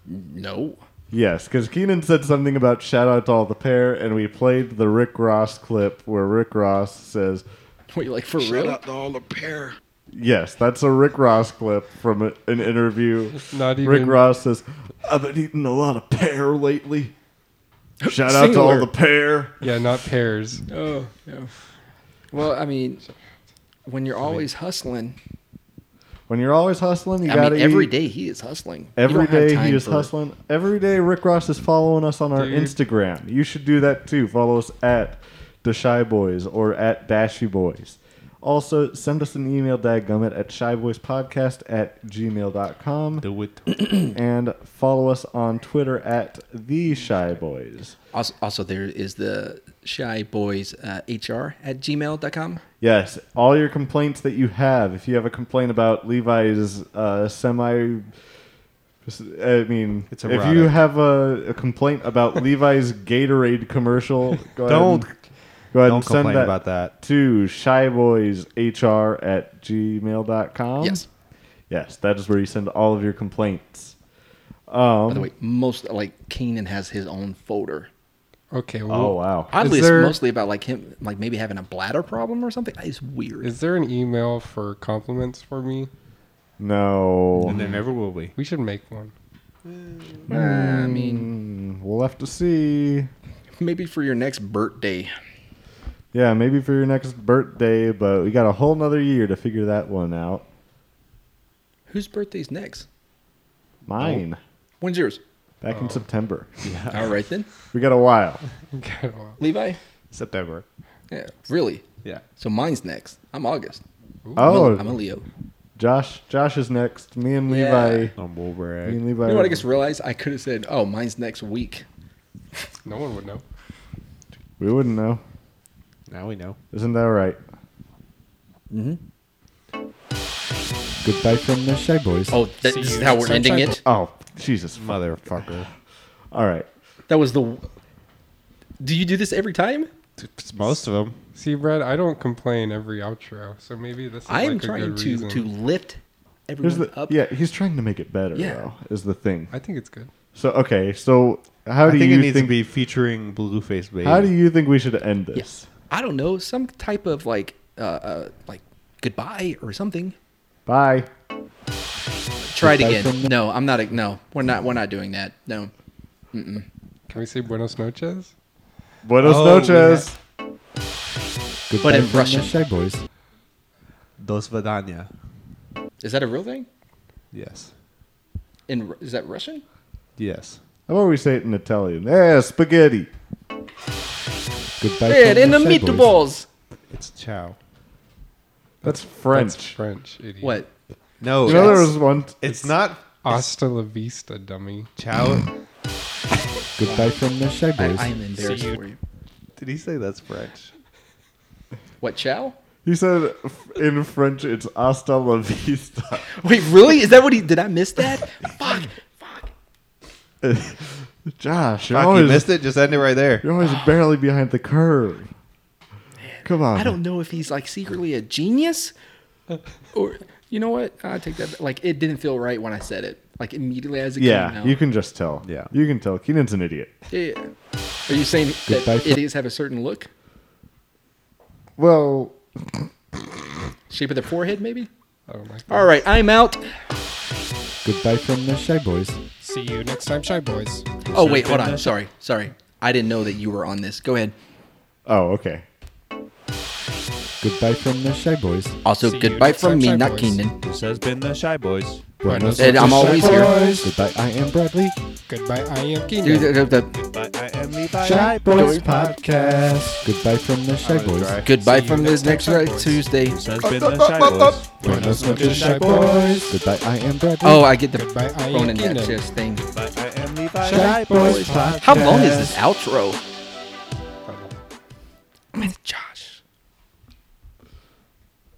Speaker 1: No. [LAUGHS]
Speaker 2: Yes, because Keenan said something about shout out to all the pair, and we played the Rick Ross clip where Rick Ross says.
Speaker 1: Wait, like for
Speaker 11: Shout
Speaker 1: real?
Speaker 11: out to all the pair.
Speaker 2: Yes, that's a Rick Ross clip from a, an
Speaker 1: [LAUGHS]
Speaker 2: interview.
Speaker 3: Not
Speaker 2: Rick
Speaker 3: even-
Speaker 2: Ross says, "I've been eating a lot of pear lately."
Speaker 1: [LAUGHS]
Speaker 2: Shout out to all
Speaker 1: Singular.
Speaker 2: the pear.
Speaker 3: Yeah, not pears.
Speaker 1: Oh, yeah. Well, I mean, when you're always hustling,
Speaker 2: When you're always hustling, you
Speaker 1: I
Speaker 2: gotta
Speaker 1: mean, every
Speaker 2: eat.
Speaker 1: day he is hustling. You
Speaker 2: Every
Speaker 1: don't have
Speaker 2: day
Speaker 1: time
Speaker 2: he is
Speaker 1: for-
Speaker 2: hustling. Every day Rick Ross is following us on our
Speaker 3: Dude.
Speaker 2: Instagram. You should do that too. Follow us at the Shy Boys or at Dashy Boys. Also, send us an email, dadgummit, at shyboyspodcast
Speaker 1: [CLEARS THROAT]
Speaker 2: at gmail.com.
Speaker 4: Do it.
Speaker 2: and follow us on Twitter at the Shy Boys.
Speaker 1: Also, also, there is the shy boys uh, hr at gmail.com.
Speaker 2: Yes, all your complaints that you have. If you have a complaint about Levi's uh, semi, I mean,
Speaker 4: It's
Speaker 2: if
Speaker 4: erotic.
Speaker 2: you have a, a complaint
Speaker 4: [LAUGHS]
Speaker 2: about Levi's Gatorade commercial, go
Speaker 4: Don't-
Speaker 2: ahead and, go ahead
Speaker 4: don't
Speaker 2: and send
Speaker 4: complain
Speaker 2: that
Speaker 4: about that.
Speaker 2: to shyboyshr at gmail.com.
Speaker 1: Yes.
Speaker 2: Yes, that is where you send all of your complaints. Um,
Speaker 1: By the way, most like Keenan has his own folder
Speaker 3: Okay. Well,
Speaker 2: Oh wow.
Speaker 1: Oddly,
Speaker 3: Is
Speaker 1: it's
Speaker 3: there-
Speaker 1: mostly about like him, like maybe having a bladder problem or something. It's weird.
Speaker 3: Is there an email for compliments for me?
Speaker 2: No.
Speaker 12: And there never will be.
Speaker 3: We should make one. [LAUGHS]
Speaker 1: Nah, I mean,
Speaker 2: Mm, we'll have to see.
Speaker 1: maybe for your next birthday.
Speaker 2: Yeah, maybe for your next birthday, but we got a whole nother year to figure that one out.
Speaker 1: Whose birthday's next?
Speaker 2: Mine.
Speaker 1: When's yours?
Speaker 2: Back
Speaker 1: Oh.
Speaker 2: in September.
Speaker 1: All right then,
Speaker 2: [LAUGHS] We got a while.
Speaker 1: Levi.
Speaker 12: September.
Speaker 1: Yeah, really.
Speaker 12: Yeah.
Speaker 1: So mine's next. I'm August.
Speaker 2: Oh.
Speaker 1: I'm a, I'm a Leo.
Speaker 2: Josh Josh is next. Me and Levi. Me
Speaker 12: On Wolverine.
Speaker 2: and Levi.
Speaker 1: You know what? I just realized I could have said, "Oh, mine's next week."
Speaker 3: No one would know.
Speaker 2: we wouldn't know.
Speaker 12: Now we know.
Speaker 2: Isn't that right? Mm-hmm. Goodbye from the Shy Boys.
Speaker 1: Oh, that, this is how we're ending it.
Speaker 2: Oh, Jesus.
Speaker 12: Motherfucker.
Speaker 2: All right.
Speaker 1: That was the. Do you do this every time?
Speaker 12: It's most of them.
Speaker 3: See, Brad, I don't complain every outro, so maybe this is
Speaker 1: I'm
Speaker 3: like a
Speaker 1: trying
Speaker 3: good
Speaker 1: to
Speaker 3: reason.
Speaker 1: to lift
Speaker 2: Here's
Speaker 1: everyone
Speaker 2: the,
Speaker 1: up.
Speaker 2: yeah, he's trying to make it better,
Speaker 1: Yeah.
Speaker 2: though, is the thing.
Speaker 3: I think it's good.
Speaker 2: So, okay, so how
Speaker 12: I
Speaker 2: do
Speaker 12: think
Speaker 2: you
Speaker 12: it needs
Speaker 2: think
Speaker 12: to be featuring Blueface Baby.
Speaker 2: How do you think we should end this?
Speaker 1: Yes. I don't know. Some type of like, uh, uh like goodbye or something.
Speaker 2: Bye.
Speaker 1: Try it
Speaker 2: Goodbye
Speaker 1: again. No, I'm not. a- No, we're not. We're not doing that. No.
Speaker 3: Can we say Buenos noches?
Speaker 2: Buenos
Speaker 12: Oh, we
Speaker 2: noches.
Speaker 1: But in Russian,
Speaker 2: Boys.
Speaker 12: Dos Vadanya.
Speaker 1: is that a real thing?
Speaker 12: Yes.
Speaker 1: In Ru- is that Russian?
Speaker 12: Yes.
Speaker 2: How about we say it in Italian? Yeah, spaghetti. Goodbye
Speaker 1: Bread and the meatballs.
Speaker 12: It's Chow.
Speaker 2: That's
Speaker 3: That's
Speaker 2: French.
Speaker 3: French, idiot.
Speaker 1: What?
Speaker 12: No,
Speaker 2: You know there
Speaker 12: it's,
Speaker 2: was one.
Speaker 12: it's not
Speaker 3: Hasta la vista, dummy.
Speaker 12: Chow.
Speaker 2: Goodbye from the Shy
Speaker 1: I, I am embarrassed for you.
Speaker 12: Did he say that's French?
Speaker 1: What? Chow?
Speaker 2: He said f- in French, it's hasta la
Speaker 12: [LAUGHS]
Speaker 2: vista.
Speaker 1: Wait, really? Is that what he? Did I miss
Speaker 2: [LAUGHS]
Speaker 1: that? Fuck. Fuck.
Speaker 2: Josh, you're
Speaker 12: Fuck, you
Speaker 2: always,
Speaker 12: missed it. Just end it right there.
Speaker 2: you're always barely behind the curve. Come on.
Speaker 1: I don't know if he's like secretly a genius, or you know what? I take that. back. Like it didn't feel right when I said it. Like immediately as it came
Speaker 2: Yeah,
Speaker 1: out.
Speaker 2: you can just tell.
Speaker 12: Yeah.
Speaker 2: You can tell. Keenan's an idiot.
Speaker 1: Yeah. Are you saying
Speaker 2: Goodbye.
Speaker 1: that idiots have a certain look,
Speaker 2: Well,
Speaker 1: shape of their forehead, maybe?
Speaker 3: I don't like that.
Speaker 1: All right, I'm out.
Speaker 2: goodbye from the Shy Boys.
Speaker 3: See you next time, Shy Boys.
Speaker 1: Oh wait, hold on. Sorry, sorry. I didn't know that you were on this. Go ahead.
Speaker 2: Oh, okay. Goodbye from the Shy Boys.
Speaker 1: Also,
Speaker 3: See you
Speaker 1: goodbye
Speaker 3: next
Speaker 1: from
Speaker 3: time,
Speaker 1: me,
Speaker 3: Shy
Speaker 1: not
Speaker 3: Boys.
Speaker 1: Keenan.
Speaker 12: This has been the Shy Boys.
Speaker 3: Buenos
Speaker 1: And I'm always here.
Speaker 2: Goodbye. I am Bradley.
Speaker 3: Goodbye, I am
Speaker 1: Dude, uh,
Speaker 3: Keenan.
Speaker 1: the- the- the-
Speaker 12: Goodbye. I am Levi.
Speaker 2: Shy Boys podcast. Goodbye from the Shy Boys.
Speaker 1: Goodbye from this next right, Tuesday.
Speaker 12: This has been the Shy Boys. Buenos noches, Shy Boys.
Speaker 2: Goodbye. I am Bradley.
Speaker 1: Oh, I get the
Speaker 3: Goodbye, I am
Speaker 1: phone in that
Speaker 3: Keenan.
Speaker 1: chest thing.
Speaker 12: Goodbye. I am Levi.
Speaker 2: Shy Boys podcast.
Speaker 1: How long is this outro? I mean, it's